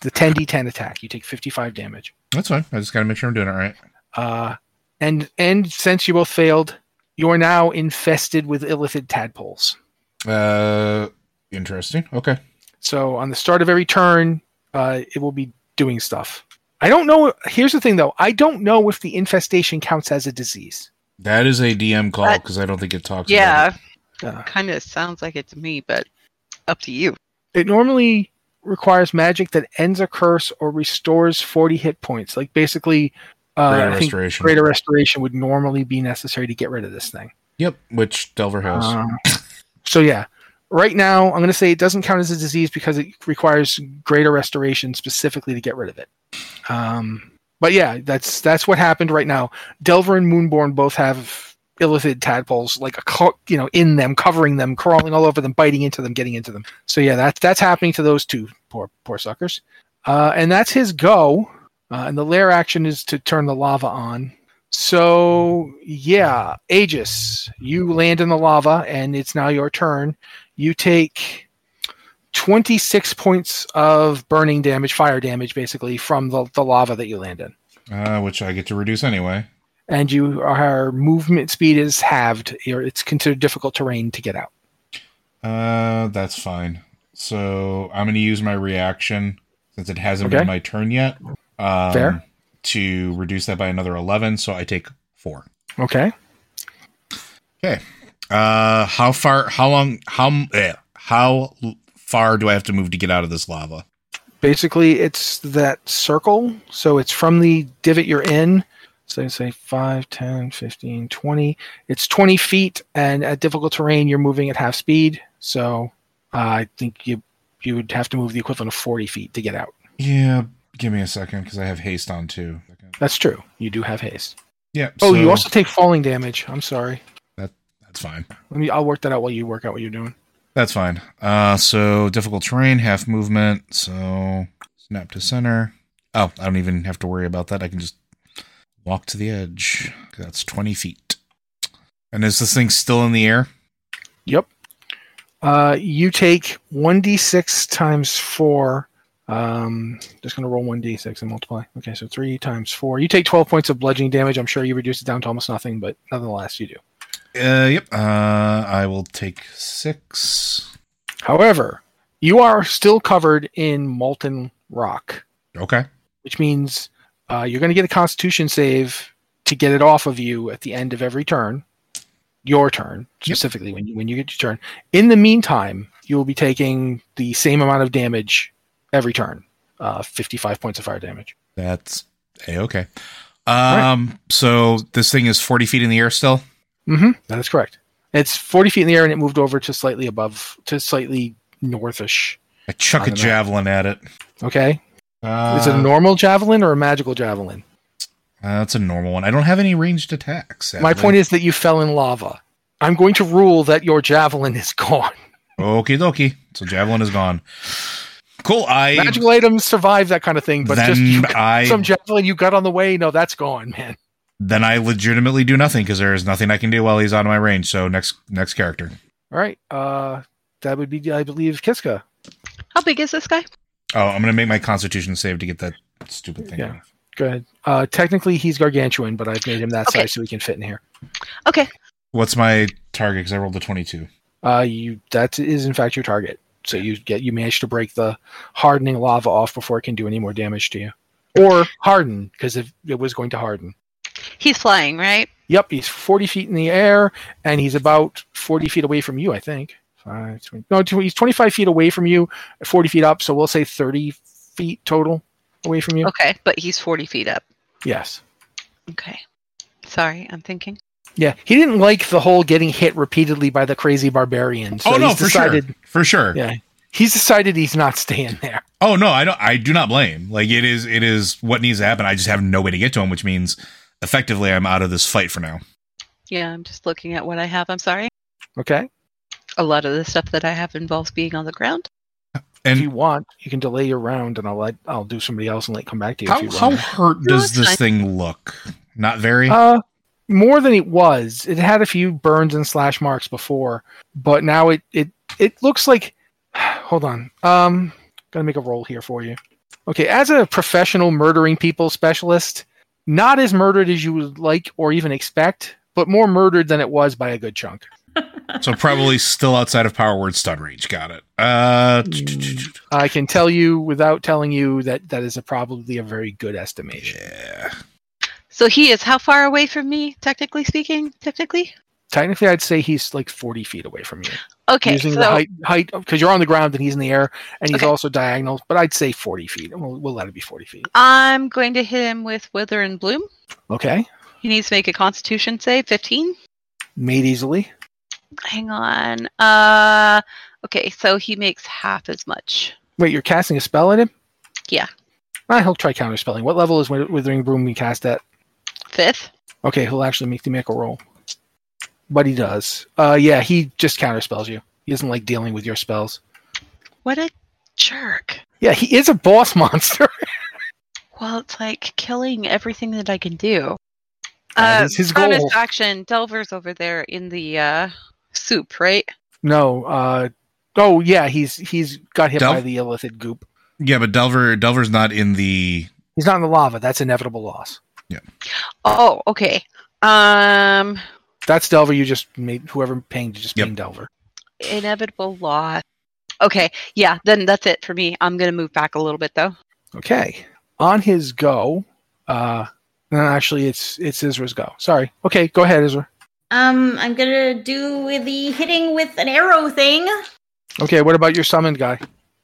[SPEAKER 3] The 10d10 attack. You take 55 damage.
[SPEAKER 5] That's fine. I just got to make sure I'm doing it right.
[SPEAKER 3] Uh, and and since you both failed, you're now infested with illithid tadpoles.
[SPEAKER 5] Uh, interesting. Okay.
[SPEAKER 3] So on the start of every turn, uh, it will be doing stuff. I don't know. Here's the thing, though. I don't know if the infestation counts as a disease.
[SPEAKER 5] That is a DM call
[SPEAKER 4] That-
[SPEAKER 5] because I don't think it talks. about
[SPEAKER 4] Yeah,
[SPEAKER 5] it.
[SPEAKER 3] Uh,
[SPEAKER 4] kind of sounds like it to me, but up to you.
[SPEAKER 3] it normally requires magic that ends a curse or restores 40 hit points. Like basically, uh,
[SPEAKER 5] Greater
[SPEAKER 3] I think
[SPEAKER 5] restoration.
[SPEAKER 3] greater restoration would normally be necessary to get rid of this thing.
[SPEAKER 5] Yep. Which Delver has.
[SPEAKER 3] Um, so yeah, right now I'm going to say it doesn't count as a disease because it requires greater restoration specifically to get rid of it. Um, but yeah, that's that's what happened right now. Delver and Moonborn both have illithid tadpoles, like a co- you know in them, covering them, crawling all over them, biting into them, getting into them. So yeah, that's that's happening to those two poor poor suckers. Uh, and that's his go. Uh, and the lair action is to turn the lava on. So yeah, Aegis, you land in the lava, and it's now your turn. You take twenty-six points of burning damage, fire damage, basically from the, the lava that you land in,
[SPEAKER 5] Uh, which I get to reduce anyway.
[SPEAKER 3] and you are movement speed is halved. You're, it's considered difficult terrain to get out.
[SPEAKER 5] Uh, that's fine. So I'm going to use my reaction since it hasn't
[SPEAKER 3] Okay.
[SPEAKER 5] been my turn yet. Um,
[SPEAKER 3] Fair.
[SPEAKER 5] To reduce that by another 11, so I take four.
[SPEAKER 3] Okay.
[SPEAKER 5] Okay. Uh, how far? How long? How m- eh, how l- far do I have to move to get out of this lava?
[SPEAKER 3] Basically, it's that circle. So it's from the divot you're in. So say 5, 10, 15, 20. It's 20 feet, and at difficult terrain, you're moving at half speed. So uh, I think you you would have to move the equivalent of 40 feet to get out.
[SPEAKER 5] Yeah, give me a second because I have haste on too.
[SPEAKER 3] That's true. You do have haste.
[SPEAKER 5] Yeah.
[SPEAKER 3] Oh, you
[SPEAKER 5] so
[SPEAKER 3] also take falling damage. I'm sorry.
[SPEAKER 5] that that's fine.
[SPEAKER 3] Let me. I'll work that out while you work out what you're doing.
[SPEAKER 5] That's fine. Uh, so difficult terrain, half movement. So snap to center. Oh, I don't even have to worry about that. I can just walk to the edge. That's twenty feet. And is this thing still in the air?
[SPEAKER 3] Yep. Uh, you take 1d6 times 4. Um, just going to roll 1d6 and multiply. Okay, so 3 times 4. You take 12 points of bludgeoning damage. I'm sure you reduce it down to almost nothing, but nonetheless, you do.
[SPEAKER 5] Uh, yep. Uh, I will take six.
[SPEAKER 3] However, you are still covered in molten rock,
[SPEAKER 5] Okay.
[SPEAKER 3] which means uh, you're going to get a constitution save to get it off of you at the end of every turn. Your turn, specifically, when, you, when you get your turn. In the meantime, you will be taking the same amount of damage every turn. Uh, 55 points of fire damage.
[SPEAKER 5] That's a okay. Um, so this thing is 40 feet in the air still.
[SPEAKER 3] Mm-hmm. That is correct. It's 40 feet in the air, and it moved over to slightly above, to slightly northish.
[SPEAKER 5] I chuck
[SPEAKER 3] On
[SPEAKER 5] a
[SPEAKER 3] the map.
[SPEAKER 5] javelin at it.
[SPEAKER 3] Okay.
[SPEAKER 5] Uh,
[SPEAKER 3] is it a normal javelin or a magical javelin?
[SPEAKER 5] uh, that's a normal one. I don't have any ranged attacks.
[SPEAKER 3] My point is that you fell in lava. I'm going to rule that your javelin is gone.
[SPEAKER 5] Okie dokie. So javelin is gone. Cool. I
[SPEAKER 3] Magical items survive that kind of thing, but just
[SPEAKER 5] then I
[SPEAKER 3] some javelin you got on the way, no, that's gone, man.
[SPEAKER 5] then I oh, legitimately do nothing because there is nothing I can do while he's out of my range. So next next character.
[SPEAKER 3] All right. Uh, that would be, I believe, Kiska.
[SPEAKER 4] How big is this guy?
[SPEAKER 5] Oh, I'm gonna make my Constitution save to get that stupid thing.
[SPEAKER 3] Yeah.
[SPEAKER 5] off.
[SPEAKER 3] Go ahead. Uh, technically, he's gargantuan, but I've made him that
[SPEAKER 4] Okay.
[SPEAKER 3] size so he can fit in here.
[SPEAKER 4] Okay.
[SPEAKER 5] What's my target? Because I rolled a 22.
[SPEAKER 3] Uh, you that is in fact your target. So you get you manage to break the hardening lava off before it can do any more damage to you, or harden because if it was going to harden.
[SPEAKER 4] He's flying, right?
[SPEAKER 3] Yep, he's 40 feet in the air, and he's about 40 feet away from you, I think. Five, 20, no, tw- he's 25 feet away from you, 40 feet up, so we'll say 30 feet total away from you.
[SPEAKER 4] Okay. But he's 40 feet up.
[SPEAKER 3] Yes.
[SPEAKER 4] Okay. Sorry, I'm thinking.
[SPEAKER 3] Yeah, he didn't like the whole getting hit repeatedly by the crazy barbarian. So
[SPEAKER 5] oh no,
[SPEAKER 3] he's
[SPEAKER 5] for
[SPEAKER 3] decided,
[SPEAKER 5] sure, for sure.
[SPEAKER 3] Yeah, he's decided he's not staying there.
[SPEAKER 5] Oh no, I don't. I do not blame. Like it is, it is what needs to happen. I just have no way to get to him, which means effectively I'm out of this fight for now.
[SPEAKER 4] Yeah, I'm just looking at what I have. I'm sorry.
[SPEAKER 3] Okay,
[SPEAKER 4] A lot of the stuff that I have involves being on the ground.
[SPEAKER 3] if you
[SPEAKER 5] And
[SPEAKER 3] want, you can delay your round, and I'll let I'll do somebody else and let come back to you. if
[SPEAKER 5] how
[SPEAKER 3] you
[SPEAKER 5] how
[SPEAKER 3] want.
[SPEAKER 5] hurt
[SPEAKER 4] No,
[SPEAKER 5] does
[SPEAKER 4] it's
[SPEAKER 5] this
[SPEAKER 4] fine.
[SPEAKER 5] thing look? Not very.
[SPEAKER 3] Uh, more than it was. It had a few burns and slash marks before, but now it it it looks like. Hold on. Um, gonna make a roll here for you. Okay, as a professional murdering people specialist, not as murdered as you would like or even expect, but more murdered than it was by a good chunk.
[SPEAKER 5] so probably still outside of power word stun range. Got it. Uh, t- t- t- t-
[SPEAKER 3] I can tell you without telling you that that is a, probably a very good estimation.
[SPEAKER 5] yeah.
[SPEAKER 4] So he is how far away from me, technically speaking? Technically?
[SPEAKER 3] Technically, I'd say he's like 40 feet away from you.
[SPEAKER 4] Okay.
[SPEAKER 3] using
[SPEAKER 4] so
[SPEAKER 3] the height height because you're on the ground and he's in the air and he's
[SPEAKER 4] Okay.
[SPEAKER 3] also diagonal but i'd say 40 feet we'll, we'll let it be 40 feet
[SPEAKER 4] Uh. I'm going to hit him with Wither and Bloom.
[SPEAKER 3] okay
[SPEAKER 4] He needs to make a constitution save, 15.
[SPEAKER 3] made easily
[SPEAKER 4] Hang on. Uh okay, so he makes half as much.
[SPEAKER 3] wait you're casting a spell at him
[SPEAKER 4] Yeah.
[SPEAKER 3] ah, he'll try counterspelling what level is With- withering broom being cast at
[SPEAKER 4] Fifth.
[SPEAKER 3] okay he'll actually make the make a roll but he does uh yeah he just counterspells you he doesn't like dealing with your spells
[SPEAKER 4] What a jerk.
[SPEAKER 3] yeah he is a boss monster
[SPEAKER 4] Well, it's like killing everything that I can do.
[SPEAKER 6] Uh,
[SPEAKER 3] That is his
[SPEAKER 4] Uh, bonus
[SPEAKER 3] goal.
[SPEAKER 4] action. Delver's over there in the uh, soup, right?
[SPEAKER 3] no uh oh yeah he's he's got hit
[SPEAKER 5] Dump.
[SPEAKER 3] by the illithid goop
[SPEAKER 5] Yeah, but Delver Delver's not in the.
[SPEAKER 3] he's not in the lava that's inevitable loss
[SPEAKER 4] Oh, okay. Um,
[SPEAKER 3] that's delver you just made whoever pinged just
[SPEAKER 5] Yep.
[SPEAKER 3] pinged delver
[SPEAKER 4] inevitable loss. Okay, yeah. Then that's it for me. I'm gonna move back a little bit though.
[SPEAKER 3] Okay. On his go, uh no, actually it's it's Isra's go. Sorry. Okay, go ahead, Isra.
[SPEAKER 6] Um, I'm gonna do the hitting with an arrow thing.
[SPEAKER 3] Okay, what about your summoned guy?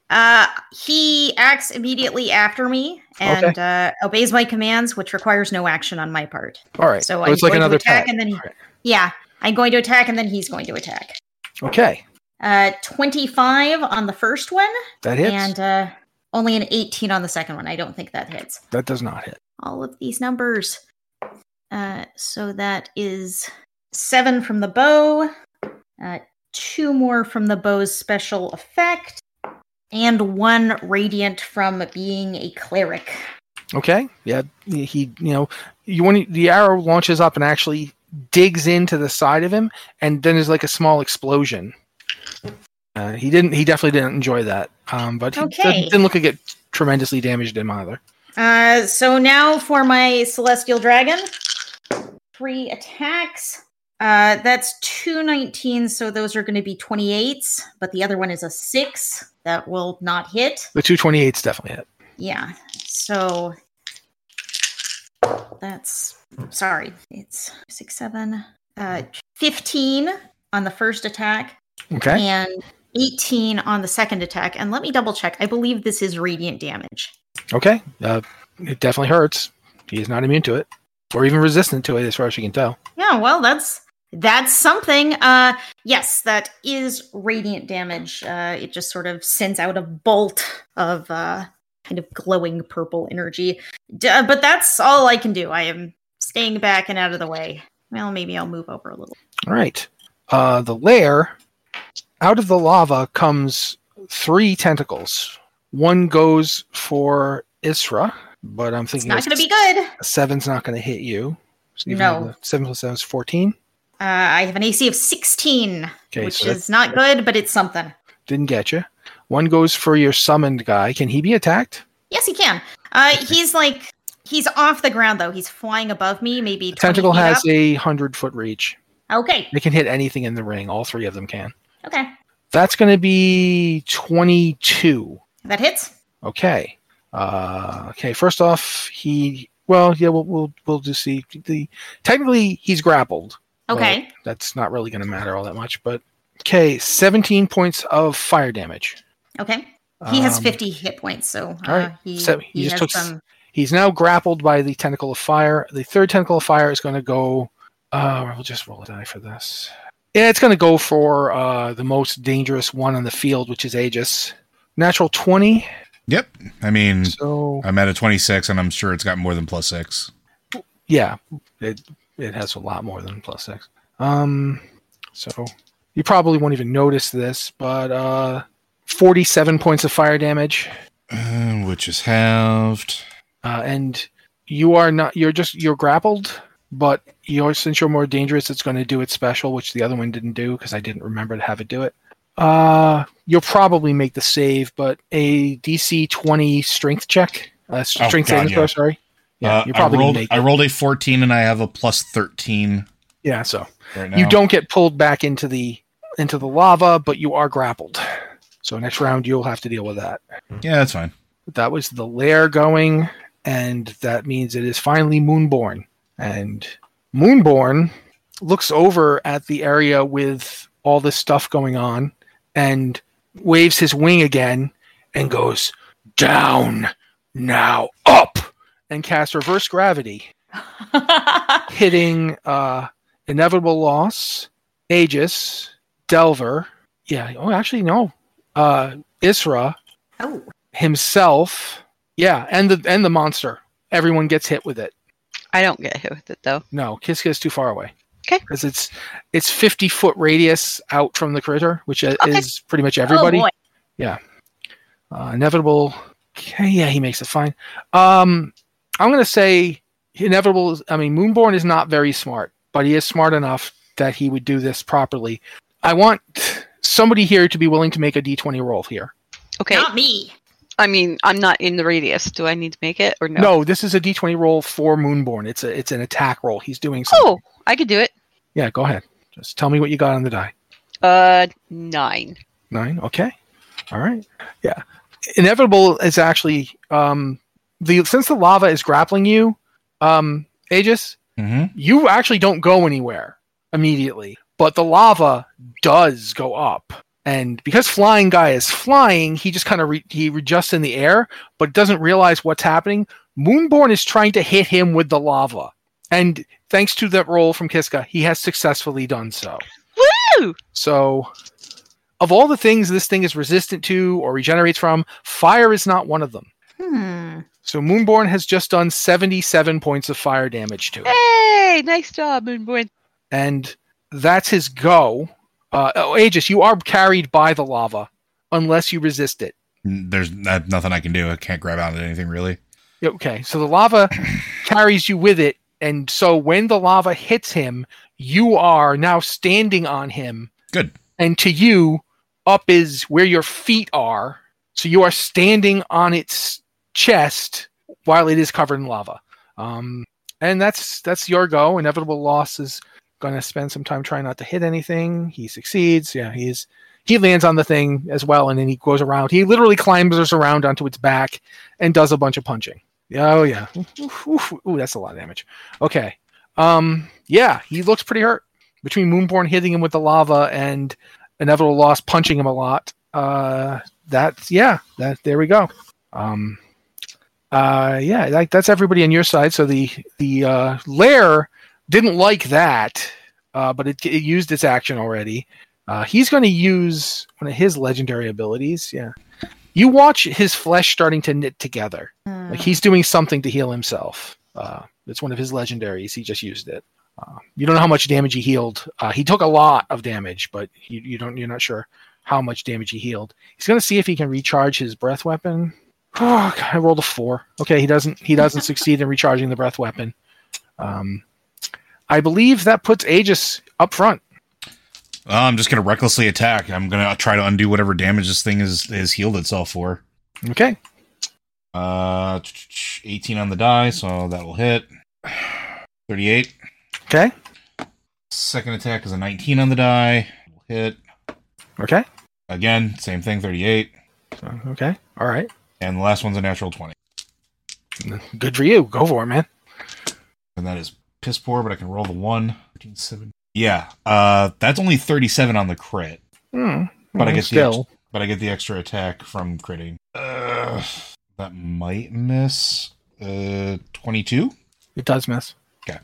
[SPEAKER 6] Uh, he acts immediately after me and uh, obeys my commands, which requires no action on my part.
[SPEAKER 3] All right.
[SPEAKER 6] So
[SPEAKER 3] So,
[SPEAKER 6] I'm
[SPEAKER 3] it's like
[SPEAKER 6] going to
[SPEAKER 3] another
[SPEAKER 6] attack
[SPEAKER 3] attack.
[SPEAKER 6] and then he-
[SPEAKER 3] All right.
[SPEAKER 6] Yeah, I'm going to attack, and then he's going to attack.
[SPEAKER 3] Okay.
[SPEAKER 6] Uh, 25 on the first one,
[SPEAKER 3] That hits.
[SPEAKER 6] and uh, only an 18 on the second one. I don't think that hits.
[SPEAKER 3] that does not hit.
[SPEAKER 6] all of these numbers. Uh, so that is seven from the bow, uh, two more from the bow's special effect, and one radiant from being a cleric.
[SPEAKER 3] Okay. Yeah. He he, you know, you when he, the arrow launches up and actually digs into the side of him and then there's like a small explosion. Uh, he didn't he definitely didn't enjoy that. Um but he
[SPEAKER 6] Okay.
[SPEAKER 3] didn't, didn't look like it tremendously damaged him either.
[SPEAKER 6] Uh, so now for my celestial dragon, three attacks. Uh, that's two 19, so those are going to be 28s, but the other one is a six. That will not hit.
[SPEAKER 3] The 228s definitely hit.
[SPEAKER 6] Yeah. So that's sorry. It's six, seven, uh, 15 on the first attack
[SPEAKER 3] Okay.
[SPEAKER 6] and 18 on the second attack. And let me double check. I believe this is radiant damage.
[SPEAKER 3] Okay. Uh, it definitely hurts. He is not immune to it, or even resistant to it, as far as you can tell.
[SPEAKER 6] Yeah, well, that's that's something. Uh yes, that is radiant damage. Uh it just sort of sends out a bolt of uh kind of glowing purple energy. D- uh, but that's all I can do. I am staying back and out of the way. Well, maybe I'll move over a little.
[SPEAKER 3] All right. Uh, the lair, out of the lava comes three tentacles. One goes for Isra, but I'm
[SPEAKER 6] It's
[SPEAKER 3] thinking
[SPEAKER 6] not going to be good. Uh,
[SPEAKER 3] a seven's not going to hit you. So even
[SPEAKER 6] No.
[SPEAKER 3] though the Seven plus seven is 14.
[SPEAKER 6] Uh, I have an AC of 16,
[SPEAKER 3] Okay,
[SPEAKER 6] which
[SPEAKER 3] so that's-
[SPEAKER 6] is not good, but it's something.
[SPEAKER 3] Didn't get you. One goes for your summoned guy. Can he be attacked?
[SPEAKER 6] Yes, he can. Uh, he's like he's off the ground though. He's flying above me, maybe.
[SPEAKER 3] The tentacle
[SPEAKER 6] 20 feet
[SPEAKER 3] has
[SPEAKER 6] up.
[SPEAKER 3] a 100 foot reach.
[SPEAKER 6] Okay.
[SPEAKER 3] They can hit anything in the ring. All three of them can.
[SPEAKER 6] Okay.
[SPEAKER 3] That's going to be 22.
[SPEAKER 6] That hits.
[SPEAKER 3] Okay. Uh, okay. First off, he. Well, yeah, we'll we'll, we'll just see. The technically he's grappled.
[SPEAKER 6] Okay.
[SPEAKER 3] Well, that's not really going to matter all that much, but okay, seventeen points of fire damage.
[SPEAKER 6] Okay. He has
[SPEAKER 3] Um,
[SPEAKER 6] 50 hit points, so uh,
[SPEAKER 3] All right.
[SPEAKER 6] he,
[SPEAKER 3] so he,
[SPEAKER 6] he has
[SPEAKER 3] just took. s-
[SPEAKER 6] some.
[SPEAKER 3] He's now grappled by the tentacle of fire. The third tentacle of fire is going to go. Uh, we'll just roll a die for this. Yeah, it's going to go for uh, the most dangerous one on the field, which is Aegis. Natural twenty.
[SPEAKER 5] Yep. I mean,
[SPEAKER 3] So
[SPEAKER 5] I'm at a 26, and I'm sure it's got more than plus six.
[SPEAKER 3] Yeah, it it has a lot more than plus six. Um, so you probably won't even notice this, but uh, forty-seven points of fire damage,
[SPEAKER 5] Uh, which is halved.
[SPEAKER 3] uh, and you are not. You're just you're grappled, but you're since you're more dangerous, it's going to do its special, which the other one didn't do because I didn't remember to have it do it. Uh, you'll probably make the save, but a DC twenty strength check, uh,
[SPEAKER 5] Oh,
[SPEAKER 3] strength
[SPEAKER 5] God,
[SPEAKER 3] saving throw.
[SPEAKER 5] yeah.
[SPEAKER 3] Sorry, yeah,
[SPEAKER 5] Uh,
[SPEAKER 3] you're probably
[SPEAKER 5] I rolled,
[SPEAKER 3] gonna make.
[SPEAKER 5] I rolled a 14, and I have a plus 13
[SPEAKER 3] yeah, so
[SPEAKER 5] right now.
[SPEAKER 3] you don't get pulled back into the into the lava, but you are grappled. So next round you'll have to deal with that.
[SPEAKER 5] Yeah, that's fine.
[SPEAKER 3] That was the lair going, and that means it is finally Moonborn. And Moonborn looks over at the area with all this stuff going on and waves his wing again and goes down now up and casts reverse gravity hitting uh, Inevitable Loss, Aegis, Delver. Yeah. Oh, actually, no. Uh, Isra
[SPEAKER 6] oh,
[SPEAKER 3] himself. Yeah, and the and the monster. Everyone gets hit with it.
[SPEAKER 4] I don't get hit with it though.
[SPEAKER 3] No, Kiska is too far away.
[SPEAKER 4] 'Kay.
[SPEAKER 3] Because it's it's fifty foot radius out from the critter, which i-
[SPEAKER 4] Okay.
[SPEAKER 3] is pretty much everybody.
[SPEAKER 6] Oh boy.
[SPEAKER 3] Uh, inevitable. Okay, yeah, he makes it fine. Um, I'm gonna say inevitable. is- I mean, Moonborn is not very smart, but he is smart enough that he would do this properly. I want somebody here to be willing to make a D20 roll here.
[SPEAKER 4] Okay.
[SPEAKER 6] Not me.
[SPEAKER 4] I mean, I'm not in the radius. Do I need to make it or no?
[SPEAKER 3] No. this is a D20 roll for Moonborn. It's a it's an attack roll. He's doing something.
[SPEAKER 4] Oh, I could do it.
[SPEAKER 3] Yeah, go ahead. Just tell me what you got on the die.
[SPEAKER 4] Uh, nine.
[SPEAKER 3] Nine. Okay. All right. Yeah. Inevitable is actually um, the since the lava is grappling you, um, Aegis.
[SPEAKER 5] hmm
[SPEAKER 3] you actually don't go anywhere immediately, but the lava does go up. And because flying guy is flying, he just kind of re- he adjusts in the air, but doesn't realize what's happening. Moonborn is trying to hit him with the lava, and thanks to that roll from Kiska, he has successfully done so.
[SPEAKER 4] Woo!
[SPEAKER 3] So, of all the things this thing is resistant to or regenerates from, fire is not one of them.
[SPEAKER 6] Hmm.
[SPEAKER 3] So Moonborn has just done seventy-seven points of fire damage to it.
[SPEAKER 4] Hey, nice job, Moonborn.
[SPEAKER 3] and that's his go. Uh, oh, Aegis, you are carried by the lava unless you resist it.
[SPEAKER 5] There's uh, nothing I can do. I can't grab out at anything really.
[SPEAKER 3] Okay, so the lava carries you with it, and so when the lava hits him, you are now standing on him,
[SPEAKER 5] Good.
[SPEAKER 3] and to you, up is where your feet are. So you are standing on its chest while it is covered in lava. Um, and that's that's your go. Inevitable loss is going to spend some time trying not to hit anything. He succeeds. Yeah, he's he lands on the thing as well, and then he goes around. He literally climbs around onto its back and does a bunch of punching. Yeah, oh yeah. Oof, oof, ooh, that's a lot of damage. Okay. Um, yeah, he looks pretty hurt between Moonborn hitting him with the lava and inevitable loss punching him a lot. Uh, that's yeah. That there we go. Um, uh, yeah, that, that's everybody on your side. So the the uh, lair didn't like that, uh, but it, it used its action already. Uh, he's going to use one of his legendary abilities. Yeah, you watch his flesh starting to knit together. Like he's doing something to heal himself. Uh, it's one of his legendaries. He just used it. Uh, you don't know how much damage he healed. Uh, he took a lot of damage, but you, you don't. You're not sure how much damage he healed. He's going to see if he can recharge his breath weapon. Oh, God, I rolled a four. Okay, he doesn't. He doesn't succeed in recharging the breath weapon. Um, I believe that puts Aegis up front.
[SPEAKER 5] Uh, I'm just gonna recklessly attack. I'm gonna try to undo whatever damage this thing is has healed itself for.
[SPEAKER 3] Okay.
[SPEAKER 5] Uh, 18 on the die, so that will hit. 38.
[SPEAKER 3] Okay.
[SPEAKER 5] Second attack is a 19 on the die. Will hit
[SPEAKER 3] Okay.
[SPEAKER 5] again. Same thing, 38.
[SPEAKER 3] So, okay. All right.
[SPEAKER 5] And the last one's a natural 20.
[SPEAKER 3] Good for you. Go for it, man.
[SPEAKER 5] and that is piss poor, but I can roll the one. 13, 7. Yeah, uh, that's only 37 on the crit,
[SPEAKER 3] Hmm.
[SPEAKER 5] but I
[SPEAKER 3] Mm,
[SPEAKER 5] get the
[SPEAKER 3] still.
[SPEAKER 5] ex- but I get the extra attack from critting. Uh, that might miss. Uh, 22.
[SPEAKER 3] It does miss.
[SPEAKER 5] Okay.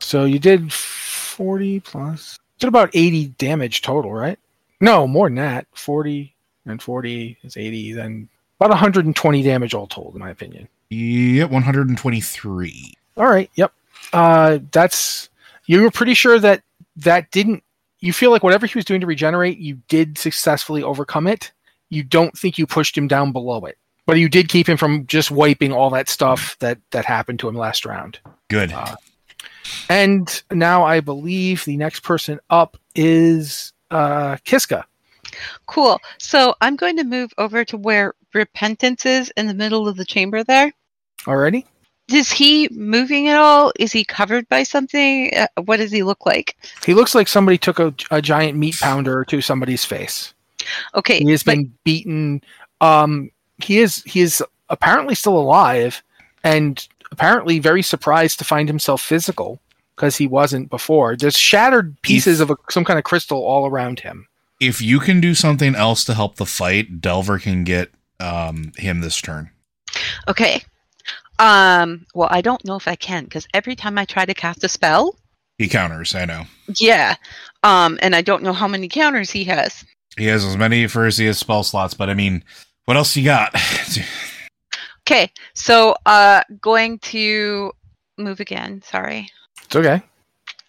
[SPEAKER 3] So you did 40 plus. Did about 80 damage total, right? No, more than that. 40 and 40 is 80, then about 120 damage all told, in my opinion.
[SPEAKER 5] Yep, 123.
[SPEAKER 3] All right. Yep. Uh, that's. You were pretty sure that that didn't. You feel like whatever he was doing to regenerate, you did successfully overcome it. You don't think you pushed him down below it, but you did keep him from just wiping all that stuff that that happened to him last round. Uh,
[SPEAKER 5] Good.
[SPEAKER 3] And now I believe the next person up is uh, Kiska.
[SPEAKER 4] Cool. So I'm going to move over to where repentance is in the middle of the chamber there.
[SPEAKER 3] Already?
[SPEAKER 4] Is he moving at all? Is he covered by something? Uh, what does he look like?
[SPEAKER 3] He looks like somebody took a, a giant meat pounder to somebody's face.
[SPEAKER 4] Okay.
[SPEAKER 3] He has
[SPEAKER 4] but-
[SPEAKER 3] been beaten. Um, he is he is apparently still alive, and apparently very surprised to find himself physical because he wasn't before. There's shattered pieces of a, some kind of crystal all around him.
[SPEAKER 5] If you can do something else to help the fight, Delver can get um, him this turn.
[SPEAKER 4] Okay. Um, well, I don't know if I can because every time I try to cast a spell,
[SPEAKER 5] He counters, I know.
[SPEAKER 4] yeah. Um, and I don't know how many counters he has.
[SPEAKER 5] He has as many for as he has spell slots, but I mean, what else you got?
[SPEAKER 4] Okay. So, uh, going to move again. Sorry.
[SPEAKER 3] It's okay.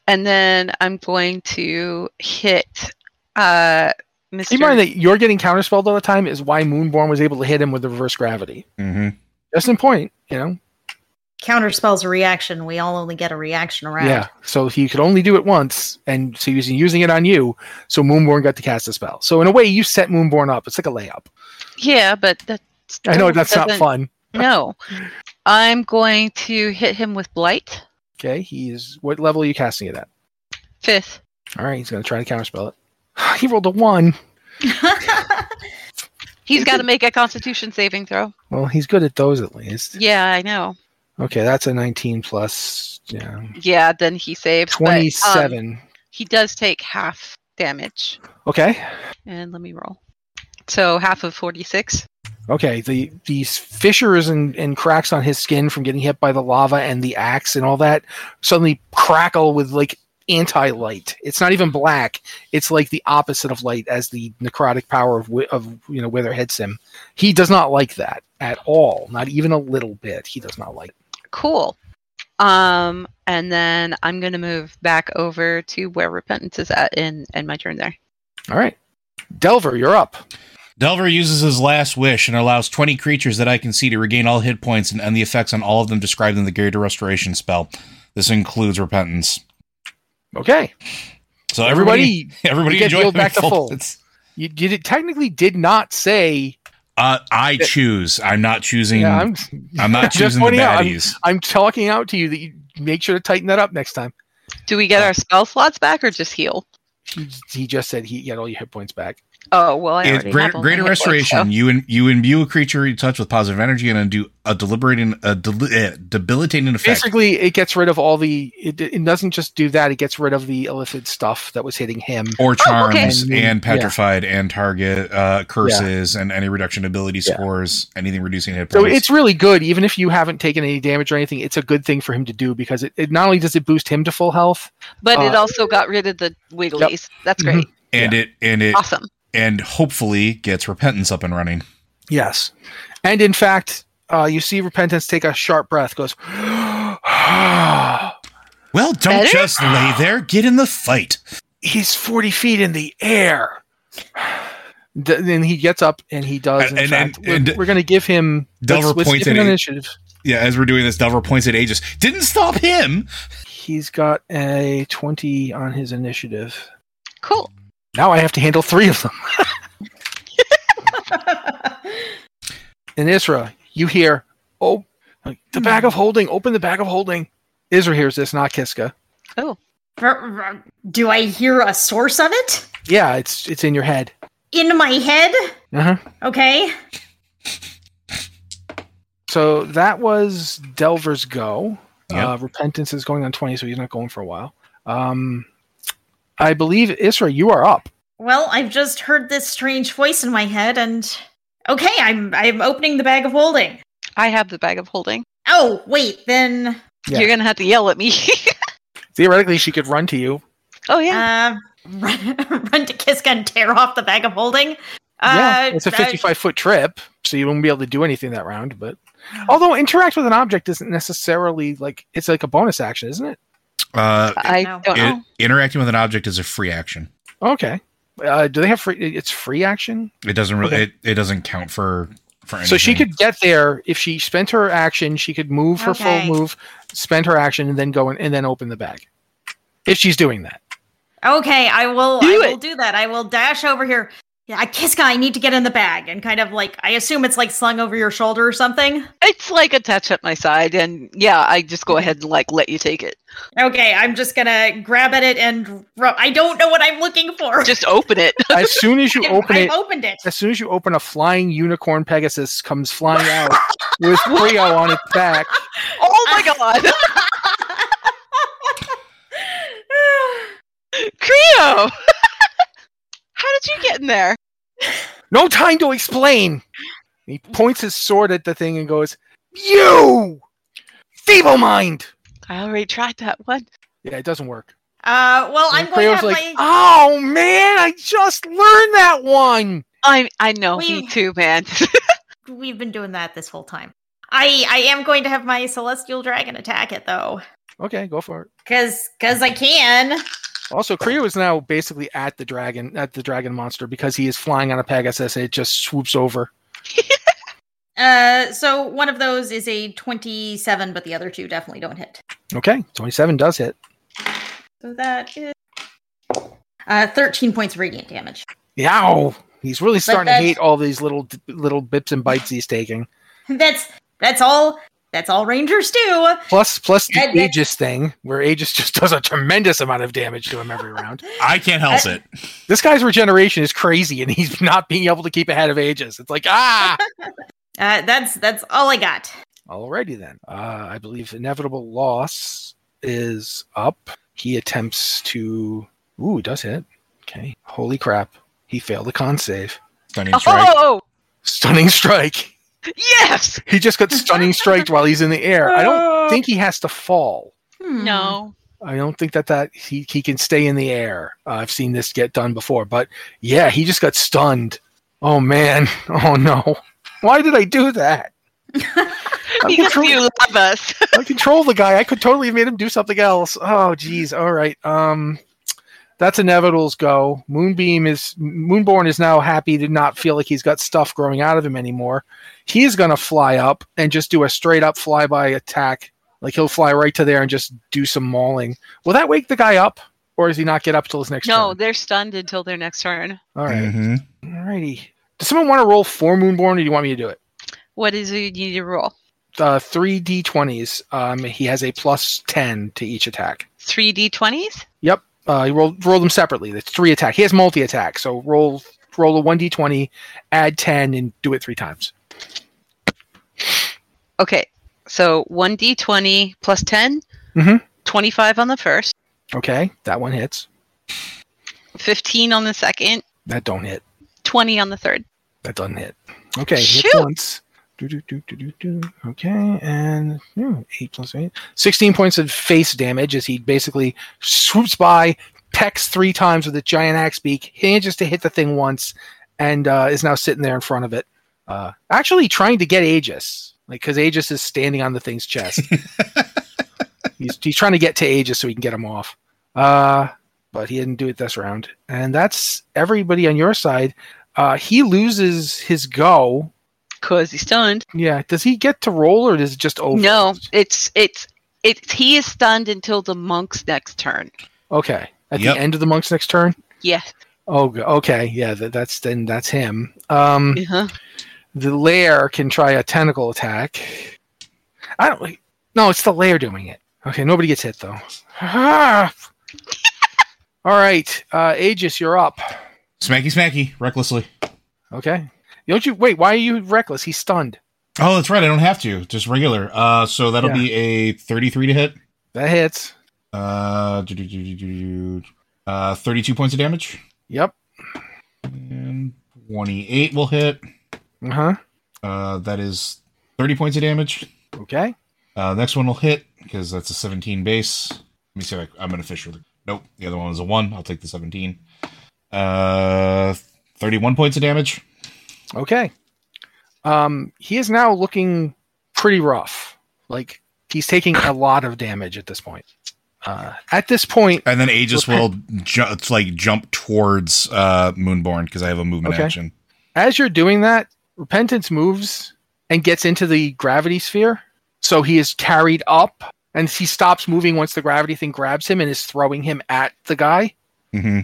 [SPEAKER 4] And then I'm going to hit, uh, Mr.
[SPEAKER 3] Keep in mind that you're getting counterspelled all the time is why Moonborn was able to hit him with the reverse gravity.
[SPEAKER 5] mm-hmm.
[SPEAKER 3] Just in point, you know.
[SPEAKER 6] Counter spells a reaction. We all only get a reaction around.
[SPEAKER 3] Yeah. So he could only do it once, and so he was using it on you. So Moonborn got to cast a spell. So in a way, you set Moonborn up. It's like a layup.
[SPEAKER 4] yeah, but that's
[SPEAKER 3] I know
[SPEAKER 4] still
[SPEAKER 3] that's not
[SPEAKER 4] doesn't-
[SPEAKER 3] fun.
[SPEAKER 4] No. I'm going to hit him with Blight.
[SPEAKER 3] Okay. He's what level are you casting it at?
[SPEAKER 4] Fifth.
[SPEAKER 3] All right. He's going to try to counterspell it. he rolled a one.
[SPEAKER 4] He's got to make a constitution saving throw.
[SPEAKER 3] Well, he's good at those at least.
[SPEAKER 4] Yeah, um, I know.
[SPEAKER 3] Okay, that's a 19 plus yeah,
[SPEAKER 4] Yeah, then he saves. but, um,
[SPEAKER 3] 27.
[SPEAKER 4] he does take half damage.
[SPEAKER 3] okay.
[SPEAKER 4] And let me roll. So half of 46.
[SPEAKER 3] Okay, the these fissures and, and cracks on his skin from getting hit by the lava and the axe and all that suddenly crackle with like anti light. It's not even black. It's like the opposite of light as the necrotic power of wi- of you know wither hits him. He does not like that at all. Not even a little bit. He does not like. It.
[SPEAKER 4] Cool. Um, and then I'm going to move back over to where repentance is at in, in my turn there.
[SPEAKER 3] All right, Delver, you're up.
[SPEAKER 5] Delver uses his last wish and allows 20 creatures that I can see to regain all hit points and end the effects on all of them described in the Greater Restoration spell. This includes repentance.
[SPEAKER 3] Okay,
[SPEAKER 5] So everybody,
[SPEAKER 3] Everybody,
[SPEAKER 5] everybody,
[SPEAKER 3] you get
[SPEAKER 5] enjoy
[SPEAKER 3] healed back to
[SPEAKER 5] full-
[SPEAKER 3] full.
[SPEAKER 5] it's-
[SPEAKER 3] you, you did, technically did not say.
[SPEAKER 5] Uh, I choose. I'm not choosing.
[SPEAKER 3] Yeah,
[SPEAKER 5] I'm,
[SPEAKER 3] I'm,
[SPEAKER 5] not
[SPEAKER 3] just
[SPEAKER 5] choosing the
[SPEAKER 3] pointing out, I'm-
[SPEAKER 5] baddies.
[SPEAKER 3] I'm talking out to you that you make sure to tighten that up next time.
[SPEAKER 5] Uh,
[SPEAKER 4] Do we get our spell slots back or just heal?
[SPEAKER 3] He, he just said he got all your hit points back.
[SPEAKER 4] Oh well, I
[SPEAKER 5] It's
[SPEAKER 4] already have
[SPEAKER 5] greater,
[SPEAKER 4] all
[SPEAKER 5] greater
[SPEAKER 4] my hit points,
[SPEAKER 5] restoration.
[SPEAKER 4] so-
[SPEAKER 5] You in, you imbue a creature you touch with positive energy and undo a deliberating a deli- eh, debilitating effect.
[SPEAKER 3] Basically, it gets rid of all the. It, it doesn't just do that; it gets rid of the illithid stuff that was hitting him.
[SPEAKER 5] or
[SPEAKER 4] Oh, okay.
[SPEAKER 5] charms and petrified and target uh, curses and any reduction ability
[SPEAKER 3] Yeah.
[SPEAKER 5] scores, anything reducing hit
[SPEAKER 3] So
[SPEAKER 5] points.
[SPEAKER 3] it's really good, even if you haven't taken any damage or anything. It's a good thing for him to do because it, it not only does it boost him to full health.
[SPEAKER 4] but it
[SPEAKER 3] uh, Mm-hmm.
[SPEAKER 4] also got rid of the wigglies. That's great.
[SPEAKER 5] and it and it
[SPEAKER 4] Awesome.
[SPEAKER 5] and hopefully gets repentance up and running.
[SPEAKER 3] Yes, and in fact, uh, you see Repentance take a sharp breath, goes,
[SPEAKER 5] Well, don't
[SPEAKER 4] Better?
[SPEAKER 5] just lay there. Get in the fight.
[SPEAKER 3] "He's forty feet in the air." Th- Then he gets up and he does. In
[SPEAKER 5] And- and-
[SPEAKER 3] fact, we're,
[SPEAKER 5] and-
[SPEAKER 3] we're going to give him.
[SPEAKER 5] Delver
[SPEAKER 3] let's- let's
[SPEAKER 5] points
[SPEAKER 3] give
[SPEAKER 5] at
[SPEAKER 3] him
[SPEAKER 5] it.
[SPEAKER 3] initiative.
[SPEAKER 5] Yeah, as we're doing this, Delver points at Aegis. Didn't stop him.
[SPEAKER 3] He's got a 20 on his initiative.
[SPEAKER 4] Cool.
[SPEAKER 3] Now I have to handle three of them. and Isra, you hear, oh, the bag of holding, open the bag of holding. Isra hears this, not Kiska.
[SPEAKER 6] R- r- Do I hear a source of it
[SPEAKER 3] Yeah, it's it's in your head.
[SPEAKER 6] in my head?
[SPEAKER 3] Uh-huh.
[SPEAKER 6] Okay.
[SPEAKER 3] So that was Delver's go.
[SPEAKER 5] Yep.
[SPEAKER 3] Uh, Repentance is going on 20, so he's not going for a while. Um, I believe, Isra, you are up.
[SPEAKER 6] Well, I've just heard this strange voice in my head, and okay, I'm I'm opening the bag of holding.
[SPEAKER 4] I have the bag of holding.
[SPEAKER 6] Oh wait, then
[SPEAKER 3] Yeah.
[SPEAKER 4] You're gonna have to yell at me.
[SPEAKER 3] Theoretically, she could run to you.
[SPEAKER 4] oh yeah.
[SPEAKER 6] uh, run, run to Kiska and tear off the bag of holding.
[SPEAKER 3] yeah,
[SPEAKER 6] Uh,
[SPEAKER 3] it's a
[SPEAKER 6] I-
[SPEAKER 3] 55 foot trip, so you won't be able to do anything that round. But although interact with an object isn't necessarily like it's like a bonus action, isn't it?
[SPEAKER 5] Uh,
[SPEAKER 4] I
[SPEAKER 6] No.
[SPEAKER 4] don't
[SPEAKER 5] it-
[SPEAKER 4] know.
[SPEAKER 5] interacting with an object is a free action.
[SPEAKER 3] Okay. Uh, do they have free? It's free action,
[SPEAKER 5] It doesn't really.
[SPEAKER 3] Okay.
[SPEAKER 5] It, it doesn't count for for anything.
[SPEAKER 3] so she could get there if she spent her action. She could move her
[SPEAKER 6] Okay.
[SPEAKER 3] full move, spend her action, and then go in, and then open the bag. If she's doing that,
[SPEAKER 6] Okay, I will.
[SPEAKER 4] Do
[SPEAKER 6] I
[SPEAKER 4] it.
[SPEAKER 6] will do that. I will dash over here. Yeah, I- Kiska, I need to get in the bag and kind of like I assume it's like slung over your shoulder or something.
[SPEAKER 4] It's like attached at my side, and yeah, I just go ahead and like let you take it.
[SPEAKER 6] Okay, I'm just gonna grab at it and rub. I don't know what I'm looking for.
[SPEAKER 4] Just open it.
[SPEAKER 3] as soon as you open
[SPEAKER 6] I
[SPEAKER 3] it,
[SPEAKER 6] opened it.
[SPEAKER 3] as soon as you open, a flying unicorn Pegasus comes flying out with Cleo on its back.
[SPEAKER 4] oh my god, Creo! How did you get in there?
[SPEAKER 3] No time to explain. He points his sword at the thing and goes, "You, feeble mind."
[SPEAKER 4] I already tried that one.
[SPEAKER 3] Yeah, it doesn't work.
[SPEAKER 6] uh, well, I'm
[SPEAKER 3] And
[SPEAKER 6] going to
[SPEAKER 3] Creo's
[SPEAKER 6] have my.
[SPEAKER 3] like, "Oh man, I just learned that one."
[SPEAKER 4] I I know me
[SPEAKER 6] We've-
[SPEAKER 4] too, man.
[SPEAKER 6] We've been doing that this whole time. I I am going to have my celestial dragon attack it though,
[SPEAKER 3] Okay, go for it.
[SPEAKER 6] because because I can.
[SPEAKER 3] Also, Creo is now basically at the dragon, at the dragon monster, because he is flying on a Pegasus and it just swoops over.
[SPEAKER 6] Uh, so one of those is a twenty-seven, but the other two definitely don't hit.
[SPEAKER 3] Okay, twenty-seven does hit.
[SPEAKER 6] So that is uh, 13 points of radiant damage.
[SPEAKER 3] Yow! He's really starting to
[SPEAKER 6] that's-
[SPEAKER 3] hate all these little little bips and bites he's taking.
[SPEAKER 6] That's that's all. That's all rangers do. Uh,
[SPEAKER 3] Plus, plus the
[SPEAKER 6] And that's-
[SPEAKER 3] Aegis thing, where Aegis just does a tremendous amount of damage to him every round.
[SPEAKER 5] I can't help
[SPEAKER 6] I-
[SPEAKER 5] it.
[SPEAKER 3] This guy's regeneration is crazy, and he's not being able to keep ahead of ages. It's like ah.
[SPEAKER 6] Uh, that's that's all I got.
[SPEAKER 3] Alrighty then. Uh, I believe inevitable loss is up. He attempts to. Ooh, it does hit. Okay. Holy crap! He failed the con save.
[SPEAKER 5] Stunning strike.
[SPEAKER 4] oh
[SPEAKER 3] Stunning strike.
[SPEAKER 4] yes.
[SPEAKER 3] He just got stunning striked while he's in the air. I don't think he has to fall.
[SPEAKER 4] No.
[SPEAKER 3] I don't think that that he, he can stay in the air. Uh, I've seen this get done before, but yeah, he just got stunned. Oh man! Oh no! Why did I do that? I'm
[SPEAKER 4] Because
[SPEAKER 3] control-
[SPEAKER 4] you love us.
[SPEAKER 3] I control the guy. I could totally have made him do something else. Oh, geez. All right. Um, that's inevitable's go. Moonbeam is Moonborn is now happy to not feel like he's got stuff growing out of him anymore. He's gonna fly up and just do a straight up flyby attack. Like he'll fly right to there and just do some mauling. Will that wake the guy up, or does he not get up till his next
[SPEAKER 4] No,
[SPEAKER 3] turn?
[SPEAKER 4] they're stunned until their next turn.
[SPEAKER 3] All right.
[SPEAKER 5] Mhm.
[SPEAKER 3] All righty. Does someone want to roll for Moonborn, or do you want me to do it?
[SPEAKER 4] What is it you need to roll?
[SPEAKER 3] Uh, three d20s. Um, he has a plus ten to each attack.
[SPEAKER 4] Three d twenties.
[SPEAKER 3] Yep. Uh, he rolled rolled them separately. That's three attack. He has multi attack, so roll roll a 1d20, add 10, and do it three times.
[SPEAKER 4] Okay. So 1d20 plus 10,
[SPEAKER 3] Mhm.
[SPEAKER 4] 25 on the first,
[SPEAKER 3] Okay, that one hits.
[SPEAKER 4] 15 on the second,
[SPEAKER 3] That don't hit.
[SPEAKER 4] 20 on the third.
[SPEAKER 3] That doesn't hit. Okay, hit
[SPEAKER 4] Shoot!
[SPEAKER 3] once. Do, do, do, do, do, do. Okay, and yeah, 8 plus 8. 16 points of face damage as he basically swoops by, pecks three times with a giant axe beak, manages to hit the thing once, and uh, is now sitting there in front of it. Uh, actually, trying to get Aegis, like because Aegis is standing on the thing's chest. he's, he's trying to get to Aegis so he can get him off. Uh, but he didn't do it this round. And that's everybody on your side. Uh, he loses his go.
[SPEAKER 4] Cause he's stunned.
[SPEAKER 3] Yeah. Does he get to roll or is it just over?
[SPEAKER 4] No, it's it's it's he is stunned until the monk's next turn.
[SPEAKER 3] Okay. At
[SPEAKER 5] Yep.
[SPEAKER 3] the end of the monk's next turn.
[SPEAKER 4] Yes.
[SPEAKER 3] Oh, go- okay. Yeah. That, that's then that's him. Um,
[SPEAKER 4] Uh-huh.
[SPEAKER 3] the lair can try a tentacle attack. I don't. No, it's the lair doing it. Okay. Nobody gets hit though. All right, uh, Aegis, you're up.
[SPEAKER 5] Smacky, smacky, recklessly.
[SPEAKER 3] Okay. Don't you wait? Why are you reckless? He's stunned.
[SPEAKER 5] Oh, that's right. I don't have to. Just regular. Uh, so that'll
[SPEAKER 3] Yeah.
[SPEAKER 5] be a 33 to hit.
[SPEAKER 3] That hits.
[SPEAKER 5] Uh, do, do, do, do, do, do. uh, 32 points of damage.
[SPEAKER 3] Yep.
[SPEAKER 5] And 28 will hit.
[SPEAKER 3] Uh huh.
[SPEAKER 5] Uh, that is 30 points of damage.
[SPEAKER 3] Okay.
[SPEAKER 5] Uh, next one will hit because that's a 17 base. Let me see if I, I'm going to fish with it. Nope. The other one was a 1. I'll take the 17. Uh, 31 points of damage.
[SPEAKER 3] Okay. Um, he is now looking pretty rough. Like he's taking a lot of damage at this point. Uh, at this point,
[SPEAKER 5] And then Aegis will ju- it's like jump towards uh, Moonborn because I have a movement
[SPEAKER 3] Okay.
[SPEAKER 5] action.
[SPEAKER 3] as you're doing that, Repentance moves and gets into the gravity sphere. So he is carried up and he stops moving once the gravity thing grabs him and is throwing him at the guy.
[SPEAKER 5] hmm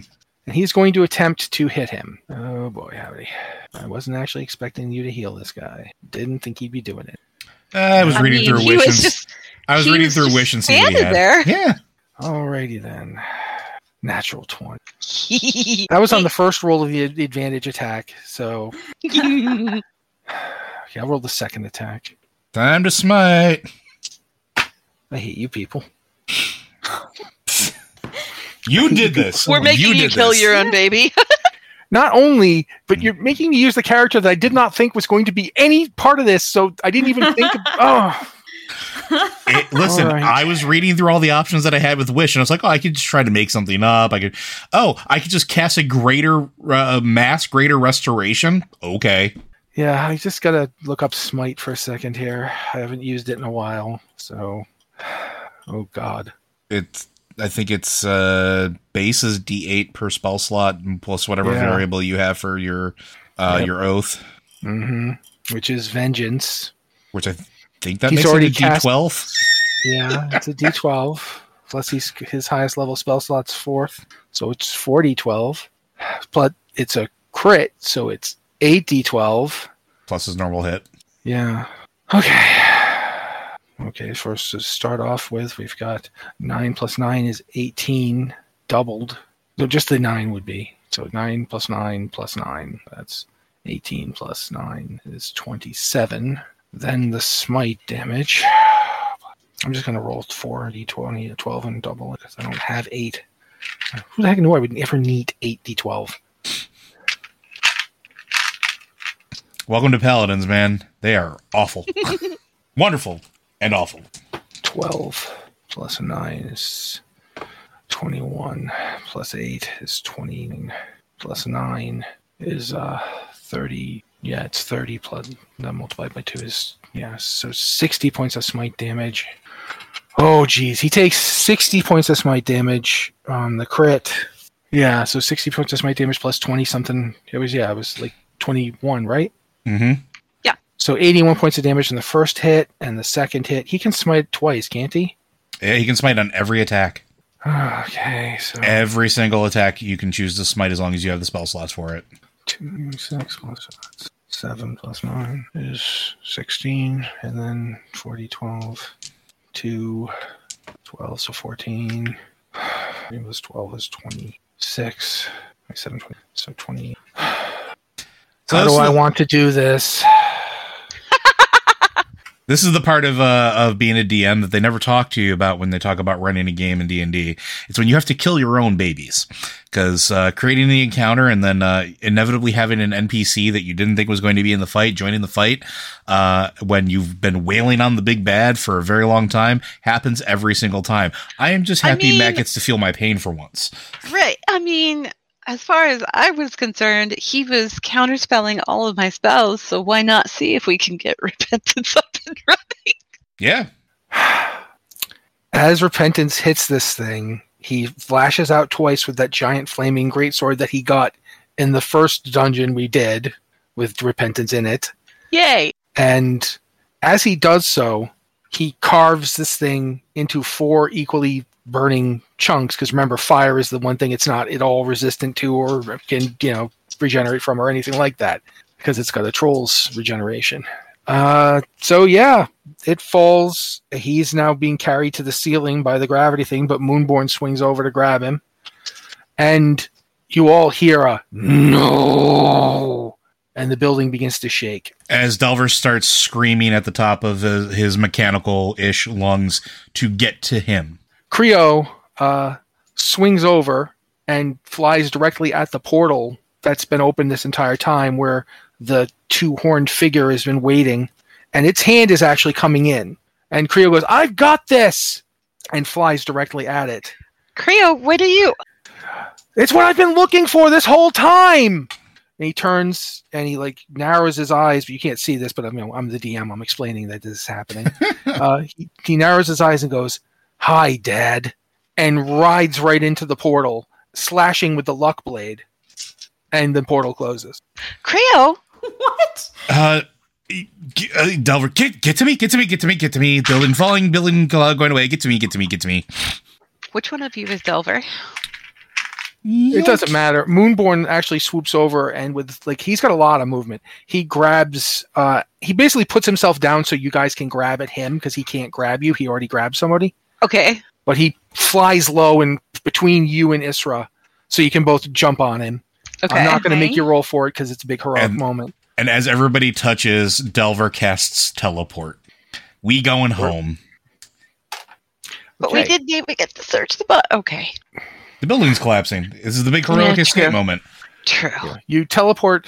[SPEAKER 3] And he's going to attempt to hit him. Oh boy, howdy. I wasn't actually expecting you to heal this guy. Didn't think he'd be doing it.
[SPEAKER 5] I was
[SPEAKER 4] I
[SPEAKER 5] reading
[SPEAKER 4] mean,
[SPEAKER 5] through
[SPEAKER 4] he
[SPEAKER 5] wish.
[SPEAKER 4] was
[SPEAKER 5] and-
[SPEAKER 4] just
[SPEAKER 5] I was
[SPEAKER 4] he
[SPEAKER 5] reading
[SPEAKER 4] was
[SPEAKER 5] through
[SPEAKER 4] just
[SPEAKER 5] wish and see what he
[SPEAKER 4] standing
[SPEAKER 5] had.
[SPEAKER 4] there.
[SPEAKER 5] Yeah.
[SPEAKER 3] Alrighty then. Natural 20. That was on the first roll of the, the advantage attack. So okay, I rolled the second attack.
[SPEAKER 5] Time to smite.
[SPEAKER 3] I hate you people.
[SPEAKER 5] You did this.
[SPEAKER 4] We're making you,
[SPEAKER 5] did
[SPEAKER 4] kill
[SPEAKER 5] this.
[SPEAKER 4] your own baby.
[SPEAKER 3] Not only, but you're making me use the character that I did not think was going to be any part of this. So I didn't even think. Of, oh,
[SPEAKER 5] It- listen,
[SPEAKER 3] All right.
[SPEAKER 5] I was reading through all the options that I had with Wish, and I was like, oh, I could just try to make something up. I could, oh, I could just cast a greater uh, mass, greater restoration. Okay.
[SPEAKER 3] yeah. I just gotta look up smite for a second here. I haven't used it in a while. So, oh god.
[SPEAKER 5] It's, I think it's uh, base is D8 per spell slot and plus whatever
[SPEAKER 3] Yeah.
[SPEAKER 5] variable you have for your uh,
[SPEAKER 3] Yep.
[SPEAKER 5] your oath,
[SPEAKER 3] hmm Which is vengeance.
[SPEAKER 5] which I th- think that
[SPEAKER 3] He's
[SPEAKER 5] makes
[SPEAKER 3] already
[SPEAKER 5] it a
[SPEAKER 3] cast-
[SPEAKER 5] D12.
[SPEAKER 3] Yeah, it's a D12. Plus, he's his highest level spell slot's fourth, so it's four D12. But it's a crit, so it's eight D12.
[SPEAKER 5] Plus his normal hit.
[SPEAKER 3] Yeah. Okay. Okay. First, to start off with, we've got nine plus nine is eighteen, doubled. No, just the nine would be so nine plus nine plus nine. That's eighteen plus nine is twenty-seven. Then the smite damage. I'm just gonna roll four d20, twelve, and double it because I don't have eight. Who the heck knew I would ever need eight d12?
[SPEAKER 5] Welcome to Paladins, man. They are awful. Wonderful and awful.
[SPEAKER 3] 12 plus 9 is 21 plus 8 is 20 plus 9 is uh 30 yeah it's 30 plus that multiplied by 2 is yeah so 60 points of smite damage oh geez he takes 60 points of smite damage on the crit yeah so 60 points of smite damage plus 20 something it was yeah it was like 21 right
[SPEAKER 5] Mm-hmm.
[SPEAKER 3] so 81 points of damage in the first hit and the second hit he can smite twice can't he Ah,
[SPEAKER 5] Yeah, he can smite on every attack.
[SPEAKER 3] Okay, so
[SPEAKER 5] Every single attack you can choose to smite as long as you have the spell slots for it.
[SPEAKER 3] two, six plus seven plus nine is sixteen, and then 40, 12, 2, 12, so fourteen. It was twelve is twenty six. Seven twenty, so twenty.
[SPEAKER 5] So
[SPEAKER 3] How
[SPEAKER 5] this
[SPEAKER 3] do
[SPEAKER 5] is
[SPEAKER 3] I
[SPEAKER 5] the-
[SPEAKER 3] want to do this?
[SPEAKER 5] This is the part of uh, of being a DM that they never talk to you about when they talk about running a game in D anD D. It's when you have to kill your own babies because uh, creating the encounter and then uh, inevitably having an NPC that you didn't think was going to be in the fight joining the fight uh, when you've been wailing on the big bad for a very long time happens every single time. I am just
[SPEAKER 4] I
[SPEAKER 5] happy
[SPEAKER 4] mean-
[SPEAKER 5] Matt gets to feel my pain for once.
[SPEAKER 4] Right. I mean, as far as I was concerned, he was counterspelling all of my spells, so why not see if we can get repentance up and running?
[SPEAKER 5] Yeah,
[SPEAKER 3] As repentance hits this thing, he flashes out twice with that giant flaming greatsword that he got in the first dungeon we did with repentance in it.
[SPEAKER 4] Yay!
[SPEAKER 3] And as he does so, he carves this thing into four equally burning chunks. Because remember, fire is the one thing it's not at all resistant to or can, you know, regenerate from or anything like that. Because it's got a troll's regeneration. Uh, so yeah, it falls. He's now being carried to the ceiling by the gravity thing, but Moonborn swings over to grab him. And you all hear a no. And the building begins to shake.
[SPEAKER 5] as Delver starts screaming at the top of his, his mechanical ish lungs to get to him.
[SPEAKER 3] Creo uh, swings over and flies directly at the portal that's been open this entire time, where the two horned figure has been waiting, and its hand is actually coming in. And Creo goes, "I've got this," and flies directly at it.
[SPEAKER 4] Creo, what are you?
[SPEAKER 3] It's what I've been looking for this whole time. And he turns and he like narrows his eyes, but you can't see this. But I'm, you know, I'm the DM. I'm explaining that this is happening. uh, he, he narrows his eyes and goes, "Hi, Dad," and rides right into the portal, slashing with the luck blade, and the portal closes.
[SPEAKER 4] Creo?
[SPEAKER 6] What?
[SPEAKER 5] Uh, g- uh, Delver, get get to me, get to me, get to me, get to me. Building falling, building uh, going away. Get to me, get to me, get to me.
[SPEAKER 4] Which one of you is Delver?
[SPEAKER 3] It doesn't matter. Moonborn actually swoops over and with like he's got a lot of movement. He grabs. Uh, he basically puts himself down so you guys can grab at him because he can't grab you. He already grabbed somebody.
[SPEAKER 4] Okay.
[SPEAKER 3] but he flies low and between you and Isra, so you can both jump on him.
[SPEAKER 4] Okay.
[SPEAKER 3] I'm not going to make
[SPEAKER 6] Okay.
[SPEAKER 3] you roll for it because it's a big heroic
[SPEAKER 5] And-
[SPEAKER 3] moment.
[SPEAKER 5] And as everybody touches, Delver casts teleport. We going home.
[SPEAKER 4] But we
[SPEAKER 3] Okay.
[SPEAKER 4] did need we get to search the butt. Okay.
[SPEAKER 5] The building's collapsing. This is the big heroic
[SPEAKER 4] Yeah,
[SPEAKER 5] escape
[SPEAKER 4] true.
[SPEAKER 5] moment.
[SPEAKER 4] True.
[SPEAKER 3] You teleport,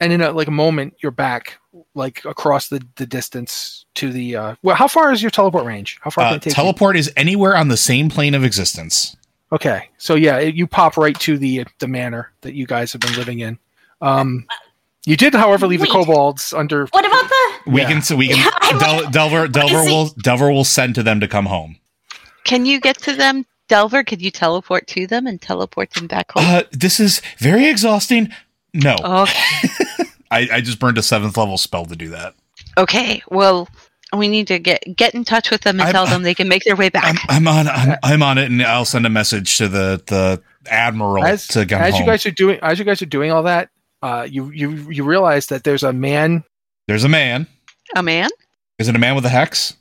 [SPEAKER 3] and in a, like a moment, you're back, like across the, the distance to the. Uh, well, how far is your teleport range? How far can
[SPEAKER 5] Uh,
[SPEAKER 3] it take?
[SPEAKER 5] teleport is anywhere on the same plane of existence.
[SPEAKER 3] you? Okay, so yeah, it, you pop right to the the manor that you guys have been living in. Um, you did, however, leave
[SPEAKER 6] Wait.
[SPEAKER 3] the kobolds under.
[SPEAKER 6] What about the?
[SPEAKER 5] We
[SPEAKER 3] Yeah.
[SPEAKER 5] can so we can
[SPEAKER 6] Yeah, I'm
[SPEAKER 5] Del-
[SPEAKER 6] like,
[SPEAKER 5] Delver Delver
[SPEAKER 6] is he-
[SPEAKER 5] will Delver will send to them to come home.
[SPEAKER 4] Can you get to them? Delver, could you teleport to them and teleport them back home? Oh,
[SPEAKER 5] Uh, this is very exhausting. No,
[SPEAKER 4] okay.
[SPEAKER 5] I, I just burned a seventh level spell to do that.
[SPEAKER 4] Okay. Well, we need to get get in touch with them and
[SPEAKER 5] I'm-
[SPEAKER 4] tell them they can make their way back.
[SPEAKER 5] I'm, I'm on. I'm, I'm on it, and I'll send a message to the the admiral
[SPEAKER 3] as,
[SPEAKER 5] to come
[SPEAKER 3] as
[SPEAKER 5] home.
[SPEAKER 3] you guys are doing as you guys are doing all that, uh, you you you realize that there's a man
[SPEAKER 5] There's a man.
[SPEAKER 4] a man?
[SPEAKER 5] Is it a man with a hex?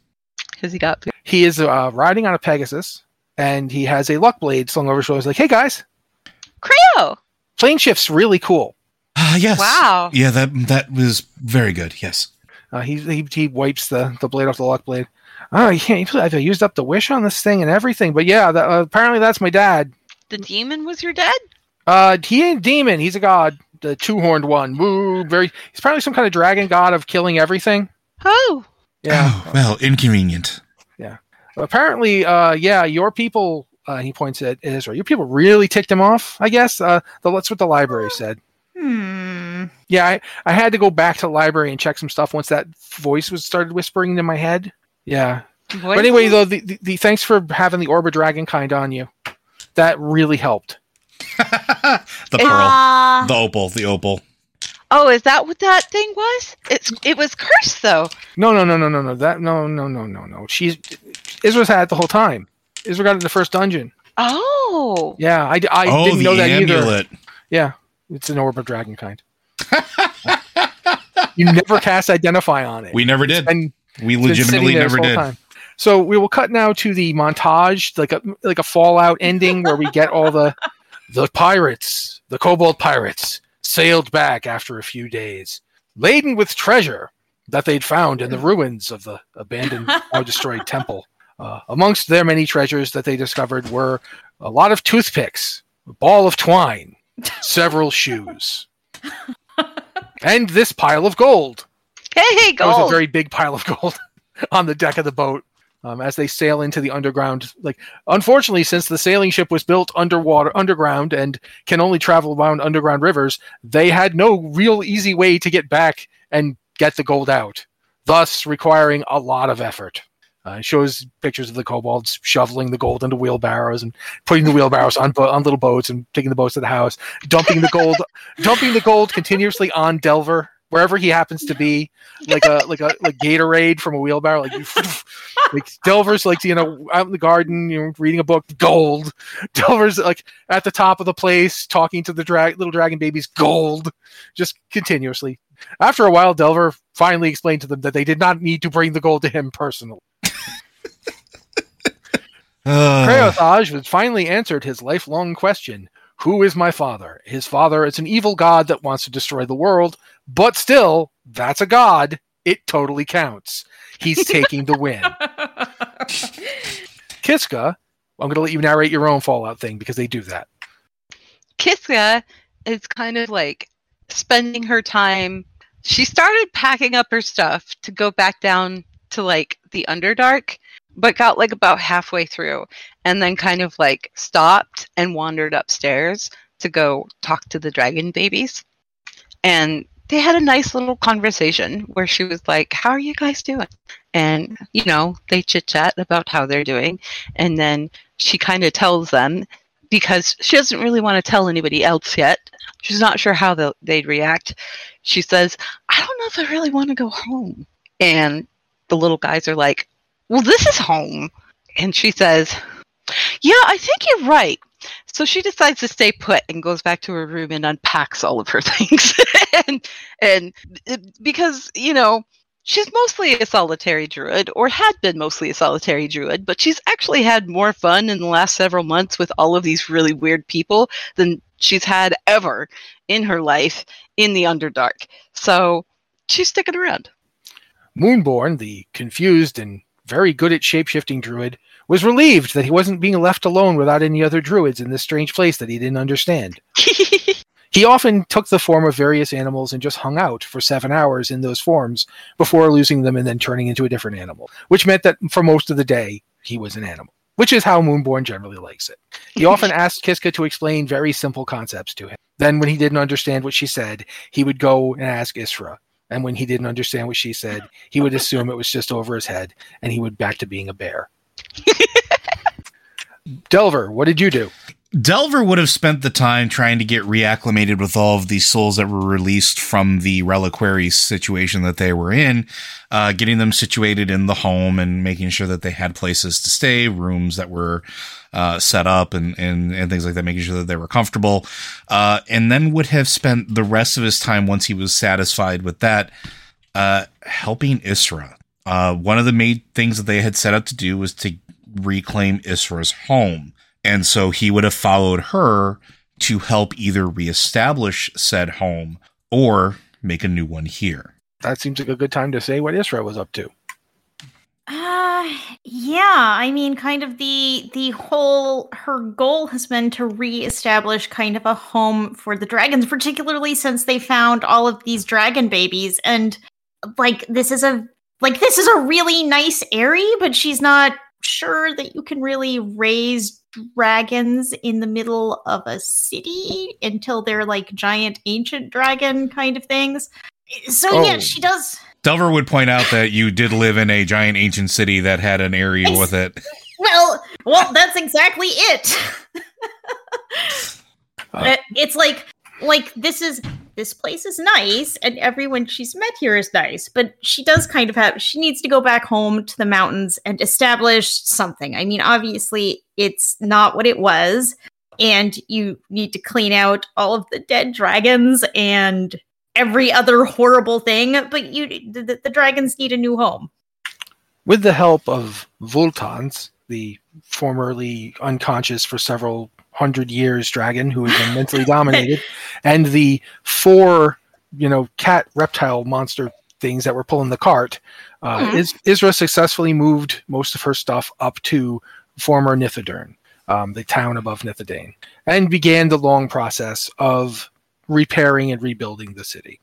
[SPEAKER 4] Has he got
[SPEAKER 3] he is uh, riding on a Pegasus and he has a luck blade slung over his shoulder. He's like, hey guys,
[SPEAKER 4] Creo?
[SPEAKER 3] plane shift's really cool.
[SPEAKER 5] Ah, yes.
[SPEAKER 4] Wow.
[SPEAKER 5] Yeah, that that was very good. Yes.
[SPEAKER 3] Uh, he, he he wipes the, the blade off the luck blade. Oh, yeah, I've used up the wish on this thing and everything. But yeah, that, uh, apparently that's my dad.
[SPEAKER 4] The demon was your dad?
[SPEAKER 3] Uh, he ain't demon. He's a god, the two horned one. Woo, very. He's probably some kind of dragon god of killing everything.
[SPEAKER 4] Oh.
[SPEAKER 3] Yeah.
[SPEAKER 5] Oh, well, inconvenient.
[SPEAKER 3] apparently, uh, yeah, your people. Uh, he points at Israel. Your people really ticked him off. I guess uh, the, that's what the library said.
[SPEAKER 6] Hmm.
[SPEAKER 3] Yeah, I, I had to go back to the library and check some stuff once that voice was started whispering into my head. Yeah.
[SPEAKER 4] What
[SPEAKER 3] but anyway, though, the, the, the thanks for having the Orba Dragon kind on you. That really helped.
[SPEAKER 5] The pearl,
[SPEAKER 6] Uh,
[SPEAKER 5] the opal, the opal.
[SPEAKER 4] Oh, is that what that thing was? It's it was cursed though.
[SPEAKER 3] No, no, no, no, no, no. That no, no, no, no, no. She's Israel's had it the whole time. Israel got it in the first dungeon.
[SPEAKER 4] Oh.
[SPEAKER 3] Yeah, I, I
[SPEAKER 5] oh,
[SPEAKER 3] didn't
[SPEAKER 5] the
[SPEAKER 3] know that either.
[SPEAKER 5] amulet.
[SPEAKER 3] Yeah, it's an Orb of Dragon kind. you never cast Identify on it.
[SPEAKER 5] We never did.
[SPEAKER 3] and
[SPEAKER 5] we
[SPEAKER 3] It's been sitting
[SPEAKER 5] legitimately
[SPEAKER 3] there this
[SPEAKER 5] never did.
[SPEAKER 3] whole time. So we will cut now to the montage, like a like a Fallout ending where we get all the the pirates, the Cobalt pirates, sailed back after a few days, laden with treasure that they'd found in the ruins of the abandoned or destroyed temple. Uh, amongst their many treasures that they discovered were a lot of toothpicks, a ball of twine, several shoes, and this pile of gold.
[SPEAKER 4] Hey, hey,
[SPEAKER 3] There was
[SPEAKER 4] gold.
[SPEAKER 3] a very big pile of gold on the deck of the boat um, as they sail into the underground. Like, unfortunately, since the sailing ship was built underwater, underground, and can only travel around underground rivers, they had no real easy way to get back and get the gold out, thus requiring a lot of effort. Uh, it shows pictures of the kobolds shoveling the gold into wheelbarrows and putting the wheelbarrows on bo- on little boats and taking the boats to the house, dumping the gold, dumping the gold continuously on Delver wherever he happens to be, like a like a like Gatorade from a wheelbarrow, like like Delver's like you know out in the garden, you know, reading a book, gold. Delver's like at the top of the place talking to the drag little dragon babies, gold, just continuously. After a while, Delver finally explained to them that they did not need to bring the gold to him personally.
[SPEAKER 5] Uh,
[SPEAKER 3] Kreothage was finally answered his lifelong question Who is my father? His father is an evil god that wants to destroy the world, but still, that's a god. It totally counts. He's taking the win. Kiska, I'm going to let you narrate your own Fallout thing because they do that.
[SPEAKER 4] Kiska is kind of like spending her time. She started packing up her stuff to go back down to like the Underdark, but got like about halfway through and then kind of like stopped and wandered upstairs to go talk to the dragon babies. And they had a nice little conversation where she was like, How are you guys doing? And, you know, they chit chat about how they're doing. And then she kind of tells them because she doesn't really want to tell anybody else yet. She's not sure how they'll- they'd react. She says, I don't know if I really want to go home. And the little guys are like, Well, this is home. And she says, Yeah, I think you're right. So she decides to stay put and goes back to her room and unpacks all of her things. and and it- because, you know, she's mostly a solitary druid or had been mostly a solitary druid but she's actually had more fun in the last several months with all of these really weird people than she's had ever in her life in the underdark so she's sticking around
[SPEAKER 3] Moonborn, the confused and very good at shapeshifting druid, was relieved that he wasn't being left alone without any other druids in this strange place that he didn't understand. He often took the form of various animals and just hung out for seven hours in those forms before losing them and then turning into a different animal, which meant that for most of the day, he was an animal, which is how Moonborn generally likes it. He often asked Kiska to explain very simple concepts to him. Then, when he didn't understand what she said, he would go and ask Isra. And when he didn't understand what she said, he would assume it was just over his head and he would back to being a bear. Delver, what did you do?
[SPEAKER 5] Delver would have spent the time trying to get reacclimated with all of the souls that were released from the reliquary situation that they were in, uh, getting them situated in the home and making sure that they had places to stay, rooms that were uh, set up, and, and and things like that, making sure that they were comfortable, uh, and then would have spent the rest of his time once he was satisfied with that uh, helping Isra. Uh, one of the main things that they had set up to do was to reclaim Isra's home. And so he would have followed her to help either reestablish said home or make a new one here.
[SPEAKER 3] That seems like a good time to say what Isra was up to.
[SPEAKER 6] Uh, yeah, I mean, kind of the the whole her goal has been to reestablish kind of a home for the dragons, particularly since they found all of these dragon babies, and like this is a like this is a really nice area, but she's not sure that you can really raise dragons in the middle of a city until they're like giant ancient dragon kind of things. So yeah,
[SPEAKER 3] Oh.
[SPEAKER 6] she does.
[SPEAKER 5] Delver would point out that you did live in a giant ancient city that had an area with it.
[SPEAKER 6] Well, well, that's exactly it. Uh, it's like like this is this place is nice and everyone she's met here is nice, but she does kind of have she needs to go back home to the mountains and establish something. I mean, obviously it's not what it was and you need to clean out all of the dead dragons and every other horrible thing, but you the, the dragons need a new home.
[SPEAKER 3] with the help of Vultans, the formerly unconscious for several hundred years dragon who has been mentally dominated, and the four you know cat reptile monster things that were pulling the cart. Uh,
[SPEAKER 6] Mhm.
[SPEAKER 3] Is- Isra successfully moved most of her stuff up to former Nithidern, um, the town above Nithidane, and began the long process of repairing and rebuilding the city.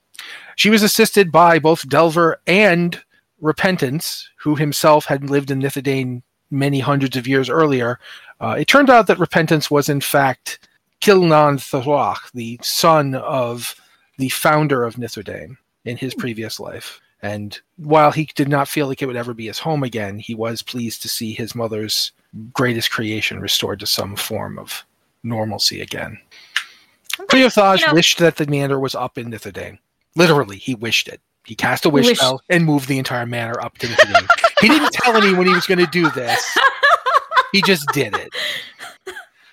[SPEAKER 3] She was assisted by both Delver and Repentance, who himself had lived in Nithidane many hundreds of years earlier. Uh, it turned out that Repentance was, in fact, Kilnan Throach, the son of the founder of Nithidane in his previous life. And while he did not feel like it would ever be his home again, he was pleased to see his mother's greatest creation restored to some form of normalcy again. Cleothage
[SPEAKER 6] you know-
[SPEAKER 3] wished that the manor was up in Nithidane. Literally, he wished it. He cast a wish
[SPEAKER 6] Wished.
[SPEAKER 3] spell and moved the entire manor up to Nithidane. he didn't tell anyone he was going to do this. He just did it.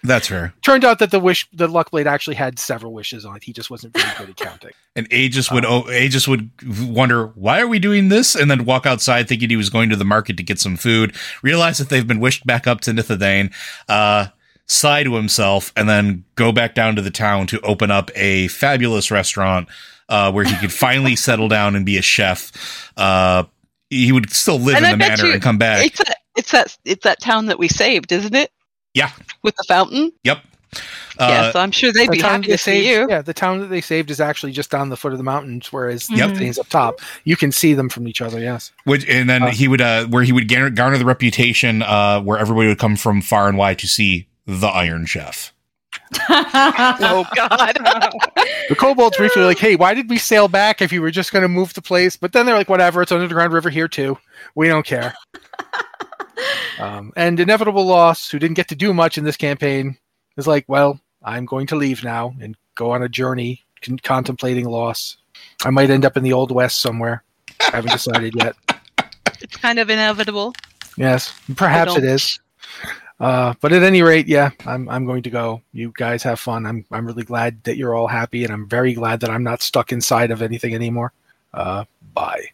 [SPEAKER 5] That's fair.
[SPEAKER 3] Turned out that the wish, the luck blade actually had several wishes on it. He just wasn't very good at counting.
[SPEAKER 5] And Aegis would oh, Aegis would wonder why are we doing this, and then walk outside thinking he was going to the market to get some food. Realize that they've been wished back up to Nithidane. Uh, sigh to himself, and then go back down to the town to open up a fabulous restaurant uh, where he could finally settle down and be a chef. Uh, he would still live
[SPEAKER 4] And I
[SPEAKER 5] in the
[SPEAKER 4] bet
[SPEAKER 5] manor
[SPEAKER 4] you
[SPEAKER 5] and come back.
[SPEAKER 4] It's that it's that it's that town that we saved, isn't it?
[SPEAKER 5] yeah.
[SPEAKER 4] With the fountain.
[SPEAKER 5] Yep.
[SPEAKER 4] yeah,
[SPEAKER 5] Uh,
[SPEAKER 4] so I'm sure they'd be
[SPEAKER 3] The town
[SPEAKER 4] happy
[SPEAKER 3] they
[SPEAKER 4] to
[SPEAKER 3] saved-
[SPEAKER 4] see you.
[SPEAKER 3] Yeah, the town that they saved is actually just on the foot of the mountains, whereas
[SPEAKER 5] Yep.
[SPEAKER 3] the things up top, you can see them from each other. Yes.
[SPEAKER 5] Which and
[SPEAKER 4] Oh.
[SPEAKER 5] then
[SPEAKER 3] Uh,
[SPEAKER 5] he would uh, where he would garner, garner the reputation uh, where everybody would come from far and wide to see the Iron Chef.
[SPEAKER 4] Oh God.
[SPEAKER 3] The kobolds briefly were like, "Hey, why did we sail back if you were just going to move the place?" But then they're like, "Whatever, it's an underground river here too. We don't care." um, and inevitable loss, who didn't get to do much in this campaign, is like, "Well, I'm going to leave now and go on a journey con- contemplating loss. I might end up in the old west somewhere. I haven't decided yet."
[SPEAKER 4] it's kind of inevitable.
[SPEAKER 3] Yes, perhaps it
[SPEAKER 4] don't-
[SPEAKER 3] is. Uh, but at any rate, yeah, I'm I'm going to go. You guys have fun. I'm I'm really glad that you're all happy, and I'm very glad that I'm not stuck inside of anything anymore. Uh, bye.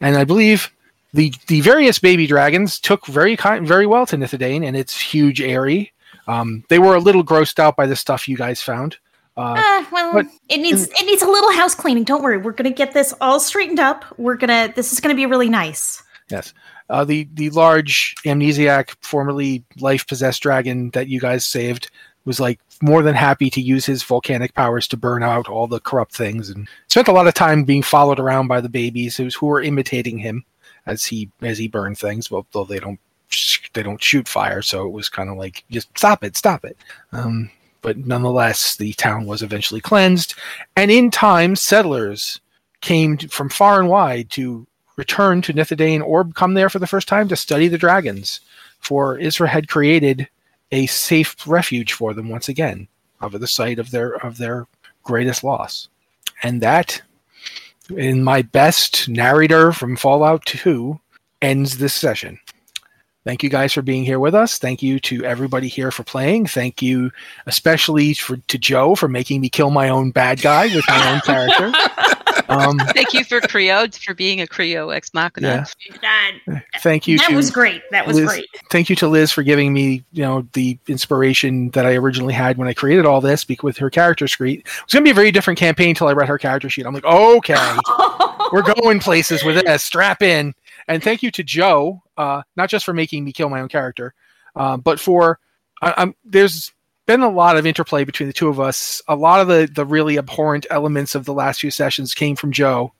[SPEAKER 3] And I believe the the various baby dragons took very kind, very well to Nithidane and its huge airy. Um, they were a little grossed out by the stuff you guys found. Uh,
[SPEAKER 6] Uh, well,
[SPEAKER 3] But-
[SPEAKER 6] it needs it needs a little house cleaning. Don't worry, we're gonna get this all straightened up. We're gonna this is gonna be really nice.
[SPEAKER 3] Yes. Uh, the the large amnesiac, formerly life possessed dragon that you guys saved, was like more than happy to use his volcanic powers to burn out all the corrupt things, and spent a lot of time being followed around by the babies who, who were imitating him as he as he burned things. Well, though they don't sh- they don't shoot fire, so it was kind of like just stop it, stop it. Um, but nonetheless, the town was eventually cleansed, and in time, settlers came t- from far and wide to return to Nithidane or come there for the first time to study the dragons. For Isra had created a safe refuge for them once again over the site of their of their greatest loss. And that, in my best narrator from Fallout 2, ends this session. Thank you guys for being here with us. Thank you to everybody here for playing. Thank you especially for, to Joe for making me kill my own bad guy with my own character. Um,
[SPEAKER 4] Thank you for Creo for being a Creo ex machina.
[SPEAKER 6] That,
[SPEAKER 3] thank you
[SPEAKER 6] that
[SPEAKER 3] to
[SPEAKER 6] was great. That was
[SPEAKER 3] Liz,
[SPEAKER 6] great.
[SPEAKER 3] Thank you to Liz for giving me, you know, the inspiration that I originally had when I created all this bec- with her character sheet. It was going to be a very different campaign until I read her character sheet. I'm like, okay, we're going places with this. Strap in. And thank you to Joe, uh, not just for making me kill my own character, um, but for I, I'm, there's been a lot of interplay between the two of us. A lot of the the really abhorrent elements of the last few sessions came from Joe.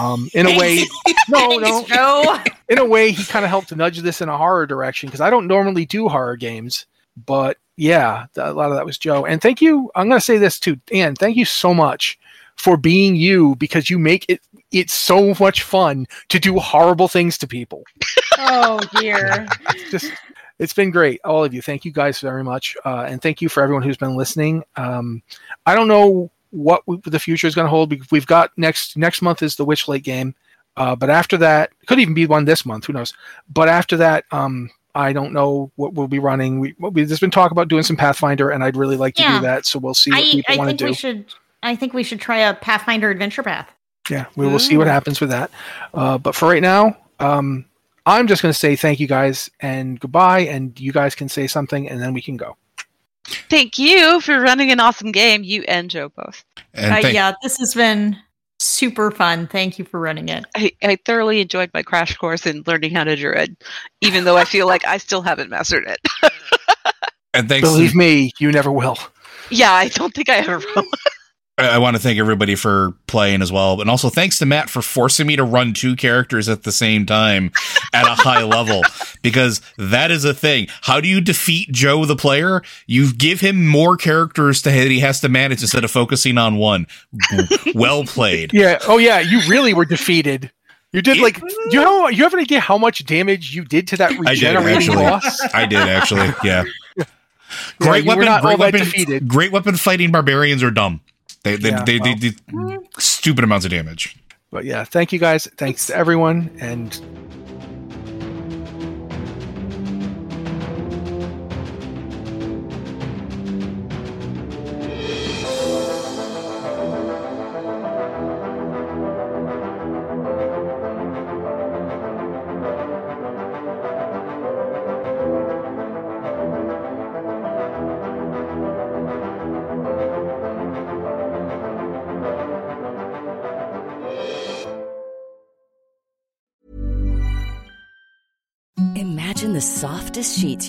[SPEAKER 3] Um, in a way, no, no, in a way, he kind of helped nudge this in a horror direction because I don't normally do horror games. But yeah, th- a lot of that was Joe. And thank you. I'm going to say this too, Anne. Thank you so much for being you because you make it it's so much fun to do horrible things to people.
[SPEAKER 6] oh dear.
[SPEAKER 3] Just it's been great, all of you. Thank you guys very much, uh, and thank you for everyone who's been listening. Um, I don't know what we, the future is going to hold. We- We've got next next month is the Witchlight game, uh, but after that could even be one this month. Who knows? But after that, um, I don't know what we'll be running. We, we there's been talk about doing some Pathfinder, and I'd really like to
[SPEAKER 6] Yeah.
[SPEAKER 3] do that. So we'll see what
[SPEAKER 6] I
[SPEAKER 3] people
[SPEAKER 6] I
[SPEAKER 3] want to
[SPEAKER 6] think
[SPEAKER 3] do.
[SPEAKER 6] we should I think we should try a Pathfinder adventure path.
[SPEAKER 3] Yeah, we will
[SPEAKER 6] Mm.
[SPEAKER 3] see what happens with that. Uh, but for right now, um, I'm just going to say thank you guys and goodbye, and you guys can say something, and then we can go.
[SPEAKER 4] Thank you for running an awesome game, you and Joe both.
[SPEAKER 5] And
[SPEAKER 6] Uh,
[SPEAKER 5] thank-
[SPEAKER 6] yeah, this has been super fun. Thank you for running it.
[SPEAKER 4] I, I thoroughly enjoyed my crash course in learning how to druid, even though I feel like I still haven't mastered it.
[SPEAKER 5] and thanks.
[SPEAKER 3] Believe me, you never will.
[SPEAKER 4] yeah, I don't think I ever will.
[SPEAKER 5] I, I want to thank everybody for playing as well, and also thanks to Matt for forcing me to run two characters at the same time at a high level because that is a thing. How do you defeat Joe the player? You give him more characters to that he has to manage instead of focusing on one. well played.
[SPEAKER 3] Yeah. Oh yeah. You really were defeated. You did like. do you know? You have an idea how much damage you did to that
[SPEAKER 5] I did
[SPEAKER 3] regenerating
[SPEAKER 5] actually.
[SPEAKER 3] boss?
[SPEAKER 5] I did actually. Yeah.
[SPEAKER 3] Yeah,
[SPEAKER 5] Great
[SPEAKER 3] you were
[SPEAKER 5] weapon.
[SPEAKER 3] not all
[SPEAKER 5] Great
[SPEAKER 3] that
[SPEAKER 5] weapon.
[SPEAKER 3] defeated.
[SPEAKER 5] Great weapon fighting barbarians are dumb. They they,
[SPEAKER 3] Yeah,
[SPEAKER 5] they,
[SPEAKER 3] well.
[SPEAKER 5] they do stupid amounts of damage.
[SPEAKER 3] But yeah, thank you guys. Thanks to everyone, and
[SPEAKER 7] Imagine the softest sheets